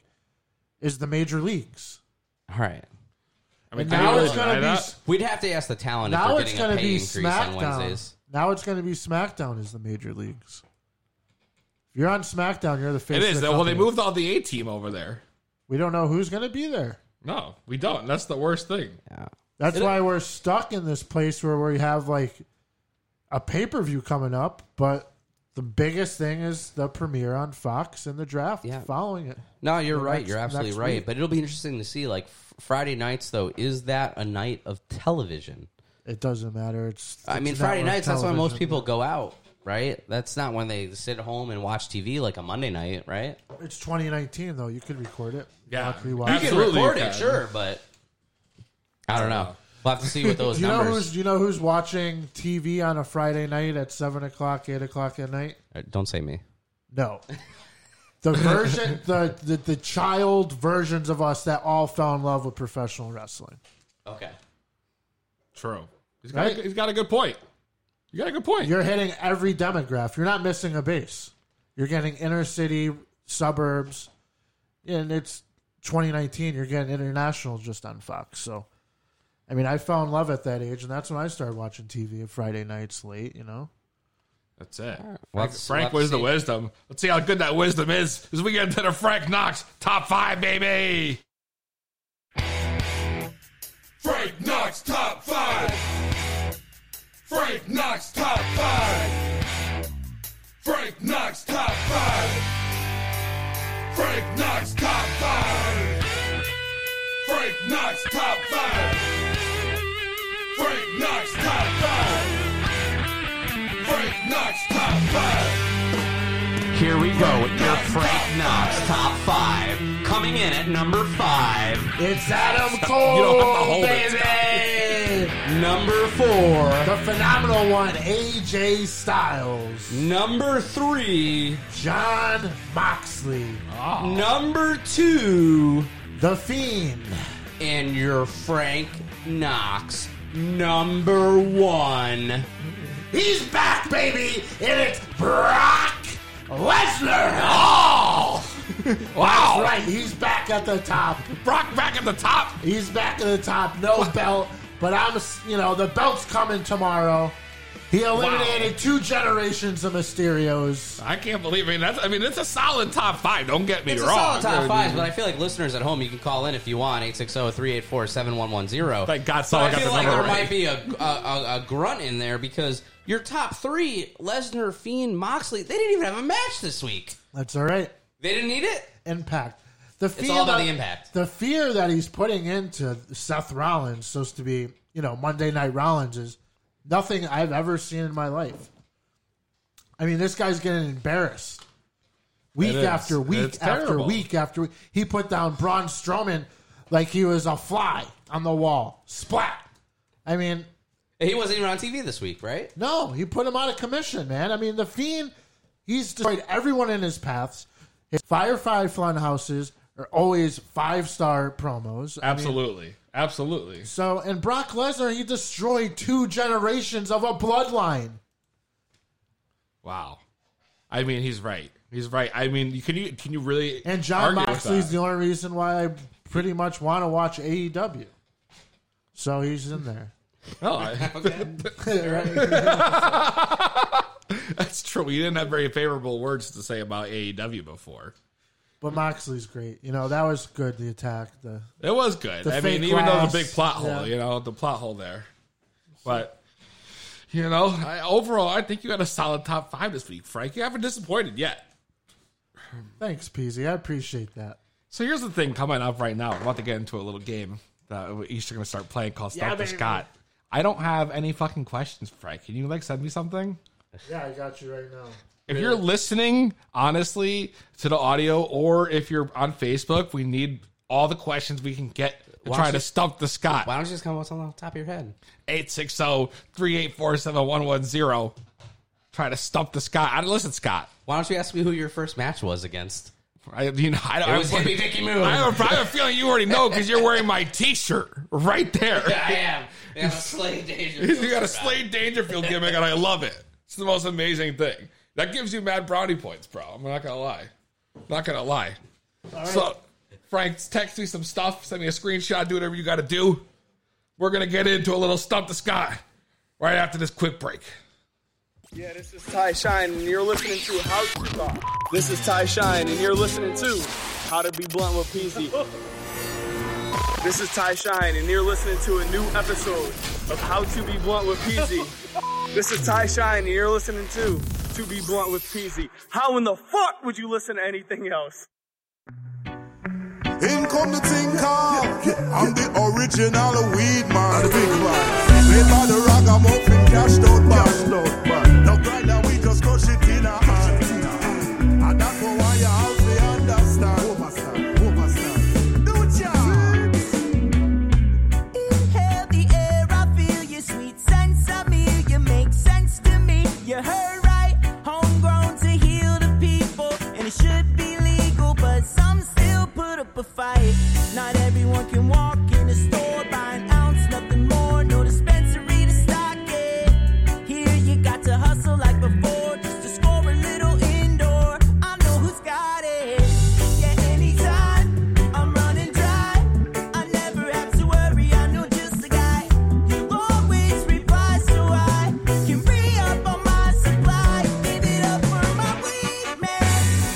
is the major leagues.
all right.
I mean,
And
can
now
you really
it's gonna
deny
be
that?
s-
We'd have to ask the talent
now
if
it's
they're getting
going
a
to
pay
be
increase on
SmackDown.
Wednesdays.
Now it's going to be SmackDown is the major leagues. If you're on SmackDown, you're the face.
It is.
Of the
Well, they
company.
moved all the A team over there.
We don't know who's going to be there.
No, we don't. That's the worst thing.
Yeah.
That's
It-
why we're stuck in this place where we have like a pay per view coming up, but the biggest thing is the premiere on Fox and the draft following it.
No, you're
The
right.
next-
you're absolutely
next
right.
week.
But it'll be interesting to see. Like f- Friday nights, though, is that a night of television?
it doesn't matter. It's,
I
it's
mean, Friday
network
nights, that's why most
television.
people go out, right? That's not when they sit at home and watch TV like a Monday night, right?
It's 2019 though. You could record it.
Yeah.
Watch,
You
rewatch
can
it.
Absolutely you
Record it,
can.
sure, but I don't know. We'll have to see what those
do you know
numbers
who's do you know who's watching TV on a Friday night at seven o'clock, eight o'clock at night?
Uh, Don't say me.
No. The version the, the the child versions of us that all fell in love with professional wrestling.
Okay.
True. He's got,
Right?
a, he's got a good point. You got a good point.
You're hitting every demographic. You're not missing a base. You're getting inner city, suburbs, and it's 2019. You're getting international just on Fox. So, I mean, I fell in love at that age, and that's when I started watching TV at Friday nights late. You know,
That's it.
We'll
Frank,
have to- we'll have
Frank
to
was the
see.
wisdom. Let's see how good that wisdom is as we get into the Frank Knox top five, baby.
Frank Knox top five. Frank Knox top five. Frank Knox top five. Frank Knox top five. Frank Knox top five. Frank Knox top five. Frank Knox top five.
Here we go with your Frank Knox top five. Coming in at number five,
it's Adam
Cole,
baby.
Number four,
The phenomenal one, AJ Styles.
number three, Ah.
John Moxley.
number two,
The Fiend.
and your Frank Knox number one.
He's back, baby, and it's Brock Lesnar. Oh!
Ah. Wow.
That's right. He's back at the top.
Brock back at the top.
He's back at the top. No belt, but I'm, s- you know, the belt's coming tomorrow. He eliminated two generations of Mysterios.
I can't believe it. That's, I mean, it's a solid top five. Don't get me
It's a
wrong.
solid top five, but I feel like listeners at home, you can call in if you want, 860-384-7110.
Thank God
But
someone
I
got
feel
the
like
number
there
right.
might be a, a, a, a grunt in there because your top three, Lesnar, Fiend, Moxley, they didn't even have a match this week.
That's all right.
They didn't need it?
Impact. The
It's
fear
all about
that-
the impact.
The fear that he's putting into Seth Rollins, supposed to be, you know, Monday Night Rollins, is nothing I've ever seen in my life. I mean, this guy's getting embarrassed week
It is.
after week
It's
after
terrible.
week after week. He put down Braun Strowman like he was a fly on the wall. Splat. I mean,
He wasn't even on TV this week, right?
no, he put him out of commission, man. I mean, the fiend, he's destroyed everyone in his paths. His Firefly Funhouses are always five star promos. I mean,
Absolutely. Absolutely.
so, and Brock Lesnar, he destroyed two generations of a bloodline.
Wow. I mean, he's right. He's right. I mean, you- can you can you really
And John
argue with
Moxley's
that?
the only reason why I pretty much want to watch AEW. So he's in there.
Oh, I- That's true. We didn't have very favorable words to say about AEW before.
But Moxley's great. You know, that was good, the attack. The
It was good.
The
I mean,
fake
even though
laughs.
the big plot hole,
Yeah.
you know, the plot hole there. But you know, I, overall, I think you had a solid top five this week, Frank. You haven't disappointed yet.
Thanks, Peasy. I appreciate that.
So here's the thing coming up right now. We're about to get into a little game that each are going to start playing called
Yeah,
Stop the
baby.
Scott. I don't have any fucking questions, Frank. Can you like send me something?
Yeah, I got you right now.
If you're listening, honestly, to the audio, or if you're on Facebook, we need all the questions we can get to
Why
try
don't
to
you-
stump the Scott. oh,
Why don't you just come up with something off the top of your head?
860-384-7110. Try to stump the Scott. I listen, Scott.
Why don't you ask me who your first match was against?
I, you know, I don't.
It was
I,
Hippie Dicky Moon.
I have, a- I have a feeling you already know because you're wearing my T-shirt right there.
I am. I am a slave danger.
you got a Slade Dangerfield gimmick, and I love it. It's the most amazing thing. That gives you mad brownie points, bro. I'm not gonna lie. Not gonna lie. So, Frank, text me some stuff. Send me a screenshot. Do whatever you got to do. We're gonna get into a little stump the sky right after this quick break.
Yeah, this is Ty Shine, and you're listening to How to Talk. This is Ty Shine, and you're listening to How to Be Blunt with Peasy. this is Ty Shine, and you're listening to a new episode of How to Be Blunt with Peasy. this is Ty Shine, and you're listening to To Be Blunt with Peasy. How in the fuck would you listen to anything else?
In come the thing called. I'm the original weed man. Big man. Made by the rock, I'm up in cashed out man. Now grind and we just crush it in a hand. And that's for why you have to understand. Overstand, overstand. Do it, ya.
Inhale the air, I feel your sweet sense of me. You make sense to me. You heard right, homegrown to heal the people, and it should be legal, but some still put up a fight. Not everyone can walk in a store, buy an ounce, nothing more, no dispensary to stock it. Here you got to hustle like before, just to score a little indoor. I know who's got it. Yeah, anytime I'm running dry. I never have to worry, I know just a guy who always replies so I can free up on my supply. Give it up for my weed man.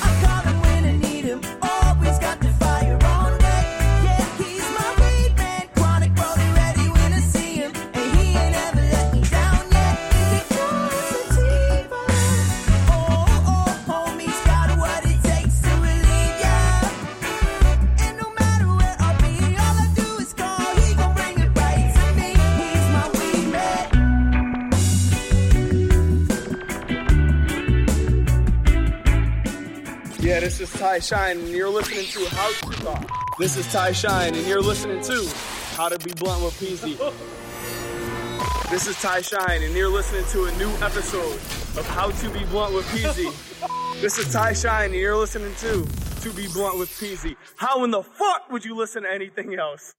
I call him when I need him. Always got the fire on deck. Yeah, he's my weed man. Chronic rolling ready when I see him. And he ain't ever let me down yet. Is it positive? Oh, oh, homie's got what it takes to relieve ya. And no matter where I be, all I do is call. He gon' bring it right to me. He's my weed man.
Yeah, this is Ty Shine, and you're listening to How to Talk. This is Ty Shine, and you're listening to How to Be Blunt with Peasy. this is Ty Shine, and you're listening to a new episode of How to Be Blunt with Peasy. this is Ty Shine, and you're listening to To Be Blunt with Peasy. How in the fuck would you listen to anything else?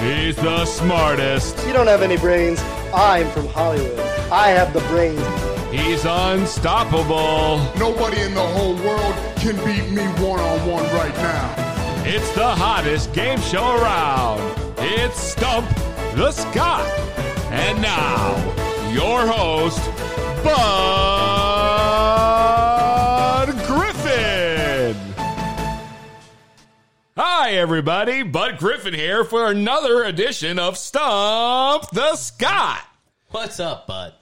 He's the smartest.
You don't have any brains. I'm from Hollywood. I have the brains.
He's unstoppable.
Nobody in the whole world can beat me one on one right now.
It's the hottest game show around. It's Stump the Scott. And now, your host, Bud Griffin. Hi, everybody. Bud Griffin here for another edition of Stump the Scott.
What's up, Bud?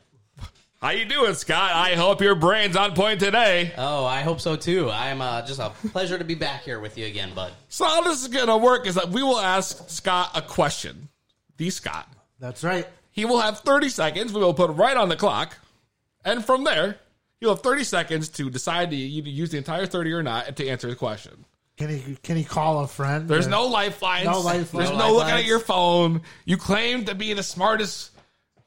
How you doing, Scott? I hope your brain's on point today.
Oh, I hope so too. I'm uh, just a pleasure to be back here with you again, Bud.
So how this is gonna work is that we will ask Scott a question. The Scott.
That's right.
He will have 30 seconds. We will put right on the clock, and from there, you'll have 30 seconds to decide to you to use the entire 30 or not to answer the question.
Can he can he call a friend?
There's
Or-
no lifelines.
No lifelines.
There's no, looking at your phone. You claim to be the smartest,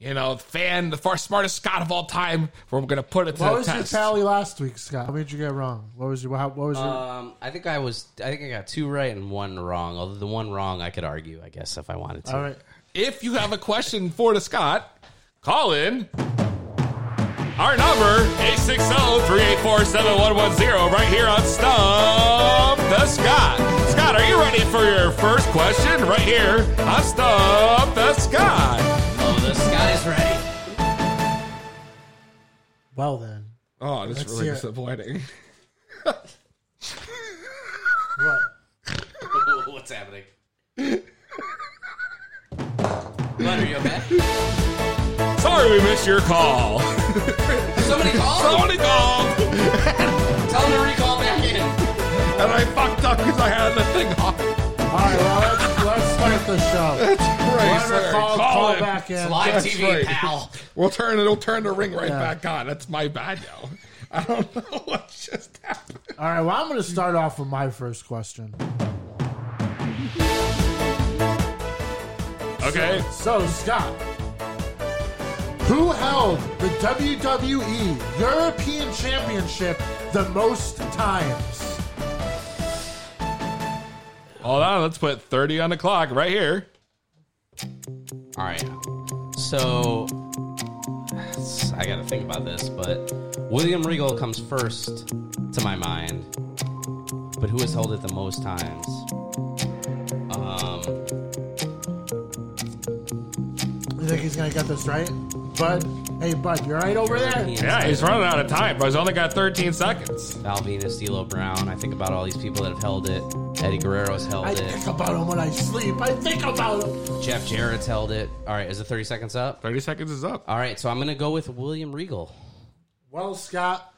you know, fan, the far smartest Scott of all time. We're going to put it to
What
the
was
test.
your tally last week, Scott? How many did you get wrong? What was your how, what was your
Um, I think I was. I think I got two right and one wrong. Although the one wrong, I could argue. I guess if I wanted to.
All right.
If you have a question for the Scott, call in. Our number, 860-384-7110, right here on Stump the Scott. Scott, are you ready for your first question right here on Stump the Scott?
Oh, the Scott is ready.
Well then.
Oh, that's
Let's
really
hear it.
disappointing.
What's happening? Bud, are you okay?
Sorry we missed your call.
Somebody call.
Somebody call.
Tell him to recall back in.
And I fucked up because I had the thing off.
All right, well, let's, let's start the show.
That's right,
Whoever
sir.
called, call
in.
back in.
That's right. We'll turn it'll turn the ring right back on. That's my bad, yo. I don't know what just happened.
All right, well, I'm going to start off with my first question.
Okay.
So, so, Scott, who held the WWE European Championship the most times?
Hold on, let's put 30 on the clock right here.
All right. So I got to think about this, but William Regal comes first to my mind. But who has held it the most times? Um,
You think he's going to get this right? Bud, hey, Bud, you all right over there?
Yeah, he's running out of time, bro. He's only got 13 seconds.
Val Venus, D'Lo Brown. I think about all these people that have held it. Eddie Guerrero's held
I
it.
think about him when I sleep. I think about him.
Jeff Jarrett's held it. All right, is it 30 seconds up?
30 seconds is up.
All right, so I'm going to go with William Regal.
Well, Scott,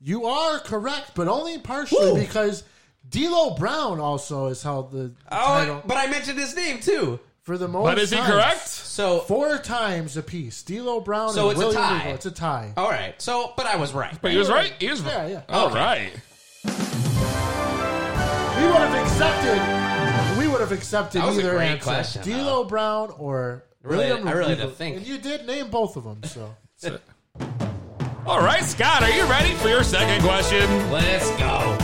you are correct, but only partially because D'Lo Brown also has held the
Oh.
title.
but I mentioned his name too.
For the most, times.
So
four times apiece. D'Lo Brown
So
and
it's a
William
tie.
Regal. It's a tie.
All right, so but I was right.
But he was right. He was
Yeah, yeah.
All
Okay.
right.
We would have accepted. We would have accepted
That was a
either
great
answer,
question,
D'Lo Brown or
Really,
William
I really had to
Regal.
think.
And you did name both of them, so
All right, Scott, are you ready for your second question?
Let's go.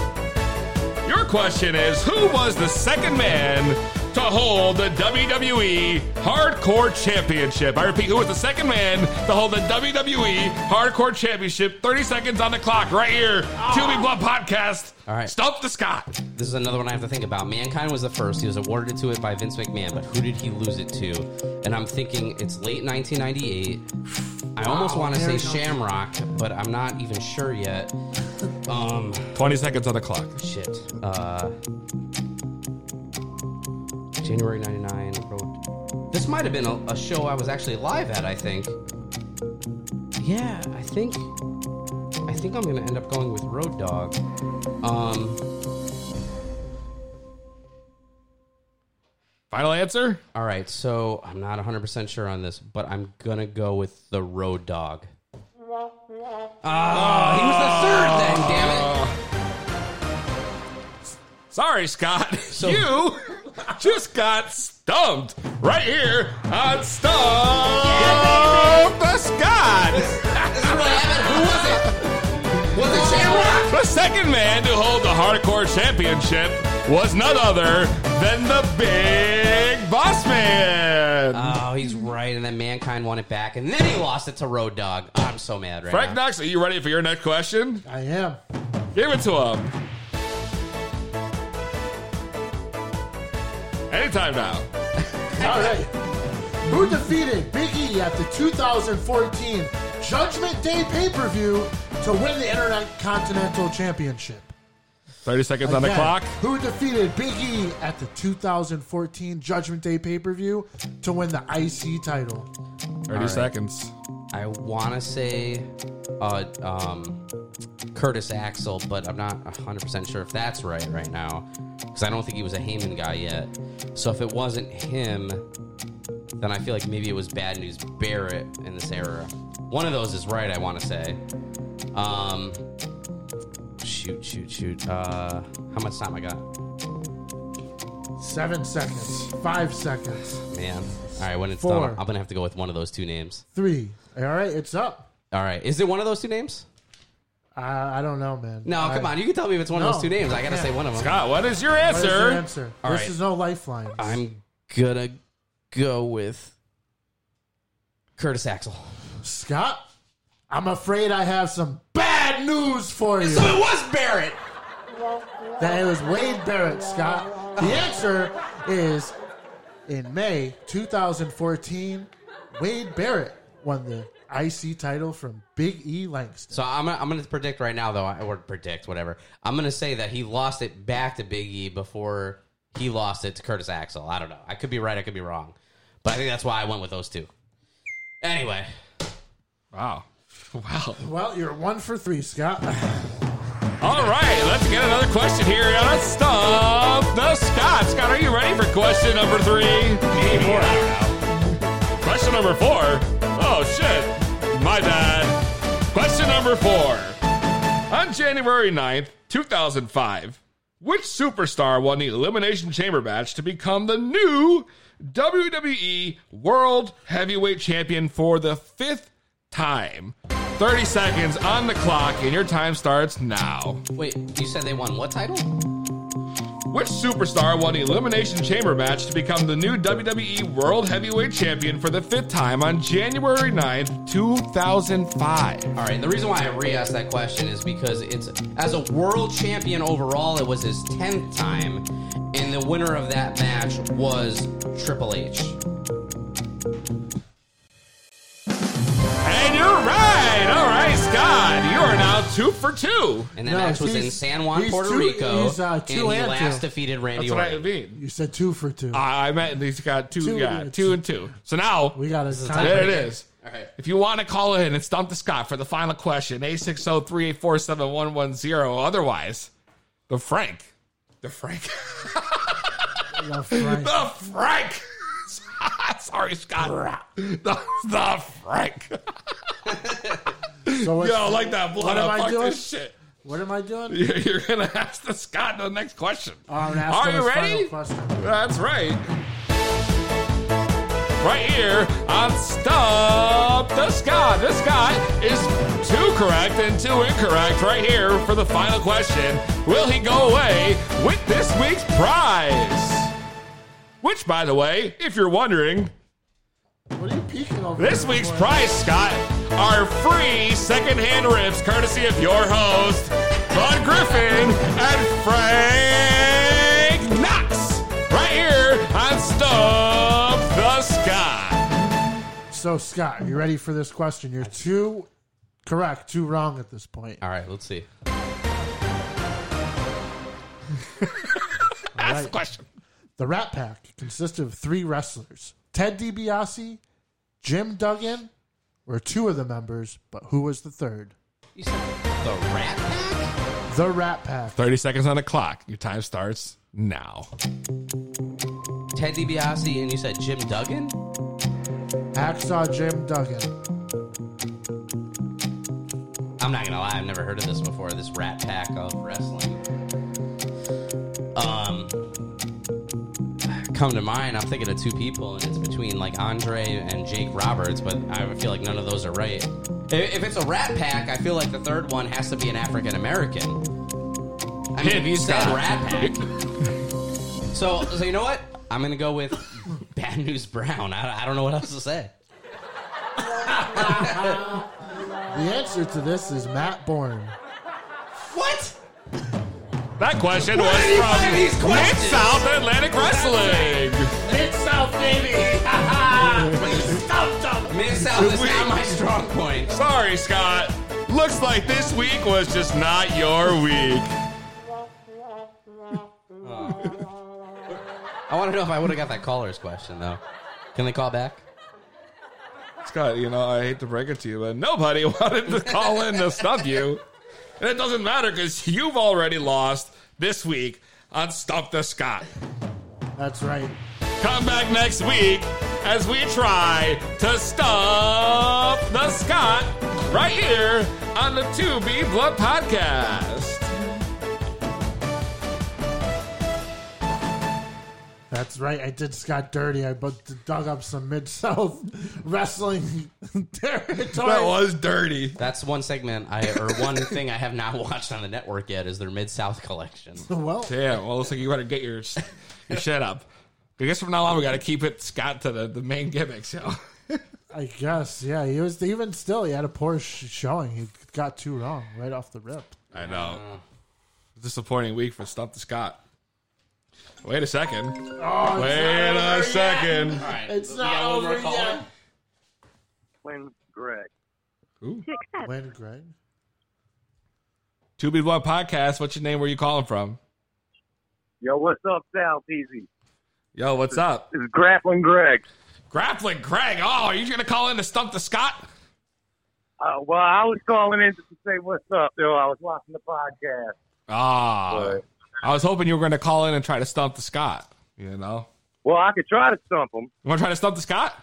Your question is Who was the second man to hold the WWE Hardcore Championship? I repeat, who was the second man to hold the WWE Hardcore Championship? 30 seconds on the clock right here. To Be Blood Podcast.
All right.
Stump the Scott.
This is another one I have to think about. Mankind was the first. He was awarded to it by Vince McMahon, but who did he lose it to? And I'm thinking it's late 1998. I almost
Wow.
want to
There
say
we go.
Shamrock, but I'm not even sure yet. Um,
20 seconds on the clock.
Shit. Uh, January 99. wrote- This might have been a, a show I was actually live at, I think. Yeah, I think. I think I'm going to end up going with Road Dog. Um,
Final answer?
All right, so I'm not 100% sure on this, but I'm going to go with the Road Dog. Ah, he was the third then, damn
it. Sorry, Scott. you just got stumped right here on Stump the Scott.
Who was it? Was it Shamrock?
The second man to hold the Hardcore Championship was none other than the Big Boss Man.
Oh, he's right. And then Mankind won it back. And then he lost it to Road Dog. I'm so mad right
Frank
now.
Knox, are you ready for your next question?
I am.
Give it to him. Anytime now.
All right. Who defeated Big E at the 2014 Judgment Day pay per view to win the Intercontinental Championship?
30 seconds on the
Again,
clock.
Who defeated Big E at the 2014 Judgment Day pay per view to win the IC title?
30 seconds.
I want to say uh, um, Curtis Axel, but I'm not 100% sure if that's right right now because I don't think he was a Heyman guy yet. So if it wasn't him, then I feel like maybe it was Bad News Barrett in this era. One of those is right, I want to say. Um, shoot, shoot, shoot. Uh, how much time I got?
Seven seconds. Five seconds.
Man. All right, when it's
Four.
done, I'm going to have to go with one of those two names.
Three. All right, it's up.
All right. Is it one of those two names?
I, I don't know, man.
No,
I-
come on. You can tell me if it's one of those two names. I gotta say one of them.
Scott, what is your
What is
answer?
your answer?
All
this
right.
is no lifeline.
I'm gonna go with Curtis Axel.
Scott, I'm afraid I have some bad news for you.
So it was Barrett.
That it was Wade Barrett, Scott. The answer is in May 2014, Wade Barrett won the IC title from Big E Langston.
So I'm gonna, I'm gonna predict right now though, or predict whatever. I'm gonna say that he lost it back to Big E before he lost it to Curtis Axel. I don't know. I could be right. I could be wrong. But I think that's why I went with those two. Anyway.
Wow. Wow.
Well, you're one for three, Scott.
All right, let's get another question here on Let's Stump the Scott. Scott, are you ready for question number three? Maybe, Question number four? Oh, shit. My bad. Question number four. On January 9th, 2005, which superstar won the Elimination Chamber match to become the new WWE World Heavyweight Champion for the fifth time? 30 seconds on the clock, and your time starts now.
Wait, you said they won what title?
Which superstar won the Elimination Chamber match to become the new WWE World Heavyweight Champion for the fifth time on January 9th, 2005? All
right, The reason why I re-asked that question is because it's as a world champion overall, it was his tenth time, and the winner of that match was Triple H.
And you're right! All right, Scott, you are now two for two.
And that match was in San Juan,
he's
Puerto
two-
Rico,
he's, uh,
and he
two and
last
two.
defeated Randy
That's what I
Orton.
mean.
You said two for two.
I I meant he's got two,
Two,
yeah,
yeah,
two and two. So now
We got a time.
there it is.
All right.
If you want to call in and stump the Scott for the final question, oh, 860-384-7110. Otherwise, the Frank. The Frank.
The Frank.
The Frank. Sorry, Scott. The, the Frank.
So
Yo, I like that blood.
What am
up.
I
Fuck
doing?
this shit.
What am I doing?
You're, you're going to ask the Scott the next question.
I'm gonna ask
Are you
him his final
ready?
question.
That's right. Right here on Stop the Scott. This guy is two correct and two incorrect right here for the final question. Will he go away with this week's prize? Which, by the way, if you're wondering,
What are you peeking over
this
here
week's
for?
prize, Scott, are free secondhand rips courtesy of your host, Bud Griffin and Frank Knox, right here on Stump the Scott.
So, Scott, you ready for this question? You're two correct, two wrong at this point.
All right, let's see.
All
Ask the
right.
question.
The Rat Pack consisted of three wrestlers Ted DiBiase, Jim Duggan, were two of the members, but who was the third?
The Rat
The Rat Pack.
30 seconds on the clock. Your time starts now.
Ted DiBiase, and you said Jim Duggan.
Hacksaw Jim Duggan.
I'm not gonna lie, I've never heard of this before. This Rat Pack of wrestling. Um, come to mind, I'm thinking of two people, and it's between like Andre and Jake Roberts, but I feel like none of those are right. If if it's a Rat Pack, I feel like the third one has to be an African American. I mean, if you say
Scott.
Rat Pack. So, so you know what? I'm gonna go with Bad News Brown. I, I don't know what else to say.
The answer to this is Matt Bourne.
What?
That question
Where
was
did he find these
from Mid
questions?
South Atlantic Wrestling.
Mid South, baby. we stumped them.
Mid strong point.
Sorry, Scott. Looks like this week was just not your week.
I want to know if I would have got that caller's question though. Can they call back?
Scott, Uh, you know, I hate to break it to you, but nobody wanted to call in to stump you. And it doesn't matter because you've already lost this week on Stump the Scott.
That's right.
Come back next week as we try to stump the Scott right here on the 2B Blood Podcast.
That's right. I did Scott dirty. I bu- dug up some mid south wrestling territory.
dirty.
That's one segment I or one thing I have not watched on the network yet is their Mid South collection.
Well,
yeah. Well, looks like you better get your your shit up. I guess from now on we got to keep it Scott to the, the main gimmick. So
I guess. Yeah, he was even still. He had a poor sh- showing. He got two wrong right off the rip.
I know. Disappointing week for Stump the Scott. Wait a second.
Oh, it's
Wait
not
a
over
second.
yet. All right. It's We not got one over more caller? yet.
When Greg.
When Greg?
Two B One Podcast. What's your name? Where you calling from?
Yo, what's up, South Easy?
Yo, what's up?
It's Grappling Greg.
Grappling Greg. Oh, are you gonna call in to Stump the Scott?
Uh, well, I was calling in just to say what's up, though. I was watching the podcast.
Ah, I was hoping you were gonna call in and try to stump the Scott. You know,
Well, I could try to stump him.
you want to try to stump the Scott?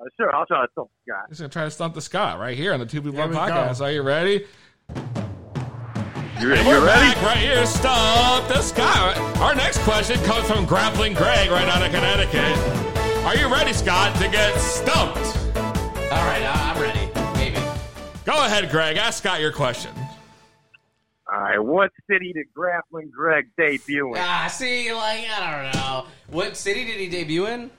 Uh, sure, I'll try to stump the guy.
Just gonna try to stump the Scott right here on the Two B
There
One
we go.
Podcast. Are you ready?
You
And
ready?
we're
You ready?
back right here. Stump the Uh, Scott. Our next question comes from Grappling Greg right out of Connecticut. Are you ready, Scott, to get stumped?
All right, I'm ready. Maybe.
Go ahead, Greg. Ask Scott your question.
All right, what city did Grappling Greg debut in?
Ah, see, like I don't know. What city did he debut in?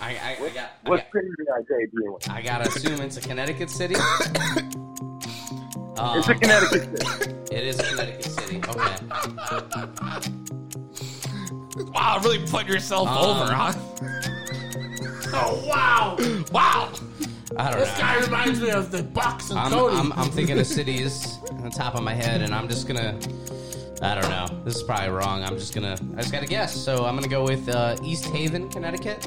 I, I, I got. I
what
got-
city did I debut in?
I gotta assume it's a Connecticut city. Um,
It's a Connecticut city.
It is a Connecticut city. Okay.
Wow, really putting yourself
Um,
over, huh?
Oh, wow.
Wow.
I don't
this
know.
guy reminds me of the Bucks and
I'm,
Cody.
I'm, I'm thinking of cities on the top of my head, and I'm just gonna. I don't know. This is probably wrong. I'm just gonna. I just gotta guess. So I'm gonna go with uh, East Haven, Connecticut.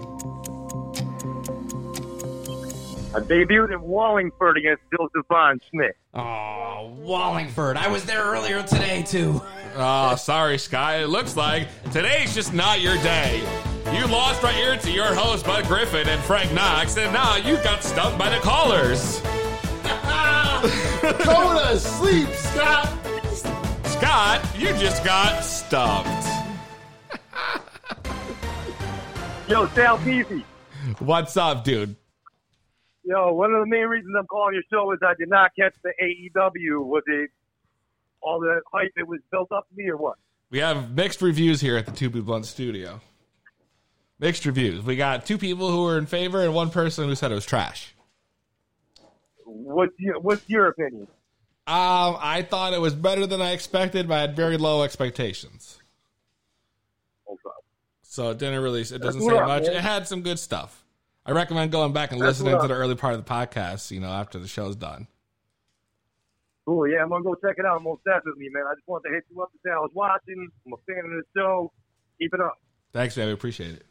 I debuted in Wallingford against Bill Devon Smith.
Oh, Wallingford. I was there earlier today too.
Oh, sorry, Sky. It looks like today's just not your day. You lost right here to your host, Bud Griffin and Frank Knox, and now you got stumped by the callers.
Go to sleep, Scott.
Scott, you just got stumped.
Yo, Sal Peasy.
What's up, dude?
Yo, one of the main reasons I'm calling your show is I did not catch the AEW. Was it all the hype it was built up to be, or what?
We have mixed reviews here at the Two Be Blunt Studio. Mixed reviews. We got two people who were in favor and one person who said it was trash.
What's your, what's your opinion?
Um, I thought it was better than I expected, but I had very low expectations. So it didn't really. It doesn't
what
say
up,
much.
man.
It had some good stuff. I recommend going back and
That's
listening
what
to
up.
the early part of the podcast. You know, after the show's done.
Cool, yeah, I'm gonna go check it out most definitely, man. I just wanted to hit you up and say I was watching. I'm a fan of the show. Keep it up.
Thanks, man. We appreciate it.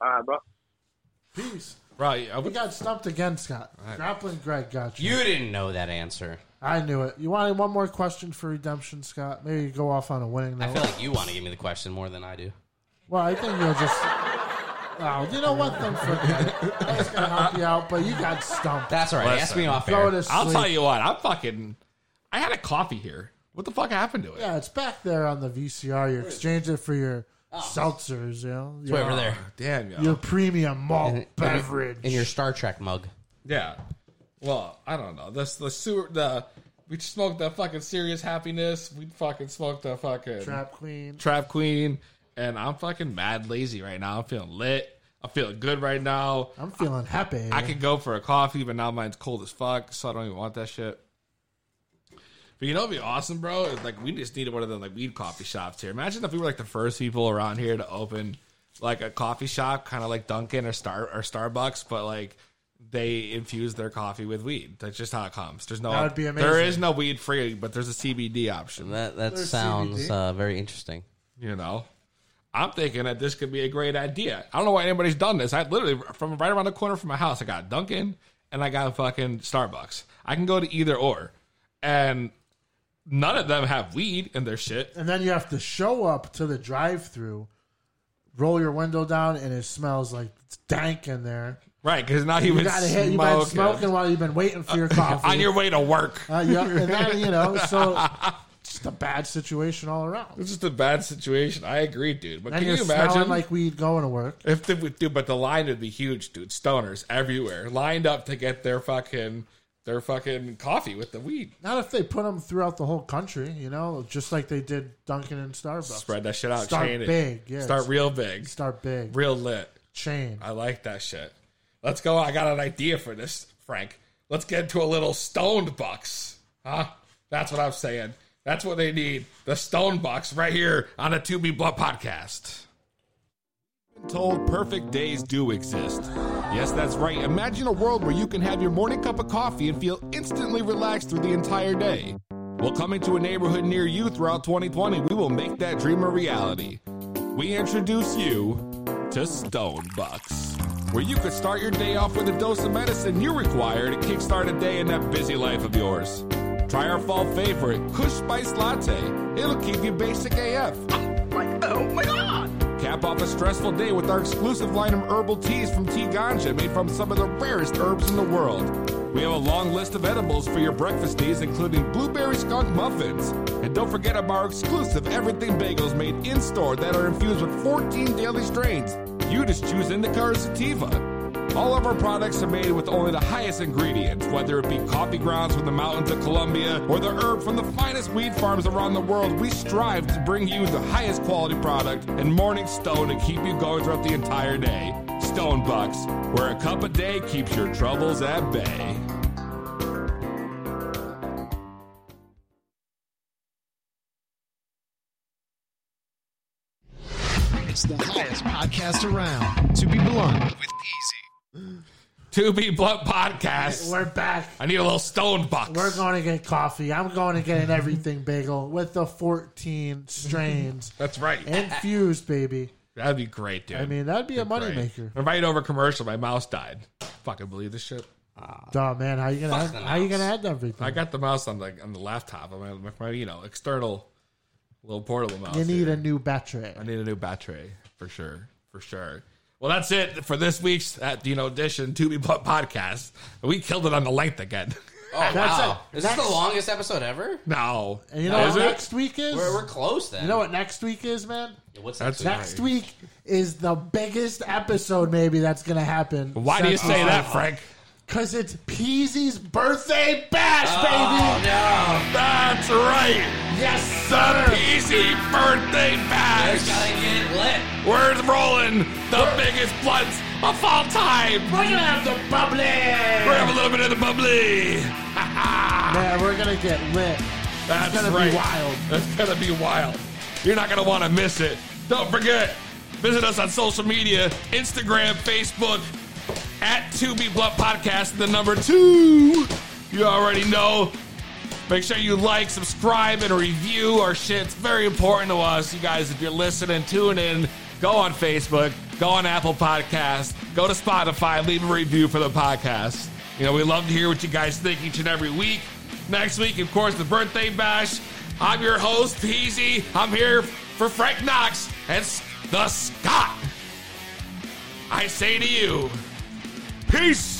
All right, bro.
Peace.
Right.
We got stumped again, Scott. Grappling Greg got you.
You didn't know that answer.
I knew it. You wanted one more question for redemption, Scott? Maybe you go off on a winning note.
I feel like you want to give me the question more than I do.
Well, I think you'll just. Oh, you know what? Then forget it. I was gonna help you out, but you got stumped.
That's all right. Ask me off
Go
air.
to sleep.
I'll tell you what. I'm fucking. I had a coffee here. What the fuck happened to it?
Yeah, it's back there on the VCR. You exchange it for your seltzers. You know,
Oh. It's way over there.
Ah, Damn, yo.
Your premium malt
In- in-
beverage.
in your Star Trek mug.
Yeah. Well, I don't know. This the sewer the We smoked the fucking serious happiness. We fucking smoked the fucking
Trap Queen.
Trap Queen. And I'm fucking mad lazy right now. I'm feeling lit. I'm feeling good right now.
I'm feeling happy.
I could go for a coffee, but now mine's cold as fuck, so I don't even want that shit. But you know, it'd be awesome, bro. Is like we just needed one of them like weed coffee shops here. Imagine if we were like the first people around here to open like a coffee shop, kind of like Dunkin' or Star or Starbucks, but like they infuse their coffee with weed. That's just how it comes. There's no
That would be amazing.
There is no weed free, but there's a CBD option.
That that sounds uh, very interesting.
You know, I'm thinking that this could be a great idea. I don't know why anybody's done this. I literally from right around the corner from my house, I got Dunkin' and I got fucking Starbucks. I can go to either or, and none of them have weed in their shit.
And then you have to show up to the drive through, roll your window down, and it smells like dank in there.
Right, because now
you
you've been
gotta hit. You've been
smoking.
smoking while you've been waiting for your coffee
on your way to work.
Uh, yeah, and that, you know, so just a bad situation all around.
It's just a bad situation. I agree, dude. But
And
can
you're
you imagine?
smelling like weed going to work.
If they would do, but the line would be huge, dude. Stoners everywhere lined up to get their fucking their fucking coffee with the weed.
Not if they put them throughout the whole country, you know, just like they did Dunkin' and Starbucks.
Spread that shit out.
Start
chain it.
big, yeah.
Start real big.
Start big.
Real lit.
Chain.
I like that shit. Let's go. I got an idea for this, Frank. Let's get into a little stoned bucks. Huh? That's what I'm saying. That's what they need. The stone bucks right here on the 2B Blood podcast. told perfect days do exist. Yes, that's right. Imagine a world where you can have your morning cup of coffee and feel instantly relaxed through the entire day. Well, coming to a neighborhood near you throughout 2020, we will make that dream a reality. We introduce you to Stone Bucks, where you could start your day off with a dose of medicine you require to kickstart a day in that busy life of yours. Try our fall favorite, Kush Spice Latte. It'll keep you basic AF. Oh my god! Cap off a stressful day with our exclusive line of herbal teas from Tea Ganja, made from some of the rarest herbs in the world. We have a long list of edibles for your breakfast teas, including blueberry skunk muffins. And don't forget about our exclusive everything bagels made in store that are infused with 14 daily strains. You just choose indica or sativa. All of our products are made with only the highest ingredients, whether it be coffee grounds from the mountains of Colombia or the herb from the finest weed farms around the world. We strive to bring you the highest quality product and morning stone to keep you going throughout the entire day. Stone Bucks, where a cup a day keeps your troubles at bay.
It's the highest podcast around. To be blunt with
To be blunt podcast.
We're back.
I need a little stone bucks.
We're going to get coffee. I'm going to get an everything bagel with the 14 strains.
That's right.
Infused, baby.
That'd be great, dude.
I mean, that'd be a
Great.
moneymaker.
Right over commercial, my mouse died. Fucking believe this shit.
Duh, man, how you gonna
Fuck
add,
the
how you gonna
mouse.
add everything?
I got the mouse on the on the laptop. on my, my, my, you know external little portable mouse.
you need
here.
a new battery.
I need a new battery for sure, for sure. Well, that's it for this week's at you know edition to be Put podcast. We killed it on the length again.
Oh wow! Is this the longest episode ever?
No,
And you know
Is
what
it?
next week is?
We're- we're close then.
You know what next week is, man?
What's
That's
that?
next
Next week is the biggest episode maybe that's gonna happen.
Why do you say that, Frank?
Because it's Peasy's birthday bash,
Oh,
baby.
no. That's right.
Yes,
The
sir.
Peasy birthday bash. We're rolling the biggest blunts of all time.
We're gonna have the bubbly.
We're gonna have a little bit of the bubbly.
Man, we're gonna get lit.
That's
gonna be
right.
wild.
That's gonna be wild. You're not gonna want to miss it. Don't forget, visit us on social media: Instagram, Facebook, at Two Be Blunt Podcast, the number two. You already know. Make sure you like, subscribe, and review our shit. It's very important to us, you guys. If you're listening, tune in. Go on Facebook. Go on Apple Podcasts. Go to Spotify. Leave a review for the podcast. You know, we love to hear what you guys think each and every week. Next week, of course, the birthday bash. I'm your host, Peasy. I'm here for Frank Knox and S- the Scott. I say to you, peace.